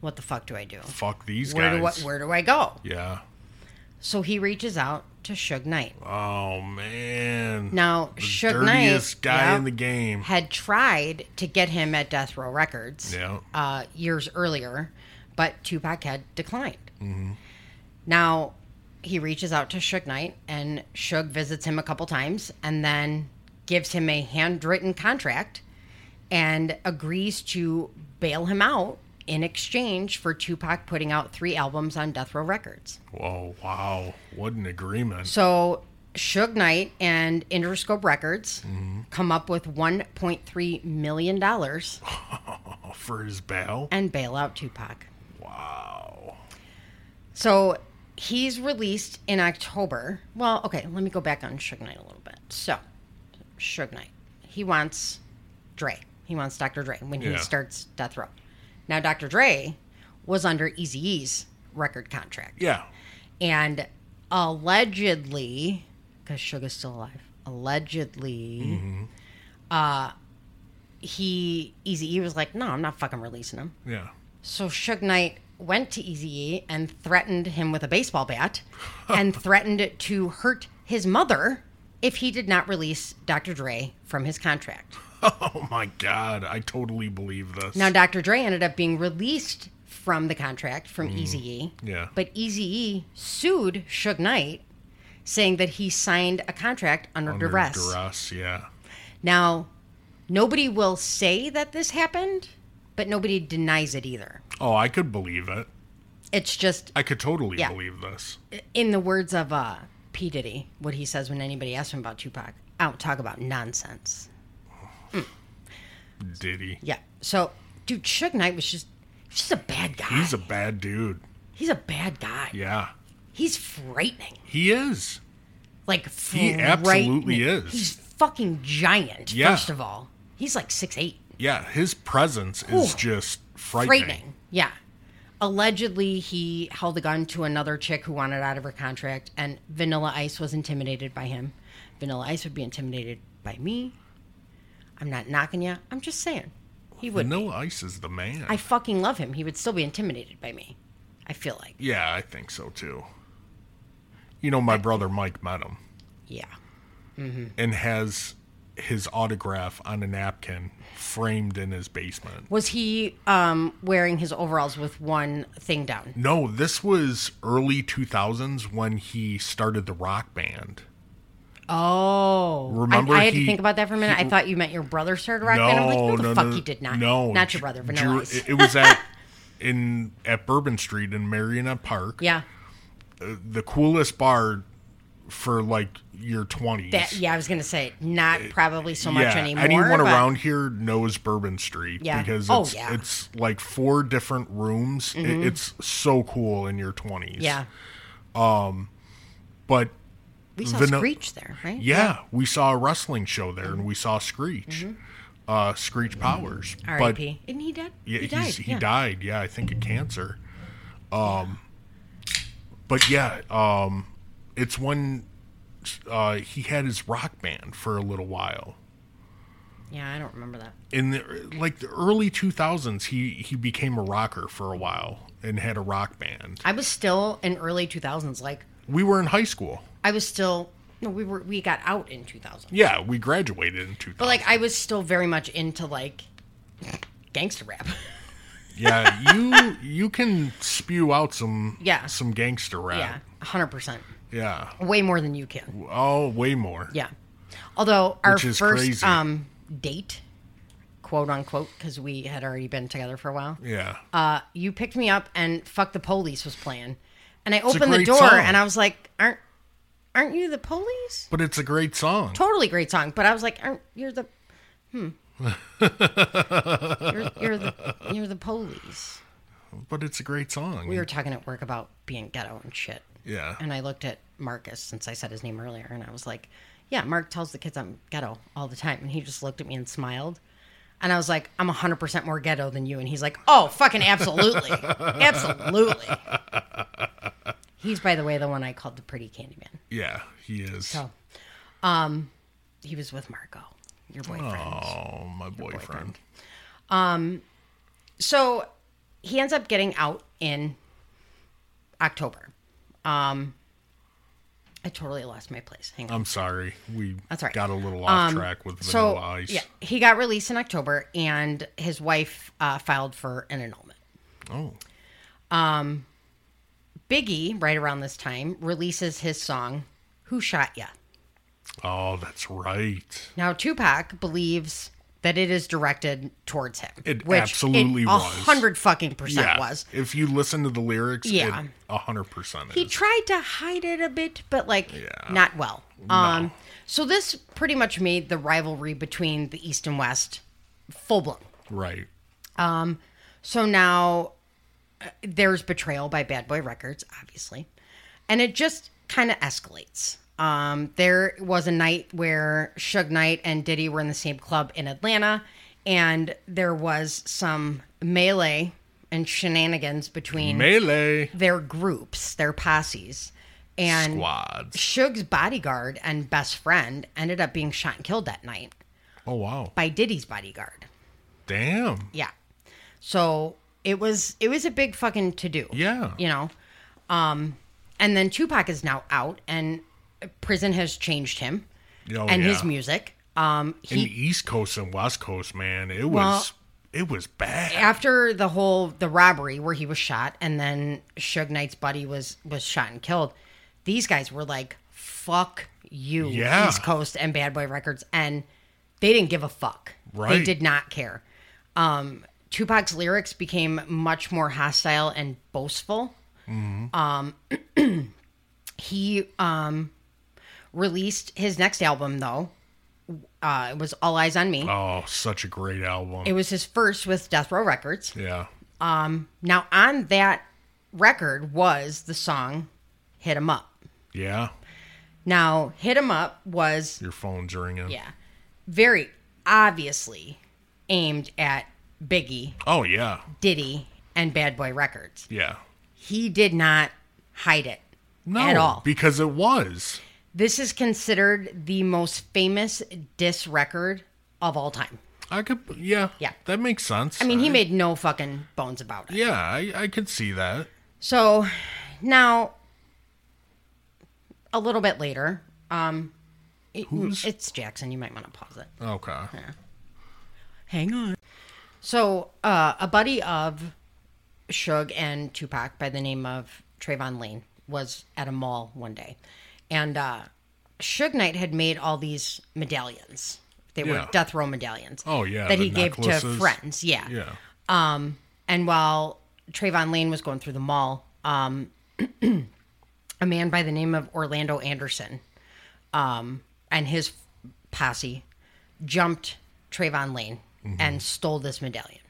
S1: what the fuck do I do?
S2: fuck these
S1: Where do I,
S2: guys.
S1: where do I go?"
S2: yeah.
S1: So he reaches out to Suge Knight.
S2: Oh man.
S1: Now,
S2: the
S1: Suge Knight
S2: dirtiest guy
S1: yeah,
S2: in the game.
S1: had tried to get him at Death Row Records
S2: Yeah.
S1: uh, years earlier, but Tupac had declined. Now he reaches out to Suge Knight, and Suge visits him a couple times, and then gives him a handwritten contract and agrees to bail him out in exchange for Tupac putting out three albums on Death Row Records.
S2: Whoa, wow. What an agreement.
S1: So Suge Knight and Interscope Records come up with 1.3 million dollars
S2: Oh, for his bail.
S1: and bail out Tupac.
S2: Wow.
S1: So he's released in October. Well, okay, let me go back on Suge Knight a little bit. So, Suge Knight, he wants Dre. He wants Dr. Dre when he
S2: Yeah.
S1: starts Death Row. Now, Dr. Dre was under Easy E's record contract.
S2: Yeah.
S1: And allegedly, because Suge is still alive, allegedly,
S2: Mm-hmm.
S1: uh, he, Easy E was like, no, I'm not fucking releasing him.
S2: Yeah.
S1: So Suge Knight went to Eazy-E and threatened him with a baseball bat and threatened to hurt his mother if he did not release Dr. Dre from his contract.
S2: Oh my god, I totally believe this.
S1: Now Dr. Dre ended up being released from the contract from Eazy-E.
S2: Mm, yeah.
S1: But Eazy-E sued Suge Knight saying that he signed a contract under,
S2: Under
S1: duress.
S2: duress, yeah.
S1: Now, nobody will say that this happened, but nobody denies it either.
S2: Oh, I could believe it.
S1: It's just
S2: I could totally
S1: Yeah.
S2: believe this.
S1: in the words of uh, P. Diddy, what he says when anybody asks him about Tupac, I don't talk about nonsense.
S2: Diddy.
S1: Yeah. So, dude, Suge Knight was just, he's just a bad guy.
S2: He's a bad dude.
S1: He's a bad guy.
S2: Yeah.
S1: He's frightening.
S2: He is.
S1: Like,
S2: He absolutely
S1: frightening.
S2: is.
S1: He's fucking giant,
S2: Yeah.
S1: first of all. He's like six eight.
S2: Yeah, his presence is
S1: Ooh.
S2: just frightening.
S1: frightening. Yeah. Allegedly, he held a gun to another chick who wanted out of her contract, and Vanilla Ice was intimidated by him. Vanilla Ice would be intimidated by me. I'm not knocking you. I'm just saying. He would.
S2: Vanilla Ice is the man.
S1: I fucking love him. He would still be intimidated by me. I feel like.
S2: yeah, I think so too. You know, my brother Mike met him
S1: Yeah.
S2: and has his autograph on a napkin framed in his basement.
S1: Was he um, wearing his overalls with one thing down?
S2: No, this was early 2000s when he started the rock band.
S1: Oh. I-
S2: Remember
S1: I, had to
S2: he-
S1: think about that for a minute. I thought you meant your brother started rock band. I'm like, no, the fuck, he did not.
S2: No,
S1: Not your
S2: Ju-
S1: brother, Vanilla
S2: Ju-
S1: Ice.
S2: It, it was at in at Bourbon Street in Marionette Park.
S1: yeah.
S2: the coolest bar for like your 20s.
S1: That, yeah, I was gonna say not probably so much
S2: Uh, Yeah,
S1: anymore.
S2: Anyone
S1: but-
S2: around here knows Bourbon Street
S1: Yeah.
S2: because
S1: Oh,
S2: it's,
S1: yeah. Mm-hmm.
S2: it's like four different rooms. It- it's so cool in your 20s.
S1: Yeah,
S2: But
S1: we saw
S2: Vanilla-
S1: Screech there, right?
S2: yeah, we saw a wrestling show there and we saw
S1: Mm-hmm.
S2: Screech. Uh, Screech Powers. But
S1: R.I.P. Isn't he dead?
S2: yeah,
S1: he
S2: he's-
S1: died.
S2: he
S1: yeah.
S2: died. Yeah, I think of cancer. Um, but yeah, um, it's when uh, he had his rock band for a little while.
S1: Yeah, I don't remember that.
S2: in the like the early 2000s he he became a rocker for a while and had a rock band
S1: I was still in early two thousands. Like
S2: we were in high school
S1: I was still no, we were we got out in two thousand.
S2: yeah we graduated in 2000
S1: But like I was still very much into like gangster rap.
S2: yeah you you can spew out some
S1: Yeah.
S2: some gangster
S1: yeah,
S2: rap
S1: hundred percent.
S2: yeah,
S1: Way more than you can.
S2: oh way more
S1: Yeah. Although our
S2: Which is
S1: first
S2: crazy.
S1: um date, quote unquote, because we had already been together for a while.
S2: yeah
S1: uh, you picked me up and fuck the police was playing and i
S2: a
S1: opened the
S2: great
S1: door
S2: song.
S1: and i was like aren't aren't you the police
S2: but it's a great song
S1: totally great song but i was like aren't you're the hmm you're, you're the you're the police
S2: but it's a great song
S1: we were talking at work about being ghetto and shit
S2: yeah
S1: and i looked at marcus since i said his name earlier and i was like yeah mark tells the kids i'm ghetto all the time and he just looked at me and smiled and i was like i'm 100% more ghetto than you and he's like oh fucking absolutely absolutely he's by the way the one i called the pretty candy man
S2: yeah he is
S1: so um he was with marco your boyfriend
S2: oh my boyfriend.
S1: so he ends up getting out in october um i totally lost my place hang on
S2: i'm sorry we
S1: That's all right. Um,
S2: got a little off track with vanilla ice
S1: yeah, he got released in October, and his wife uh, filed for an annulment. Um,
S2: oh
S1: Biggie, right around this time, releases his song "Who Shot Ya."
S2: oh that's right
S1: Now, Tupac believes that it is directed towards him.
S2: It absolutely
S1: a
S2: was.
S1: hundred fucking percent was.
S2: If you listen to the lyrics,
S1: Yeah.
S2: yeah, a hundred percent.
S1: He
S2: is.
S1: tried to hide it a bit, but like
S2: Yeah.
S1: not well. Um, so this pretty much made the rivalry between the East and West full blown.
S2: right.
S1: So now uh, there's betrayal by Bad Boy Records, obviously. And it just kind of escalates. Um, there was a night where Suge Knight and Diddy were in the same club in Atlanta, and there was some melee and shenanigans between
S2: Melee
S1: their groups, their posses. And
S2: squads.
S1: Suge's bodyguard and best friend ended up being shot and killed that night
S2: Oh wow!
S1: by Diddy's bodyguard.
S2: Damn.
S1: Yeah. So it was it was a big fucking to do.
S2: Yeah.
S1: You know. Um and then Tupac is now out and prison has changed him
S2: Oh,
S1: and
S2: yeah.
S1: his music. Um
S2: In
S1: he
S2: the East Coast and West Coast, man, it was it was bad.
S1: after the whole the robbery where he was shot and then Suge Knight's buddy was was shot and killed, these guys were like, fuck you,
S2: Yeah.
S1: East Coast and Bad Boy Records, and they didn't give a fuck. They
S2: Right.
S1: did not care. Um Tupac's lyrics became much more hostile and boastful.
S2: Mm-hmm.
S1: Um he um released his next album though. Uh, it was All Eyes on Me.
S2: Oh, such a great album.
S1: It was his first with Death Row Records.
S2: yeah.
S1: Now, on that record was the song Hit 'em Up.
S2: Yeah.
S1: Now, Hit 'em Up was,
S2: Your phone's ringing.
S1: yeah, very obviously aimed at Biggie,
S2: Oh yeah,
S1: Diddy, and Bad Boy Records.
S2: yeah.
S1: He did not hide it
S2: No,
S1: at all.
S2: because it was.
S1: This is considered the most famous diss record of all time.
S2: I could, yeah,
S1: Yeah.
S2: That makes sense.
S1: I mean, he made no fucking bones about it.
S2: yeah, I, I could see that.
S1: So now, a little bit later, um, it- it's Jackson. You might want to pause it.
S2: Okay,
S1: Hang on. So, uh, a buddy of Suge and Tupac by the name of Trayvon Lane was at a mall one day. And uh, Suge Knight had made all these medallions. They
S2: Yeah.
S1: were death row medallions.
S2: Oh, yeah,
S1: That
S2: the
S1: he gave to
S2: necklaces.
S1: friends. Yeah.
S2: yeah,
S1: Um, and while Trayvon Lane was going through the mall, um, a man by the name of Orlando Anderson um, and his posse jumped Trayvon Lane and stole this medallion.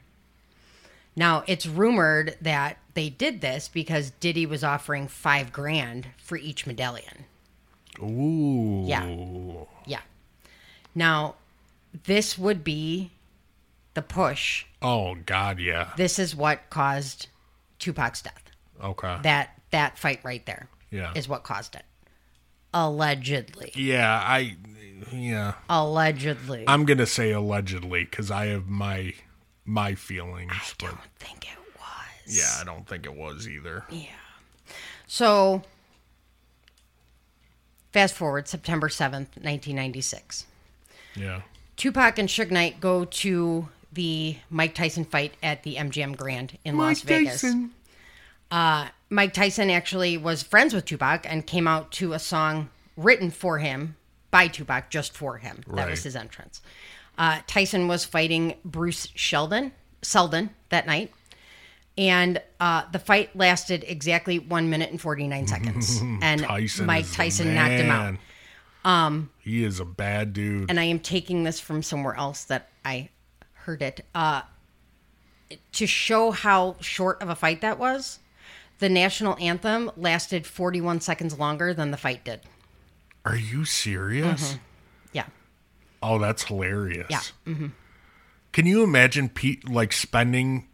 S1: Now, it's rumored that they did this because Diddy was offering five grand for each medallion.
S2: ooh,
S1: Yeah. Yeah. Now, this would be the push.
S2: oh god, yeah,
S1: This is what caused Tupac's death.
S2: okay,
S1: that that fight right there is
S2: Yeah.
S1: what caused it allegedly
S2: yeah, I, yeah,
S1: allegedly i
S2: I'm gonna say allegedly because I have my my feelings, but
S1: don't think it was
S2: yeah, I don't think it was either.
S1: so fast forward september 7th 1996
S2: Yeah,
S1: tupac and Suge knight go to the mike tyson fight at the mgm grand in las vegas Mike Tyson actually was friends with Tupac and came out to a song written for him by Tupac just for him. That
S2: Right.
S1: was his entrance. Uh, Tyson was fighting Bruce Sheldon Seldon that night, and uh, the fight lasted exactly one minute and forty nine seconds. And
S2: Tyson,
S1: Mike
S2: is the
S1: Tyson knocked him out. Um,
S2: man. he is a bad dude.
S1: And I am taking this from somewhere else that I heard it. Uh, to show how short of a fight that was, the national anthem lasted 41 seconds longer than the fight did.
S2: Are you serious?
S1: Mm-hmm. Yeah.
S2: Oh, that's hilarious.
S1: Yeah. mm-hmm.
S2: Can you imagine pe- like spending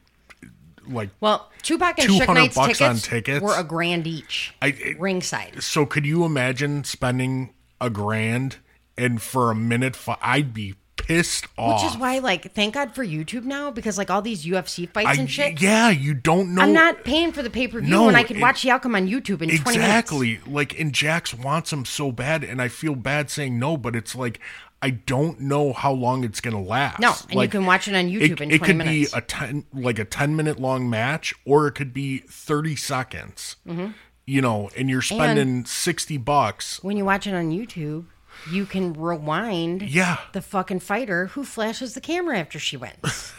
S2: like
S1: Well, Tupac and
S2: 200
S1: Suge Knight's
S2: bucks
S1: tickets,
S2: on tickets?
S1: were a grand each,
S2: I- I-
S1: ringside.
S2: so could you imagine spending a grand and for a minute fi- I'd be pissed off.
S1: Which is why, like, thank God for YouTube now because, like, all these UFC fights
S2: I,
S1: and shit.
S2: yeah, you don't know
S1: I'm not paying for the pay per view
S2: No,
S1: when I can
S2: it-
S1: watch the outcome on YouTube in 20 minutes.
S2: exactly like and Jax wants him so bad and I feel bad saying no, but it's like I don't know how long it's gonna last.
S1: No, and you
S2: Like,
S1: can watch it on YouTube in
S2: it
S1: 20
S2: could
S1: minutes.
S2: be a ten like a ten minute long match, or it could be thirty seconds.
S1: Mm-hmm.
S2: You know, and you're spending sixty bucks.
S1: when you watch it on YouTube, you can rewind
S2: Yeah.
S1: the fucking fighter who flashes the camera after she wins.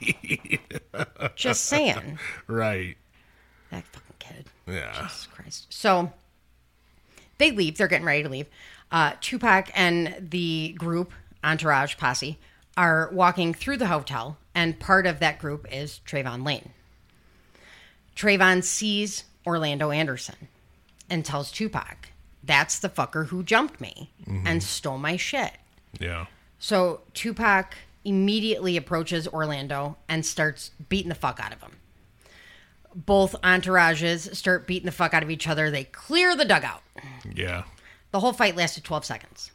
S1: right. Just saying.
S2: Right.
S1: That fucking kid.
S2: Yeah.
S1: Jesus Christ. So they leave. They're getting ready to leave. Uh, Tupac and the group, Entourage Posse, are walking through the hotel, and part of that group is Trayvon Lane. Trayvon sees Orlando Anderson and tells Tupac, That's the fucker who jumped me and stole my shit.
S2: Yeah.
S1: So Tupac immediately approaches Orlando and starts beating the fuck out of him. Both entourages start beating the fuck out of each other. They clear the dugout.
S2: Yeah.
S1: The whole fight lasted 12 seconds.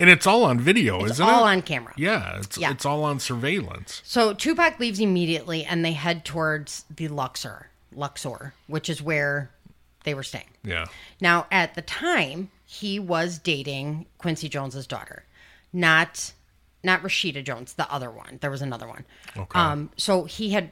S2: And it's all on video,
S1: It's
S2: isn't
S1: all
S2: it?
S1: on camera.
S2: yeah, it's
S1: Yeah.
S2: it's all on surveillance.
S1: So Tupac leaves immediately and they head towards the Luxor, Luxor, which is where they were staying.
S2: Yeah.
S1: Now, at the time, he was dating Quincy Jones's daughter, not not Rashida Jones, the other one. There was another one.
S2: Okay.
S1: Um, so he had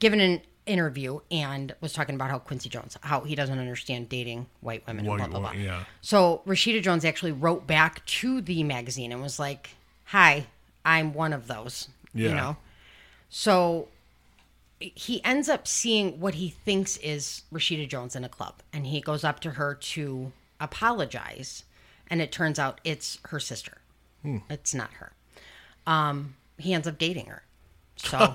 S1: given an interview and was talking about how Quincy Jones, how he doesn't understand dating white women. and
S2: White
S1: blah, blah,
S2: wo-
S1: blah.
S2: yeah.
S1: So Rashida Jones actually wrote back to the magazine and was like, "Hi, I'm one of those." You
S2: Yeah.
S1: know. So he ends up seeing what he thinks is Rashida Jones in a club, and he goes up to her to apologize, and it turns out it's her sister.
S2: Hmm.
S1: It's not her. Um, he ends up dating her. So,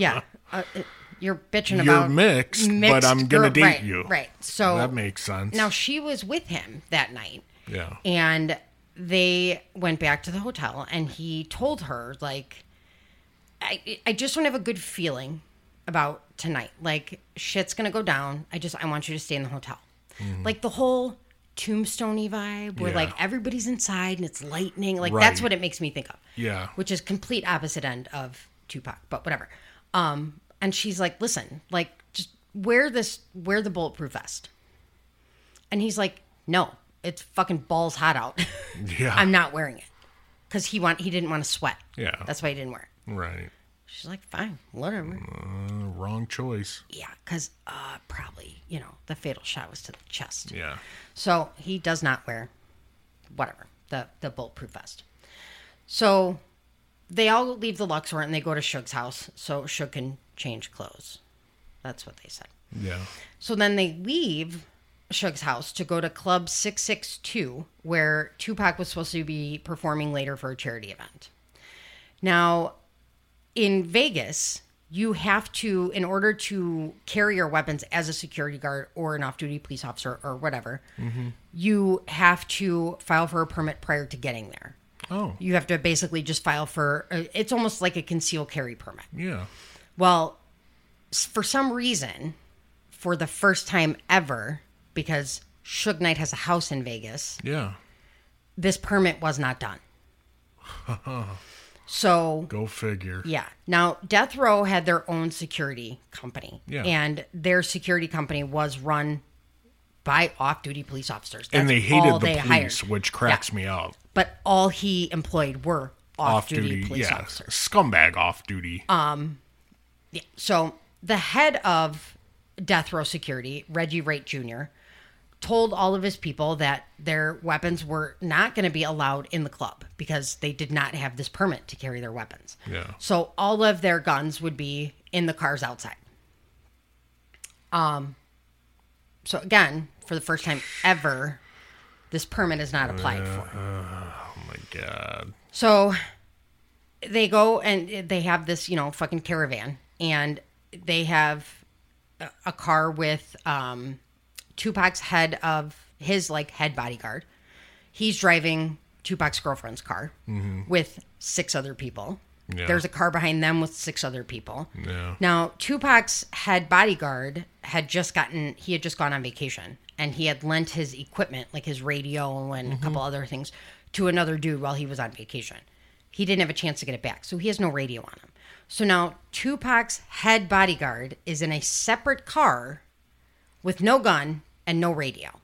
S1: yeah, uh, it- you're bitching
S2: You're
S1: about
S2: mixed, but I'm gonna
S1: girl-
S2: date
S1: right,
S2: you.
S1: Right. So
S2: that makes sense.
S1: Now she was with him that night,
S2: yeah.
S1: and they went back to the hotel and he told her like I I just don't have a good feeling about tonight. Like shit's gonna go down. I just I want you to stay in the hotel. Like the whole tombstoney vibe
S2: Mm-hmm.
S1: where
S2: Yeah.
S1: like everybody's inside and it's lightning. Like
S2: Right.
S1: that's what it makes me think of.
S2: Yeah.
S1: Which is complete opposite end of Tupac, but whatever. Um and she's like, listen, like just wear this wear the bulletproof vest. And he's like, No, it's fucking balls hot out.
S2: Yeah.
S1: I'm not wearing it. Because he want he didn't want to sweat.
S2: Yeah.
S1: That's why he didn't wear it.
S2: Right.
S1: She's like, fine, whatever.
S2: Uh, wrong choice.
S1: Yeah, because uh, probably, you know, the fatal shot was to the chest.
S2: Yeah.
S1: So he does not wear whatever, the, the bulletproof vest. So they all leave the Luxor and they go to Shug's house so Shug can change clothes. That's what they said.
S2: Yeah.
S1: So then they leave Shug's house to go to Club 662, where Tupac was supposed to be performing later for a charity event. Now, in Vegas, you have to, in order to carry your weapons as a security guard or an off duty police officer or whatever, you have to file for a permit prior to getting there.
S2: Oh.
S1: You have to basically just file for uh, it's almost like a concealed carry permit.
S2: Yeah.
S1: Well, s- for some reason, for the first time ever, because Suge Knight has a house in Vegas,
S2: Yeah.
S1: this permit was not done. so,
S2: Go figure.
S1: yeah. Now, Death Row had their own security company,
S2: Yeah.
S1: and their security company was run by off-duty police officers.
S2: and they
S1: That's
S2: hated
S1: all
S2: the
S1: they
S2: police,
S1: hired.
S2: which cracks me up.
S1: But all he employed were off-duty,
S2: Off-duty,
S1: police Uh.
S2: yeah,
S1: officers.
S2: scumbag off-duty.
S1: So the head of death row security, Reggie Wright Jr., told all of his people that their weapons were not going to be allowed in the club because they did not have this permit to carry their weapons.
S2: Yeah.
S1: So all of their guns would be in the cars outside. Um so again, for the first time ever, this permit is not applied for.
S2: oh my god.
S1: So they go and they have this, you know, fucking caravan, and they have a- a car with um, Tupac's head of his like head bodyguard. He's driving Tupac's girlfriend's car with six other people.
S2: Yeah.
S1: There's a car behind them with six other people.
S2: Yeah.
S1: Now, Tupac's head bodyguard had just gotten, he had just gone on vacation and he had lent his equipment, like his radio and a couple other things, to another dude while he was on vacation. He didn't have a chance to get it back, so he has no radio on him. So now Tupac's head bodyguard is in a separate car with no gun and no radio.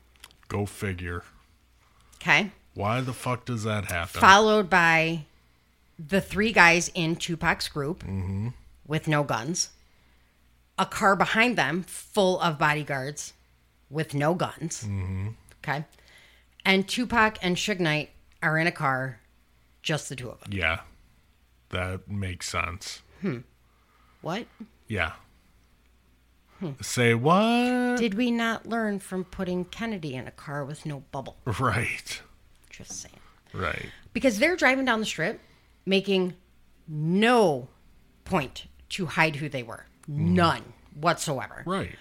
S2: Go figure.
S1: Okay.
S2: Why the fuck does that happen?
S1: Followed by the three guys in Tupac's group with no guns, a car behind them full of bodyguards with no guns. Okay. And Tupac and Suge Knight are in a car, just the two of them.
S2: yeah. That makes sense.
S1: What?
S2: Yeah.
S1: Hmm.
S2: Say what?
S1: Did we not learn from putting Kennedy in a car with no bubble?
S2: Right.
S1: Just saying.
S2: Right.
S1: Because they're driving down the strip, making no point to hide who they were. None whatsoever.
S2: Right.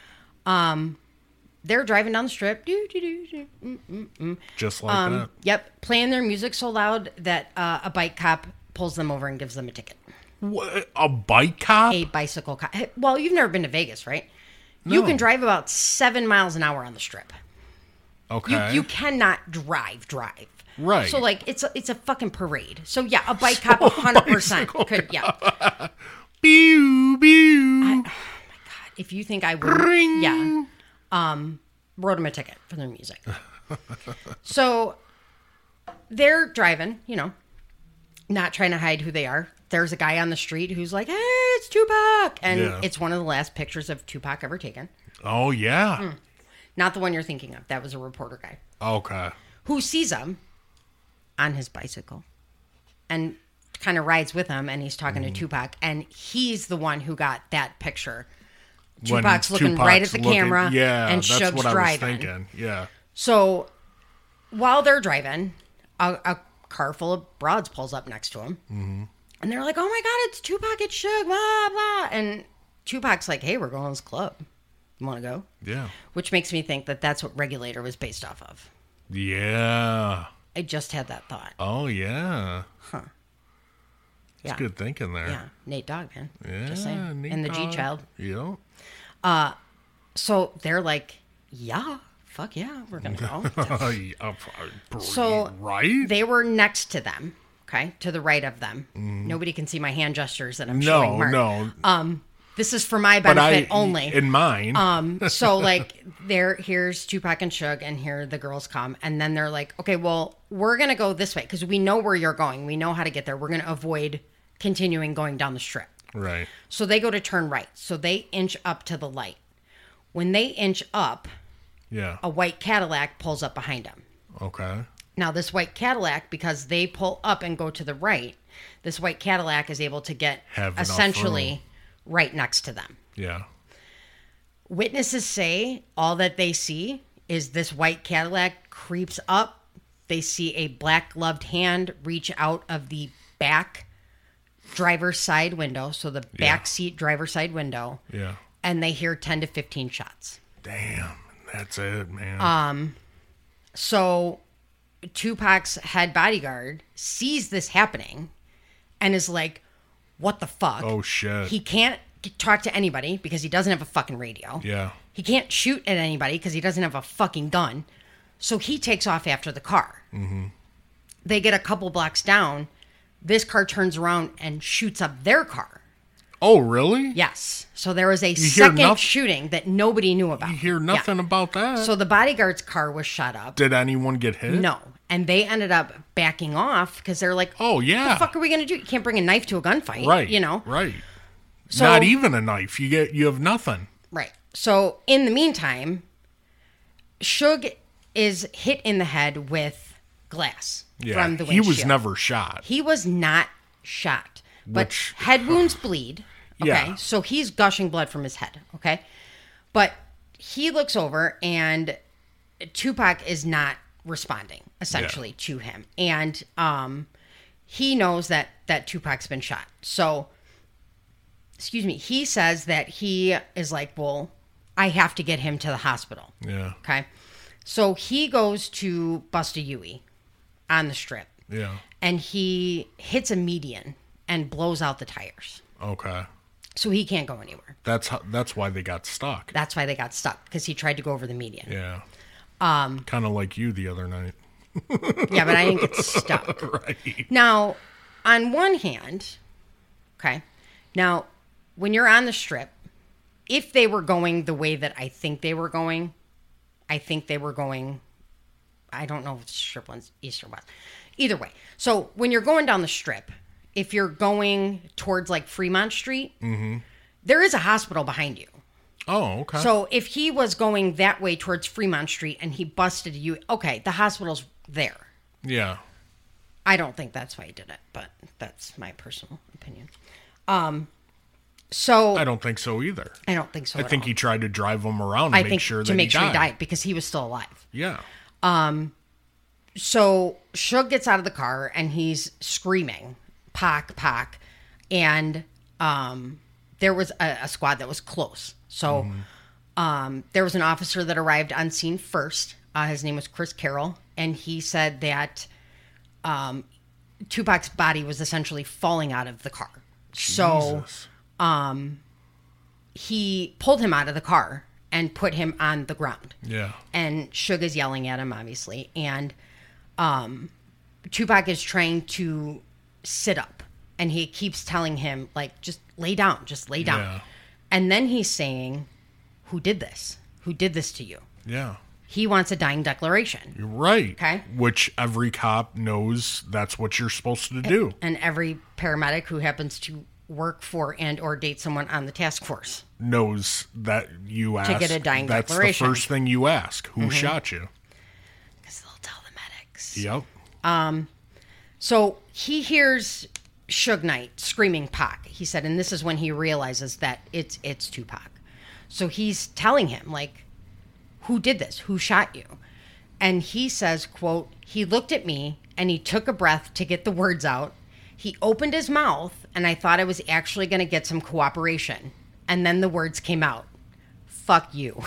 S1: they're driving down the strip. Doo, doo, doo, doo.
S2: Just like
S1: Um,
S2: that.
S1: Yep, playing their music so loud that uh, a bike cop pulls them over and gives them a ticket.
S2: What? A bike cop?
S1: A bicycle cop. Hey, Well, you've never been to Vegas, right? You can
S2: No.
S1: drive about seven miles an hour on the strip. You
S2: okay.
S1: you cannot drive drive.
S2: Right.
S1: So like it's a, it's a fucking parade. So yeah, a bike cop, hundred percent could yeah.
S2: Pew, pew.
S1: If you think I would,
S2: Ring.
S1: yeah, um, wrote him a ticket for their music. so they're driving, you know, not trying to hide who they are. There's a guy on the street who's like, "Hey, it's Tupac," and
S2: Yeah.
S1: it's one of the last pictures of Tupac ever taken.
S2: oh,
S1: Hmm.
S2: yeah.
S1: Not the one you're thinking of. That was a reporter guy
S2: Okay.
S1: who sees him on his bicycle and kind of rides with him and he's talking
S2: Mm.
S1: to Tupac and he's the one who got that picture.
S2: When
S1: Tupac's looking right at the
S2: looking-
S1: camera
S2: Yeah,
S1: and
S2: that's
S1: Suge's
S2: what I
S1: driving.
S2: was thinking. Yeah.
S1: So while they're driving, a, a car full of broads pulls up next to him.
S2: Mm-hmm.
S1: And they're like, oh my God, it's Tupac, it's Suge, blah, blah. And Tupac's like, hey, we're going to this club. You want to go?
S2: Yeah.
S1: Which makes me think that that's what Regulator was based off of.
S2: Yeah.
S1: It- I just had that thought.
S2: Oh yeah,
S1: yeah.
S2: good thinking there.
S1: Yeah. Nate Dogg, man.
S2: Yeah,
S1: Just saying.
S2: neat
S1: and the
S2: dog.
S1: G Child.
S2: Yep.
S1: So they're like, yeah, fuck yeah, we're going to go.
S2: Hey, uh, bro,
S1: So,
S2: right?
S1: they were next to them, okay, to the right of them. Nobody can see my hand gestures that I'm showing.
S2: Mm-hmm. no,
S1: Mark.
S2: no.
S1: This is for my
S2: but
S1: benefit
S2: I
S1: only.
S2: in mine.
S1: Um, so like there here's Tupac and Shug and here the girls come and then they're like, Okay, well, we're gonna go this way because we know where you're going. We know how to get there. We're gonna avoid continuing going down the strip.
S2: right.
S1: So they go to turn right. So they inch up to the light. When they inch up,
S2: Yeah.
S1: a white Cadillac pulls up behind them.
S2: Okay.
S1: Now this white Cadillac, because they pull up and go to the right, this white Cadillac is able to get
S2: Have enough room.
S1: essentially right next to them.
S2: Yeah.
S1: Witnesses say all that they see is this white Cadillac creeps up. They see a black gloved hand reach out of the back driver's side window, so the back seat driver's side window,
S2: Yeah.
S1: and they hear 10 to 15 shots.
S2: Damn. That's it, man.
S1: Uh, So Tupac's head bodyguard sees this happening and is like, what the fuck?
S2: oh shit.
S1: He can't talk to anybody because he doesn't have a fucking radio.
S2: yeah.
S1: He can't shoot at anybody because he doesn't have a fucking gun. So he takes off after the car. Mm-hmm. They get a couple blocks down. This car turns around and shoots up their car.
S2: Oh really?
S1: Yes. So there was a
S2: hear
S1: second
S2: noth-
S1: shooting that nobody knew about.
S2: You hear nothing about that.
S1: So the bodyguard's car was shot up.
S2: Did anyone get hit?
S1: no. And they ended up backing off because they're like,
S2: Oh yeah.
S1: fuck are we going to do? You can't bring a knife to a gunfight.
S2: right. e-
S1: You know?
S2: Right.
S1: So-
S2: Not even a knife. You get. You have nothing.
S1: Right. So in the meantime, Shug is hit in the head with glass
S2: Yeah.
S1: from the
S2: he
S1: windshield.
S2: was never shot.
S1: He was not shot, but
S2: Which-
S1: head wounds bleed. Okay.
S2: Yeah.
S1: So he's gushing blood from his head. Okay. But he looks over and Tupac is not responding essentially to him. And um he knows that that Tupac's been shot. So excuse me, he says that he is like, "Well, I have to get him to the hospital."
S2: yeah.
S1: Okay. So he goes to Busta Yui on the strip
S2: Yeah.
S1: and he hits a median and blows out the tires.
S2: Okay.
S1: So he can't go anywhere.
S2: That's how. That's why they got stuck.
S1: That's why they got stuck because he tried to go over the median.
S2: yeah. Um. Kind of like you the other night.
S1: Yeah, but I didn't get stuck.
S2: Right.
S1: Now, on one hand, okay, now when you're on the strip, if they were going the way that I think they were going, I think they were going, I don't know if it's strip one's east or west. Either way. So when you're going down the strip, if you're going towards like Fremont Street, there is a hospital behind you.
S2: Oh. Okay.
S1: So if he was going that way towards Fremont Street and he busted you, okay, the hospital's there.
S2: yeah.
S1: I don't think that's why he did it, but that's my personal opinion. Um,
S2: I
S1: so I don't,
S2: don't think so either.
S1: think so.
S2: I
S1: at
S2: think
S1: all.
S2: he tried to drive them around and
S1: I
S2: make
S1: think
S2: sure
S1: to
S2: that
S1: make
S2: he
S1: sure
S2: died.
S1: he died because he was still alive.
S2: Yeah.
S1: So Shug gets out of the car and he's screaming, "Pock, pock!" And um, there was a, a squad that was close. So um, there was an officer that arrived on scene first. Uh, his name was Chris Carroll, and he said that um, Tupac's body was essentially falling out of the car. So
S2: Jesus.
S1: um, he pulled him out of the car and put him on the ground
S2: Yeah.
S1: and Suge is yelling at him, obviously, and um, Tupac is trying to sit up, and he keeps telling him like, just lay down, just lay down,
S2: Yeah.
S1: and then he's saying, "Who did this? Who did this to you?"
S2: Yeah.
S1: He wants a dying declaration,
S2: You're right.
S1: Okay.
S2: Which every cop knows that's what you're supposed to do.
S1: and every paramedic who happens to work for and or date someone on the task force.
S2: Knows that you ask.
S1: get a dying
S2: that's
S1: declaration. Mm-hmm.
S2: the first thing you ask. Who shot you?
S1: Because they'll tell the medics.
S2: Yep.
S1: So he hears Suge Knight screaming Pac. He said, and this is when he realizes that it's it's Tupac. So he's telling him like, "Who did this? Who shot you?" And he says, "quote He looked at me and he took a breath to get the words out. He opened his mouth and I thought I was actually going to get some cooperation, and then the words came out, "Fuck you."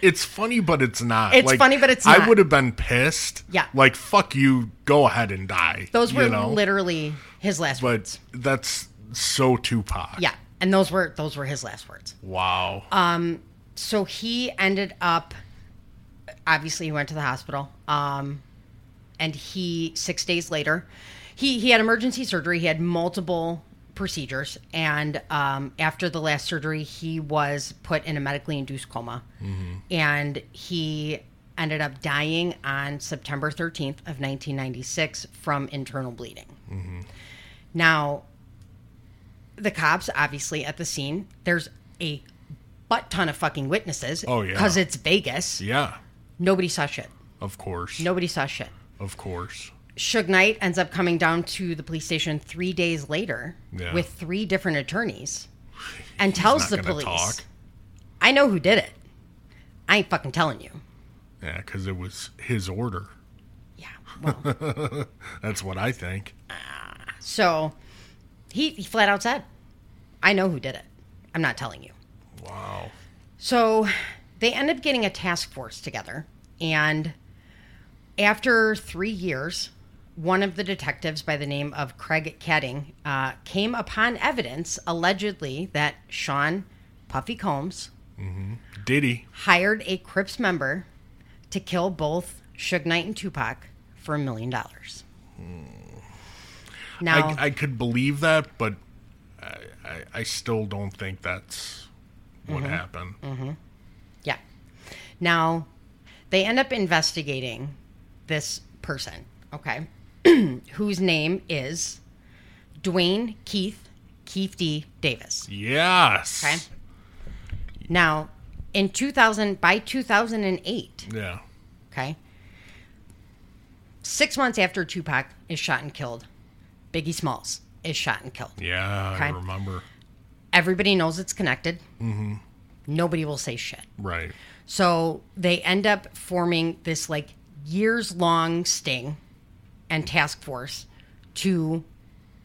S2: it's funny, but it's not.
S1: It's funny, but it's
S2: I
S1: not.
S2: would have been pissed.
S1: Yeah.
S2: Like, fuck you, go ahead and die.
S1: Those were
S2: you know?
S1: literally his last
S2: But
S1: words.
S2: that's so Tupac.
S1: Yeah, Uh, and those were those were his last words.
S2: Wow.
S1: So he ended up. Obviously, he went to the hospital. Um, and he six days later, he he had emergency surgery. He had multiple procedures, and um, after the last surgery, he was put in a medically induced coma,
S2: Mm-hmm.
S1: and he ended up dying on September thirteenth of nineteen ninety six from internal bleeding.
S2: Mm-hmm.
S1: Now, the cops obviously at the scene. There's a butt ton of fucking witnesses.
S2: Oh, yeah.
S1: because it's Vegas.
S2: yeah.
S1: Nobody saw shit.
S2: Of course.
S1: Nobody saw shit.
S2: Of course.
S1: Suge Knight ends up coming down to the police station three days later
S2: Yeah.
S1: with three different attorneys and tells
S2: not
S1: the
S2: gonna
S1: police,
S2: talk.
S1: I know who did it. I ain't fucking telling you.
S2: Yeah, because it was his order.
S1: Yeah. Well,
S2: That's what I think.
S1: so he, he flat out said, I know who did it. I'm not telling you.
S2: Wow.
S1: So they end up getting a task force together. And after three years, one of the detectives by the name of Craig Ketting uh, came upon evidence allegedly that Sean Puffy Combs
S2: Diddy.
S1: hired a Crips member to kill both Suge Knight and Tupac for a million dollars. Now,
S2: I, I could believe that, but I, I, I still don't think that's what
S1: Mm-hmm.
S2: happened.
S1: Yeah. Now, they end up investigating this person, okay, whose name is Dwayne Keith Keith D. Davis.
S2: Yes.
S1: Okay. Now, in 2000, by 2008,
S2: Yeah.
S1: okay, six months after Tupac is shot and killed, Biggie Smalls is shot and killed.
S2: Yeah, I
S1: Okay.
S2: remember.
S1: Everybody knows it's connected. Mm-hmm. Nobody will say shit.
S2: Right.
S1: So they end up forming this like years long sting and task force to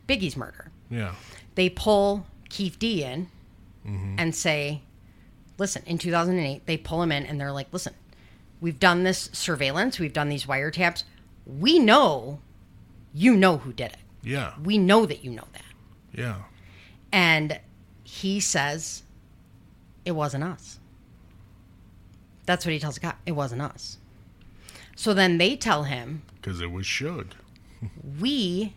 S1: Biggie's murder.
S2: Yeah.
S1: They pull Keith D in and say, listen, in 2008, they pull him in and they're like, listen, we've done this surveillance, we've done these wiretaps. We know you know who did it.
S2: Yeah.
S1: We know that you know that.
S2: Yeah.
S1: And he says, It wasn't us. That's what he tells the cop. It wasn't us. So then they tell him,
S2: Because it was should.
S1: We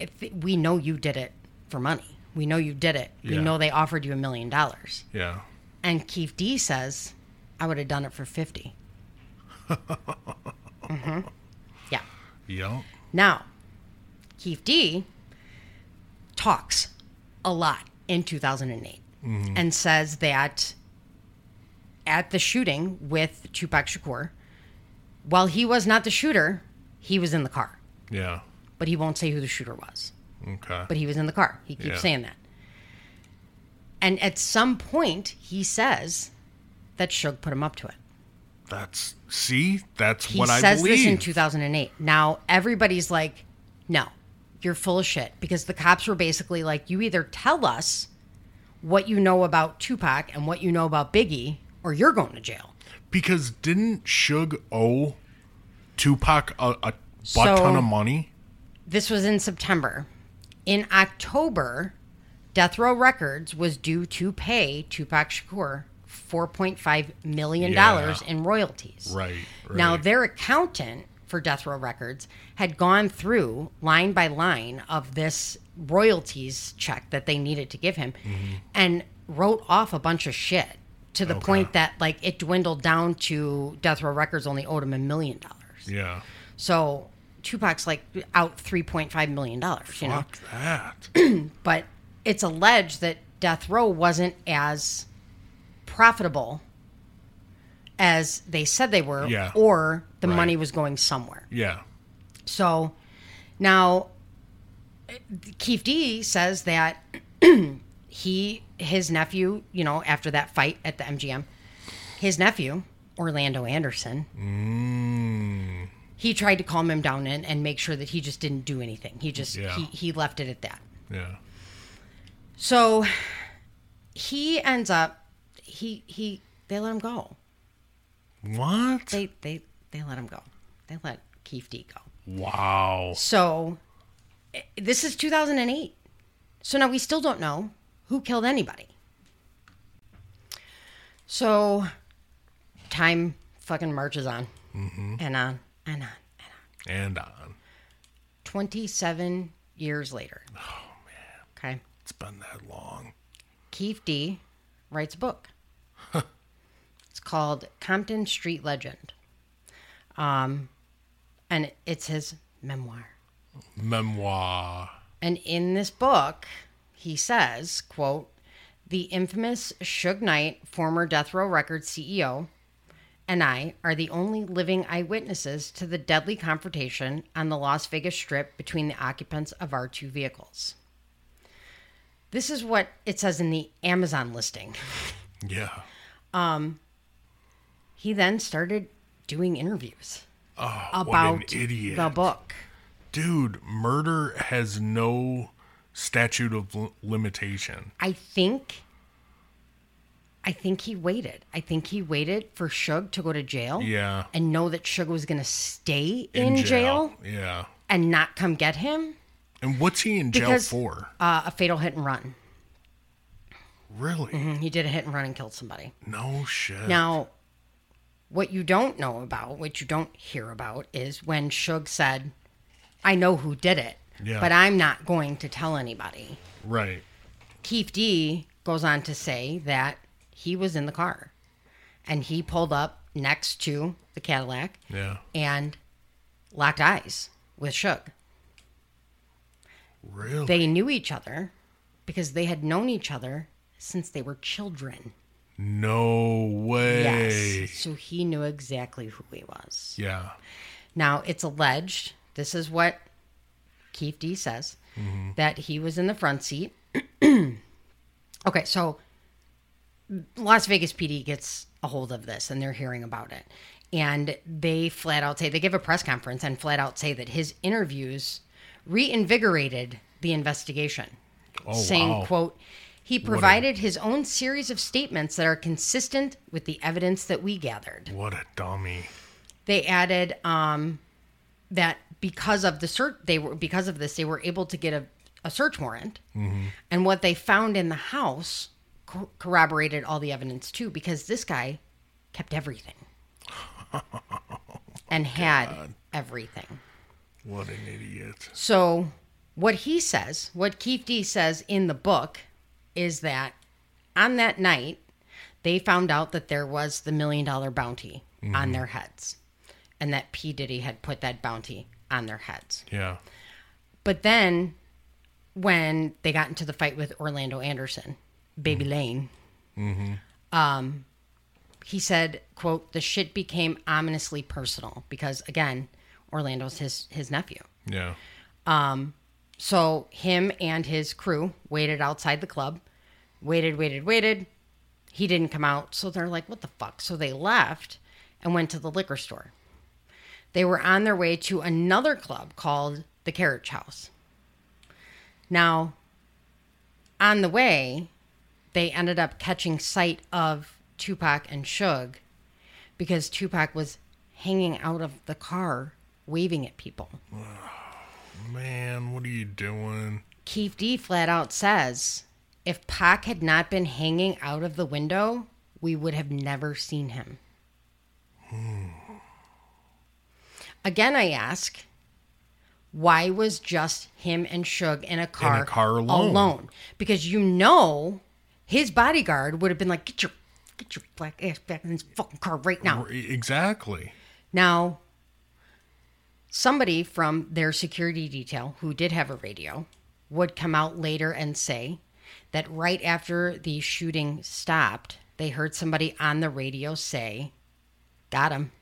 S1: if we know you did it for money. We know you did it. We
S2: Yeah.
S1: know they offered you a million dollars.
S2: Yeah.
S1: And Keith D says, I would have done it for 50. hmm Yeah.
S2: Yeah.
S1: Now, Keith D talks a lot in 2008 and says that at the shooting with Tupac Shakur, while he was not the shooter, he was in the car.
S2: Yeah.
S1: But he won't say who the shooter was.
S2: Okay.
S1: But he was in the car. He keeps
S2: Yeah.
S1: saying that. And at some point, he says that Suge put him up to it.
S2: that's see, that's
S1: He
S2: what I
S1: says
S2: believe.
S1: this in 2008. Now everybody's like, "No, you're full of shit," because the cops were basically like, "You either tell us what you know about Tupac and what you know about Biggie, or you're going to jail."
S2: because didn't Suge owe Tupac a, a butt
S1: So-
S2: ton of money?
S1: This was in September. In October, Death Row Records was due to pay Tupac Shakur 4.5 million dollars
S2: Yeah.
S1: in royalties.
S2: Right,
S1: Now
S2: right.
S1: their accountant for Death Row Records had gone through line by line of this royalties check that they needed to give him
S2: Mm-hmm.
S1: and wrote off a bunch of shit to the point that like it dwindled down to Death Row Records only owed him a million dollars.
S2: Yeah.
S1: So Tupac's like out three point five million dollars, you know.
S2: Fuck that.
S1: But it's alleged that Death Row wasn't as profitable as they said they were,
S2: Yeah.
S1: or the
S2: Right.
S1: money was going somewhere.
S2: yeah.
S1: So now Keith D says that he his nephew, you know, after that fight at the MGM, his nephew, Orlando Anderson, he tried to calm him down and, and make sure that he just didn't do anything. He just
S2: Yeah.
S1: he, he left it at that.
S2: Yeah.
S1: So he ends up he he they let him go.
S2: What?
S1: They they they let him go. They let Keith D go.
S2: wow.
S1: So i- this is 2008. So now we still don't know who killed anybody. So time fucking marches on and on and on.
S2: And on.
S1: 27 years later. Oh, man. Okay.
S2: It's been that long.
S1: Keith D writes a book. it's called Compton Street Legend. Um, and it's his memoir.
S2: Memoir.
S1: And in this book, he says, quote, the infamous Suge Knight, former Death Row Records CEO, and I are the only living eyewitnesses to the deadly confrontation on the Las Vegas Strip between the occupants of our two vehicles. This is what it says in the Amazon listing.
S2: Yeah.
S1: He then started doing interviews
S2: Oh,
S1: about
S2: what an idiot.
S1: the book.
S2: Dude, murder has no statute of l- limitation.
S1: I think I think he waited. I think he waited for Suge to go to jail.
S2: Yeah.
S1: And know that Suge was gonna stay in, jail.
S2: Yeah.
S1: and not come get him.
S2: And what's he in jail
S1: Because-
S2: for?
S1: Uh, a fatal hit and run.
S2: Really?
S1: And He did a hit and run and killed somebody.
S2: No shit.
S1: Now, what you don't know about, what you don't hear about, is when Suge said, I know who did it,
S2: Yeah.
S1: but I'm not going to tell anybody.
S2: Right.
S1: Keith D goes on to say that he was in the car and he pulled up next to the Cadillac
S2: Yeah.
S1: and locked eyes with Suge.
S2: Really?
S1: They knew each other because they had known each other since they were children.
S2: no way.
S1: Yes. So he knew exactly who he was.
S2: Yeah.
S1: Now, it's alleged, this is what Keith D says,
S2: Mm-hmm.
S1: that he was in the front seat. okay, so Las Vegas PD gets a hold of this and they're hearing about it. And they flat out say, they give a press conference and flat out say that his interviews reinvigorated the investigation.
S2: Oh,
S1: saying,
S2: wow.
S1: quote, he provided his own series of statements that are consistent with the evidence that we gathered
S2: What a dummy.
S1: they added um, that because of the search they were because of this they were able to get a, a search warrant and what they found in the house co- corroborated all the evidence too because this guy kept everything and had everything
S2: What an idiot.
S1: so what he says what keith d says in the book is that on that night they found out that there was the million dollar bounty on their heads and that P. Diddy had put that bounty on their heads.
S2: Yeah.
S1: But then when they got into the fight with Orlando Anderson, Baby Lane, um, he said, quote, the shit became ominously personal because again, Orlando's his his nephew.
S2: Yeah.
S1: Um, So him and his crew waited outside the club, waited, waited, waited. He didn't come out. So they're like, what the fuck? So they left and went to the liquor store. They were on their way to another club called the Carriage House. Now, on the way, they ended up catching sight of Tupac and Suge because Tupac was hanging out of the car, waving at people.
S2: Man, what are you doing?
S1: Keith D flat out says, if Pac had not been hanging out of the window, we would have never seen him. Hmm. Again, I ask, why was just him and Suge in a car,
S2: car alone.
S1: Because you know his bodyguard would have been like, get your get your black ass back in this fucking car right now.
S2: R- Exactly.
S1: Now, somebody from their security detail who did have a radio would come out later and say that right after the shooting stopped, they heard somebody on the radio say, Got him.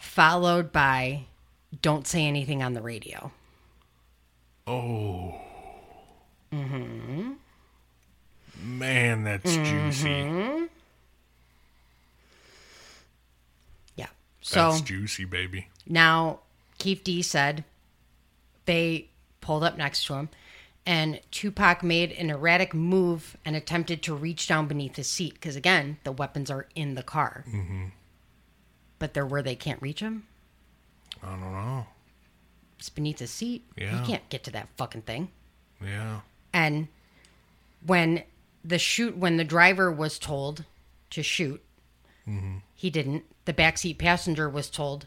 S1: Followed by, Don't say anything on the radio.
S2: Oh. Mm-hmm. Man, that's juicy.
S1: Yeah. So
S2: That's juicy, baby.
S1: Now, Keith D said they pulled up next to him and Tupac made an erratic move and attempted to reach down beneath his seat because, again, the weapons are in the car. But they're where they can't reach him.
S2: I don't know.
S1: It's beneath his seat.
S2: Yeah.
S1: He can't get to that fucking thing.
S2: Yeah.
S1: And when the shoot, when the driver was told to shoot, he didn't. The backseat passenger was told,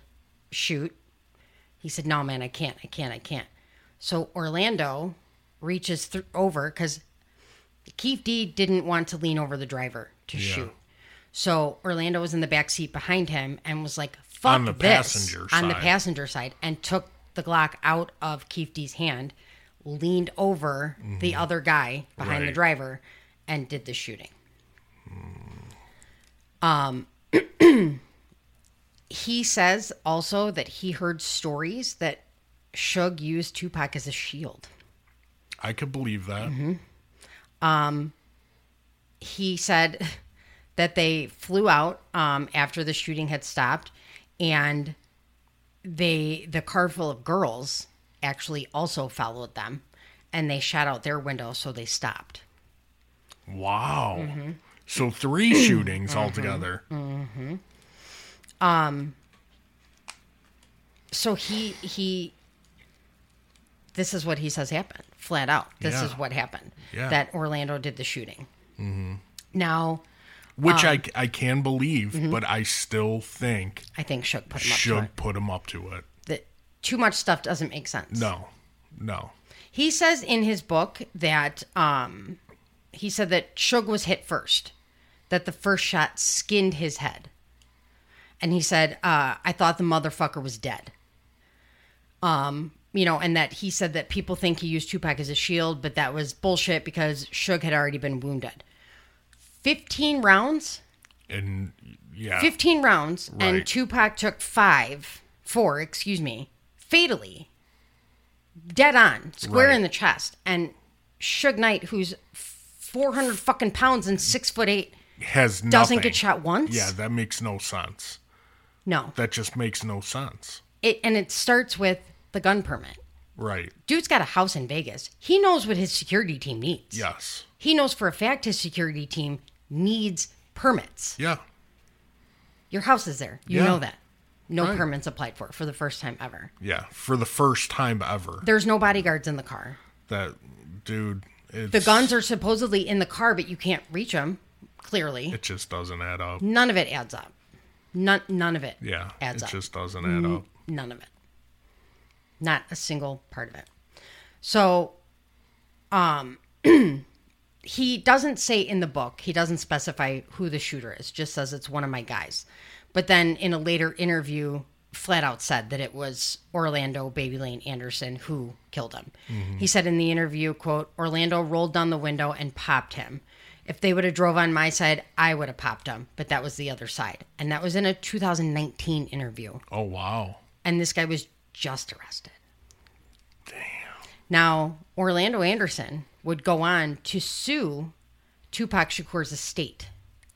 S1: shoot. He said, no, man, I can't, I can't, I can't. So Orlando reaches thr over because Keith D didn't want to lean over the driver to
S2: Yeah.
S1: shoot. So Orlando was in the back seat behind him and was like, "Fuck
S2: On the
S1: this,"
S2: passenger
S1: on the
S2: side.
S1: passenger side," and took the Glock out of Keith D's hand, leaned over the other guy behind the
S2: Right.
S1: driver, and did the shooting. Um, he says also that he heard stories that Suge used Tupac as a shield.
S2: I could believe that.
S1: Mm-hmm. he said that they flew out um, after the shooting had stopped and they the car full of girls actually also followed them and they shot out their window so they stopped
S2: Wow.
S1: Mm-hmm.
S2: So three shootings altogether.
S1: so he he this is what he says happened flat out this
S2: Yeah.
S1: is what happened
S2: Yeah. Mm-hmm.
S1: that orlando did the shooting now
S2: Which
S1: Um,
S2: I, I can believe, but I still think
S1: i think shook put him up mm-hmm. to
S2: should
S1: it.
S2: put him up to it.
S1: That too much stuff doesn't make sense
S2: No. No.
S1: He says in his book that um, he said that Suge was hit first, that the first shot skinned his head. And he said, uh, I thought the motherfucker was dead. Um, you know, and that he said that people think he used Tupac as a shield, but that was bullshit because Suge had already been wounded. 15 rounds?
S2: And yeah.
S1: 15 rounds. And
S2: Right.
S1: Tupac took five, four, excuse me, fatally dead on, square
S2: Right.
S1: in the chest. And Suge Knight, who's 400 fucking pounds and six foot eight,
S2: has nothing.
S1: doesn't get shot once?
S2: Yeah, that makes no sense.
S1: No.
S2: That just makes no sense.
S1: It, and it starts with the gun permit.
S2: Right.
S1: Dude's got a house in Vegas. He knows what his security team needs.
S2: Yes.
S1: He knows for a fact his security team needs permits.
S2: Yeah.
S1: Your house is there. You
S2: Yeah.
S1: know that. No
S2: Right.
S1: permits applied for for the first time ever.
S2: Yeah. For the first time ever.
S1: There's no bodyguards in the car.
S2: That dude it's,
S1: The guns are supposedly in the car, but you can't reach them. Clearly,
S2: it just doesn't add up.
S1: none of it adds up. None, none of it.
S2: Yeah.
S1: adds
S2: it
S1: up. Mm.
S2: just doesn't add up.
S1: None of it. Not a single part of it. So, um, he doesn't say in the book. He doesn't specify who the shooter is. Just says it's one of my guys. But then in a later interview, flat out said that it was Orlando Baby Lane Anderson who killed him. He said in the interview, "quote Orlando rolled down the window and popped him." If they would have drove on my side, I would have popped him, but that was the other side. And that was in a 2019 interview
S2: Oh wow.
S1: and this guy was just arrested. Damn. Now, Orlando Anderson would go on to sue Tupac Shakur's estate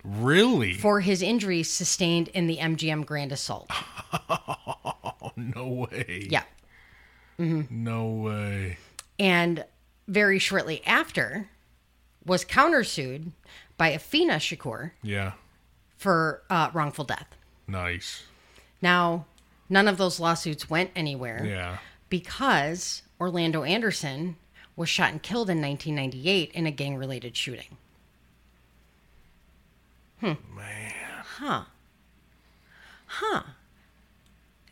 S2: Really?
S1: for his injuries sustained in the MGM Grand Assault.
S2: no way.
S1: Oh, Yeah.
S2: No way.
S1: And very shortly after was countersued by Afina Shakur
S2: Yeah.
S1: for uh, wrongful death.
S2: Nice.
S1: Now, none of those lawsuits went anywhere.
S2: Yeah.
S1: because Orlando Anderson was shot and killed in 1998 in a gang related shooting. Hmm. Man. Huh. Huh.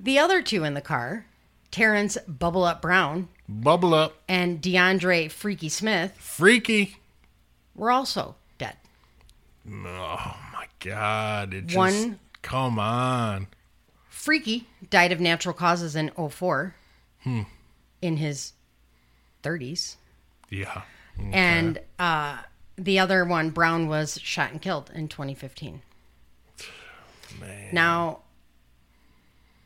S1: The other two in the car, Terrence Bubble Up Brown
S2: Bubble up.
S1: and DeAndre Freaky Smith,
S2: Freaky.
S1: were also dead.
S2: Oh my god. It just
S1: One-
S2: come on.
S1: Freaky died of natural causes in 04 in his 30s.
S2: Yeah.
S1: And uh, the other one, Brown, was shot and killed in 2015.
S2: Man.
S1: Now,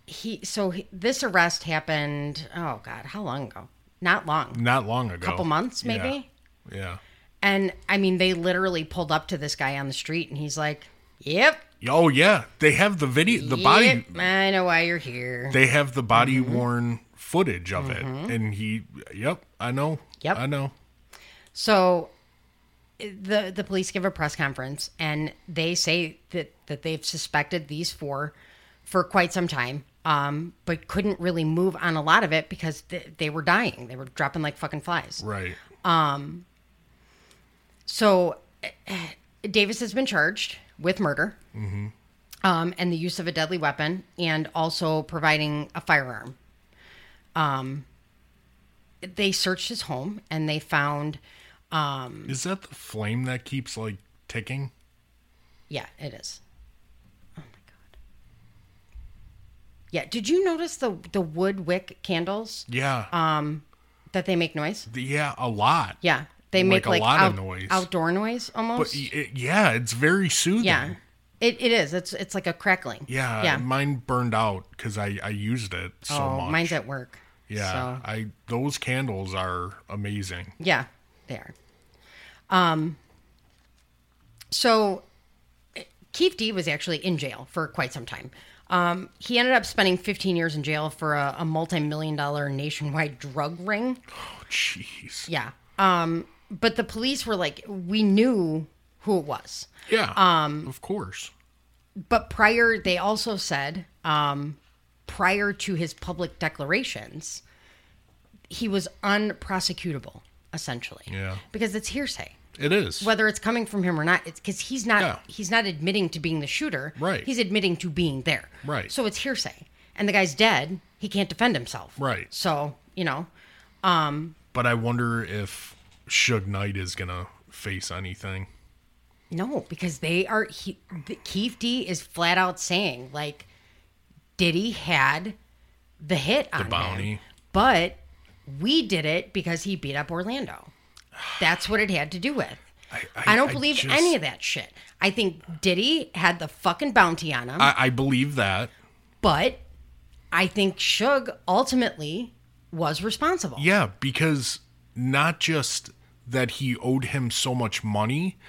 S1: he so he, this arrest happened. Oh God, how long ago? Not long,
S2: Not long ago.
S1: couple months maybe.
S2: Yeah. yeah.
S1: And I mean, they literally pulled up to this guy on the street, and he's like, "Yep,
S2: Oh yeah, they have the video, the body.
S1: yep, I know why you're here."
S2: They
S1: Mm-hmm.
S2: have the body worn footage of it, and he. Yep, I know.
S1: Yep.
S2: I know.
S1: So the the police give a press conference and they say that that they've suspected these four for quite some time. Um, but couldn't really move on a lot of it because th- they were dying. They were dropping like fucking flies.
S2: Right.
S1: Um, So eh, Davis has been charged with murder um, and the use of a deadly weapon and also providing a firearm. Um, they searched his home and they found, um,
S2: Is that the flame that keeps like ticking?
S1: yeah, it is. Oh my God. Yeah, did you notice the, the wood wick candles
S2: Yeah.
S1: Um, that they make noise?
S2: The- yeah, a lot.
S1: Yeah, they
S2: Like
S1: make
S2: a
S1: like
S2: lot of
S1: out-
S2: noise.
S1: outdoor noise
S2: But
S1: almost.
S2: y- it, yeah, it's very soothing.
S1: yeah, it, it is. It's it's like a crackling.
S2: Yeah,
S1: yeah.
S2: mine burned out because I, I used it so
S1: oh,
S2: much.
S1: mine's at work.
S2: yeah,
S1: so-
S2: I those candles are amazing.
S1: Yeah, they are. Um, so Keith D was actually in jail for quite some time. Um, he ended up spending 15 years in jail for a, a multi-million dollar nationwide drug ring.
S2: Oh, jeez.
S1: Yeah. Um, but the police were like, we knew who it was.
S2: Yeah. Um, of course.
S1: But prior, they also said, um, prior to his public declarations, he was unprosecutable, essentially.
S2: Yeah.
S1: Because it's hearsay.
S2: It is.
S1: whether it's coming from him or not it's because he's not
S2: Yeah.
S1: he's not admitting to being the shooter
S2: Right.
S1: he's admitting to being there
S2: Right.
S1: so it's hearsay and the guy's dead he can't defend himself
S2: Right.
S1: so you know um,
S2: but I wonder if Suge Knight is gonna face anything.
S1: no because they are he the, keith d is flat out saying like diddy had the hit on him,
S2: bounty.
S1: but we did it because he beat up orlando that's what it had to do with
S2: I- I-
S1: don't
S2: I
S1: believe
S2: just-
S1: any of that shit. I think Diddy had the fucking bounty on him.
S2: I, I believe that.
S1: But I think Suge ultimately was responsible.
S2: Yeah, because not just that he owed him so much money.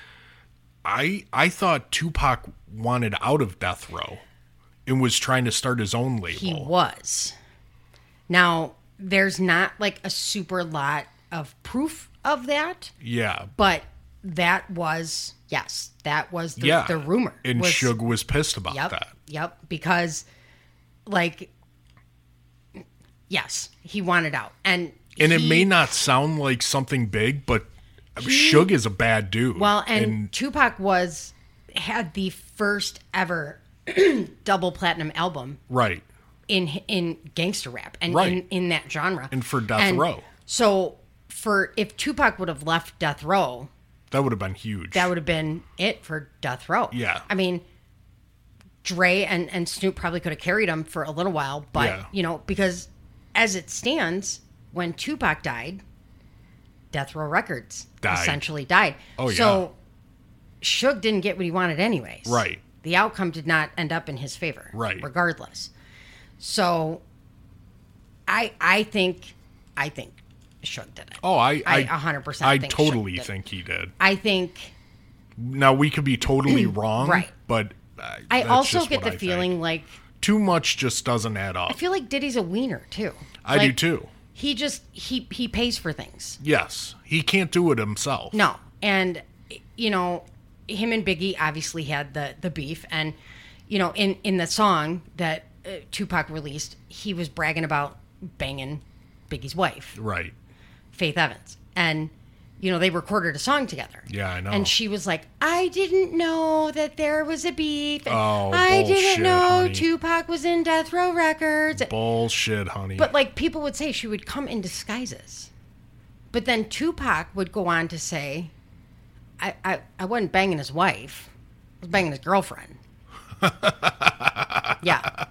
S2: I I thought Tupac wanted out of death row and was trying to start his own label.
S1: He was. Now, there's not like a super lot of proof of that,
S2: yeah.
S1: but that was, yes, that was the,
S2: yeah.
S1: the rumor.
S2: And
S1: was,
S2: Suge was pissed about
S1: Yep.
S2: that.
S1: Yep. Because, like, yes, he wanted out. And,
S2: And it
S1: he-
S2: may not sound like something big, but Suge is a bad dude.
S1: Well, and, Tupac was had the first ever double platinum album
S2: right.
S1: in in gangster rap and
S2: Right.
S1: in, in that genre
S2: And for Death Row.
S1: So for if Tupac would have left Death Row,
S2: That would have been huge.
S1: that would have been it for Death Row.
S2: Yeah.
S1: I mean, Dre and and Snoop probably could have carried him for a little while, but
S2: Yeah.
S1: you know because as it stands, when Tupac died, Death Row Records
S2: Died.
S1: essentially died.
S2: Oh, yeah.
S1: So Suge didn't get what he wanted anyways.
S2: Right.
S1: The outcome did not end up in his favor.
S2: Right.
S1: Regardless. So I I think I think Suge did it.
S2: oh, I
S1: I
S2: I
S1: 100%
S2: I
S1: think Suge
S2: totally
S1: did it.
S2: think he did.
S1: I think
S2: Now we could be totally wrong,
S1: Right.
S2: But uh,
S1: I
S2: that's
S1: also
S2: just
S1: get
S2: what
S1: the
S2: I think.
S1: feeling like
S2: too much just doesn't add up.
S1: I feel like Diddy's a wiener too.
S2: I do
S1: Like,
S2: too.
S1: He just he he pays for things.
S2: Yes, he can't do it himself.
S1: No, and you know him and Biggie obviously had the the beef, and you know in in the song that uh, Tupac released, he was bragging about banging Biggie's wife,
S2: Right.
S1: Faith Evans, and you know they recorded a song together.
S2: Yeah, I know.
S1: And she was like, "I didn't know that there was a beef. and
S2: Oh,
S1: I
S2: bullshit,
S1: didn't know
S2: honey.
S1: Tupac was in Death Row Records."
S2: Bullshit, honey.
S1: But like people would say she would come in disguises. But then Tupac would go on to say, I, I, I wasn't banging his wife. I was banging his girlfriend. yeah.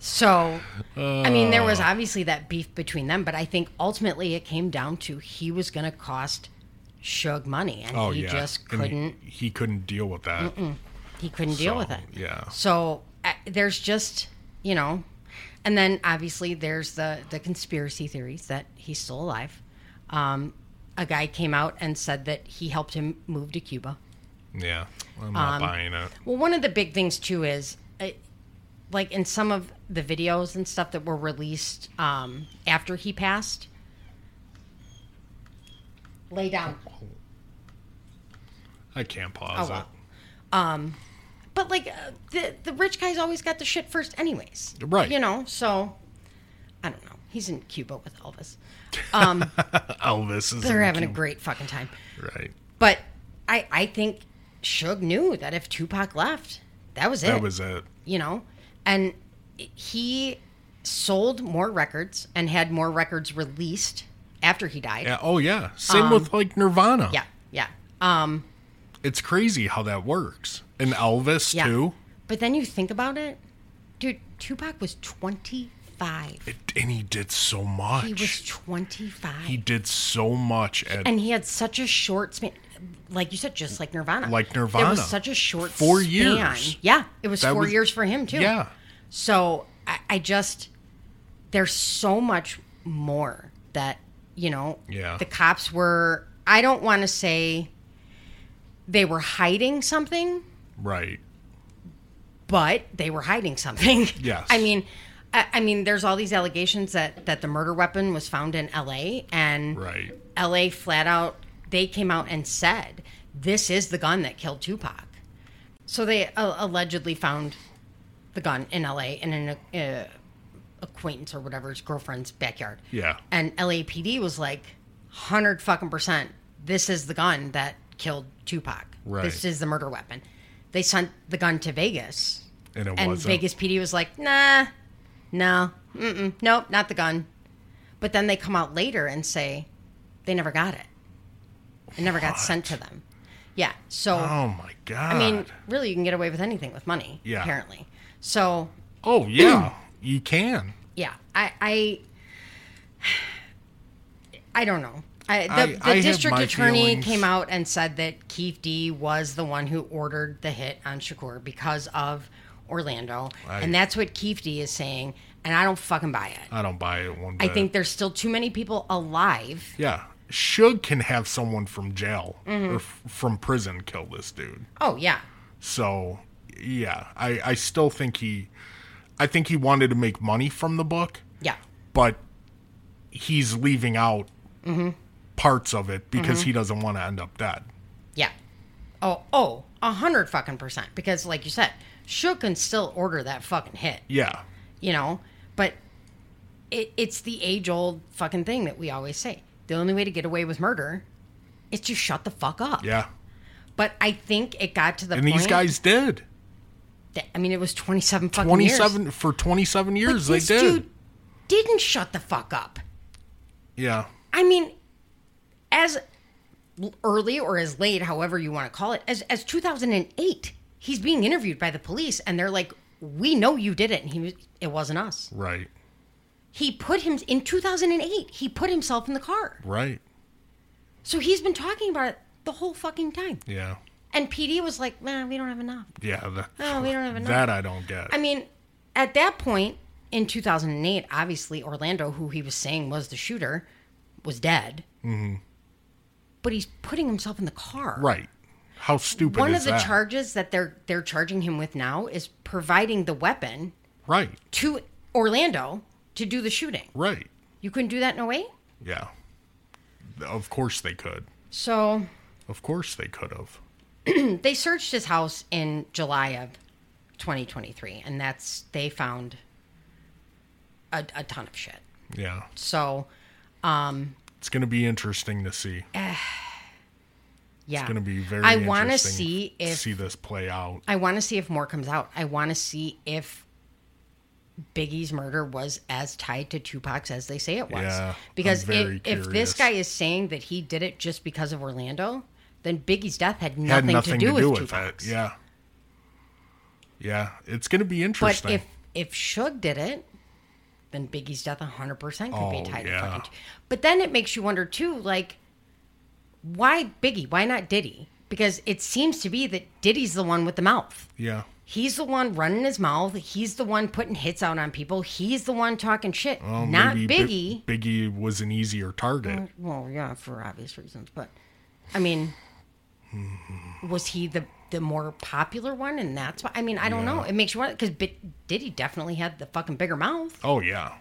S1: So I mean there
S2: Uh.
S1: was obviously that beef between them, but I think ultimately it came down to he was gonna cost Shug money and
S2: oh
S1: he
S2: yeah,
S1: just
S2: And he-
S1: couldn't
S2: he, couldn't deal with that.
S1: he couldn't deal with
S2: So,
S1: it.
S2: yeah.
S1: So uh, there's just you know, and then obviously there's the the conspiracy theories that he's still alive. Um, a guy came out and said that he helped him move to Cuba.
S2: Yeah, I'm not
S1: Um,
S2: buying it.
S1: Well, one of the big things too is, uh, like in some of the videos and stuff that were released um, after he passed, lay down.
S2: I can't pause
S1: Oh, wow.
S2: it.
S1: But like uh, the the rich guy's always got the shit first, anyways.
S2: Right.
S1: You know. So I don't know. He's in Cuba with Elvis.
S2: Elvis is
S1: They're
S2: in
S1: having a
S2: Cuba.
S1: great fucking time.
S2: right.
S1: But I I think Suge knew that if Tupac left, that was it.
S2: That was it.
S1: you know, and he sold more records and had more records released after he died.
S2: Yeah. Oh yeah. Same with like Nirvana.
S1: Um, Yeah. Yeah. Um.
S2: It's crazy how that works. And Elvis
S1: Yeah.
S2: too.
S1: But then you think about it, dude. Tupac was twenty five.
S2: It, and he did so much.
S1: He was 25.
S2: He did so much at
S1: and he had such a short span. Like you said, just like Nirvana.
S2: Like
S1: There
S2: Nirvana.
S1: was such a short
S2: Four
S1: span.
S2: years.
S1: Yeah. It was
S2: That
S1: four
S2: was-
S1: years for him, too.
S2: yeah.
S1: So I, I just, there's so much more that, you know,
S2: Yeah.
S1: the cops were, I don't want to say they were hiding something,
S2: right.
S1: but they were hiding something.
S2: Yes.
S1: I mean, I, I mean, there's all these allegations that that the murder weapon was found in L.A. and
S2: Right.
S1: L.A. flat out they came out and said this is the gun that killed Tupac. So they uh, allegedly found the gun in L.A. in an uh, acquaintance or whatever's girlfriend's backyard.
S2: Yeah.
S1: And LAPD was like, hundred fucking percent. This is the gun that killed Tupac.
S2: Right.
S1: This is the murder weapon. They sent the gun to Vegas,
S2: And it
S1: and
S2: wasn't.
S1: Vegas PD was like, nah, no, mm-mm, nope, not the gun. But then they come out later and say they never got it. It never got sent to them. Yeah. So
S2: Oh my god.
S1: I mean, really, you can get away with anything with money.
S2: Yeah.
S1: Apparently. So
S2: Oh yeah. you can.
S1: yeah i i i don't know I, the,
S2: I-
S1: the
S2: I have
S1: district
S2: my
S1: attorney
S2: feelings.
S1: came out and said that Keith D was the one who ordered the hit on Shakur because of Orlando,
S2: I-
S1: and that's what Keith D is saying. And I don't fucking buy it.
S2: I don't buy it one
S1: I
S2: bit.
S1: think there's still too many people alive.
S2: Yeah. Suge can have someone from jail
S1: Mm-hmm.
S2: or f- from prison kill this dude.
S1: Oh yeah,
S2: So, yeah, I, I still think he, I think he wanted to make money from the book,
S1: yeah,
S2: but he's leaving out
S1: Mm-hmm.
S2: parts of it because he doesn't want to end up dead.
S1: yeah. Oh oh, a hundred fucking percent. Because like you said, Shook can still order that fucking hit.
S2: Yeah,
S1: you know but it, it's the age old fucking thing that we always say the only way to get away with murder is to shut the fuck up
S2: yeah.
S1: but i think it got to the
S2: And
S1: point
S2: these guys did
S1: that, i mean it was 27 fucking
S2: twenty
S1: 27
S2: seven for twenty seven years.
S1: this
S2: they did.
S1: dude didn't shut the fuck up
S2: yeah,
S1: i mean as l- early or as late however you want to call it as as 2008 he's being interviewed by the police and they're like we know you did it and he was it wasn't us
S2: right,
S1: he put him in 2008 he put himself in the car
S2: right,
S1: So he's been talking about it the whole fucking time.
S2: yeah,
S1: And PD was like, man, we don't have enough.
S2: yeah. That,
S1: No, Oh, we don't have enough.
S2: that I don't get.
S1: I mean, at that point in 2008, obviously Orlando, who he was saying was the shooter, was dead. Mm-hmm. But he's putting himself in the car.
S2: right? How stupid
S1: One
S2: is
S1: of the
S2: that?
S1: charges that they're they're charging him with now is providing the weapon
S2: right,
S1: to Orlando to do the shooting.
S2: right.
S1: You couldn't do that in oh a way.
S2: Yeah, of course they could.
S1: So
S2: Of course they could have.
S1: they searched his house in July of 2023, and that's they found a, a ton of shit.
S2: Yeah.
S1: So, um,
S2: It's going to be interesting to see. It's
S1: yeah,
S2: going to be very
S1: I
S2: want
S1: wanna
S2: to
S1: see if
S2: see this play out.
S1: I want to see if more comes out. I want to see if Biggie's murder was as tied to Tupac's as they say it was.
S2: Yeah, I'm
S1: because
S2: very
S1: if, if
S2: curious.
S1: this guy is saying that he did it just because of Orlando, then Biggie's death had nothing,
S2: Had nothing
S1: to do, with,
S2: with,
S1: Tupac's.
S2: it. Yeah. Yeah, it's going to be
S1: But
S2: interesting.
S1: if if Suge did it, then Biggie's death 100% could
S2: Oh,
S1: be tied
S2: yeah.
S1: to fucking. T- But then it makes you wonder too, like, why Biggie? Why not Diddy? Because it seems to be that Diddy's the one with the mouth.
S2: yeah.
S1: He's the one running his mouth. He's the one putting hits out on people. He's the one talking shit.
S2: Well,
S1: not
S2: maybe
S1: Biggie. Mm.
S2: Bi- Biggie was an easier target.
S1: well, yeah, for obvious reasons. But I mean, was he the the more popular one? And that's why. I mean, I don't know. It makes you wonder because B- Diddy definitely had the fucking bigger mouth.
S2: Oh, yeah.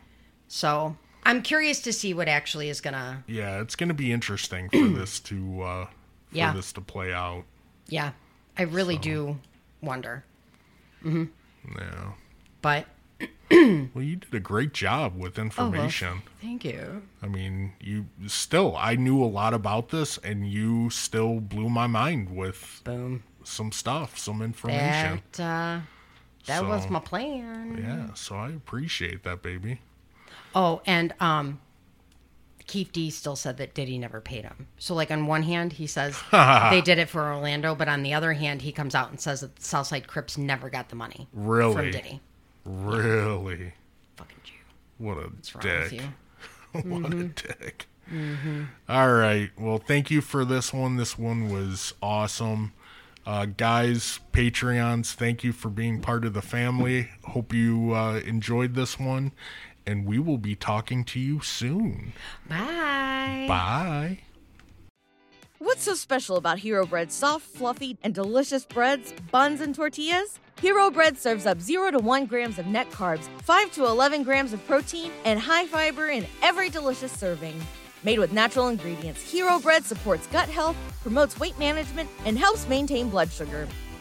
S1: So I'm curious to see what actually is gonna.
S2: Yeah, it's going to be interesting for this to uh for
S1: Yeah.
S2: this to play out.
S1: Yeah, I really do wonder.
S2: Yeah.
S1: But
S2: Well, you did a great job with information.
S1: thank you.
S2: I mean, you still, I knew a lot about this, and you still blew my mind with
S1: Boom.
S2: some stuff, some information.
S1: That uh, that was
S2: So-
S1: my plan.
S2: Yeah, so I appreciate that, baby.
S1: Oh, and um, Keith D still said that Diddy never paid him. So, like on one hand, he says they did it for Orlando, but on the other hand, he comes out and says that the Southside Crips never got the money from
S2: Really?
S1: Diddy.
S2: Really?
S1: Fucking Jew.
S2: What a
S1: What's wrong with
S2: dick.
S1: you? Mm-hmm.
S2: what a dick. All right. Well, thank you for this one. This one was awesome. Uh, guys, Patreons, thank you for being part of the family. Hope you uh, enjoyed this one, and we will be talking to you soon.
S1: Bye.
S2: Bye.
S3: What's so special about Hero Bread's soft, fluffy, and delicious breads, buns, and tortillas? Hero Bread serves up 0 to 1 grams of net carbs, 5 to 11 grams of protein, and high fiber in every delicious serving. Made with natural ingredients, Hero Bread supports gut health, promotes weight management, and helps maintain blood sugar.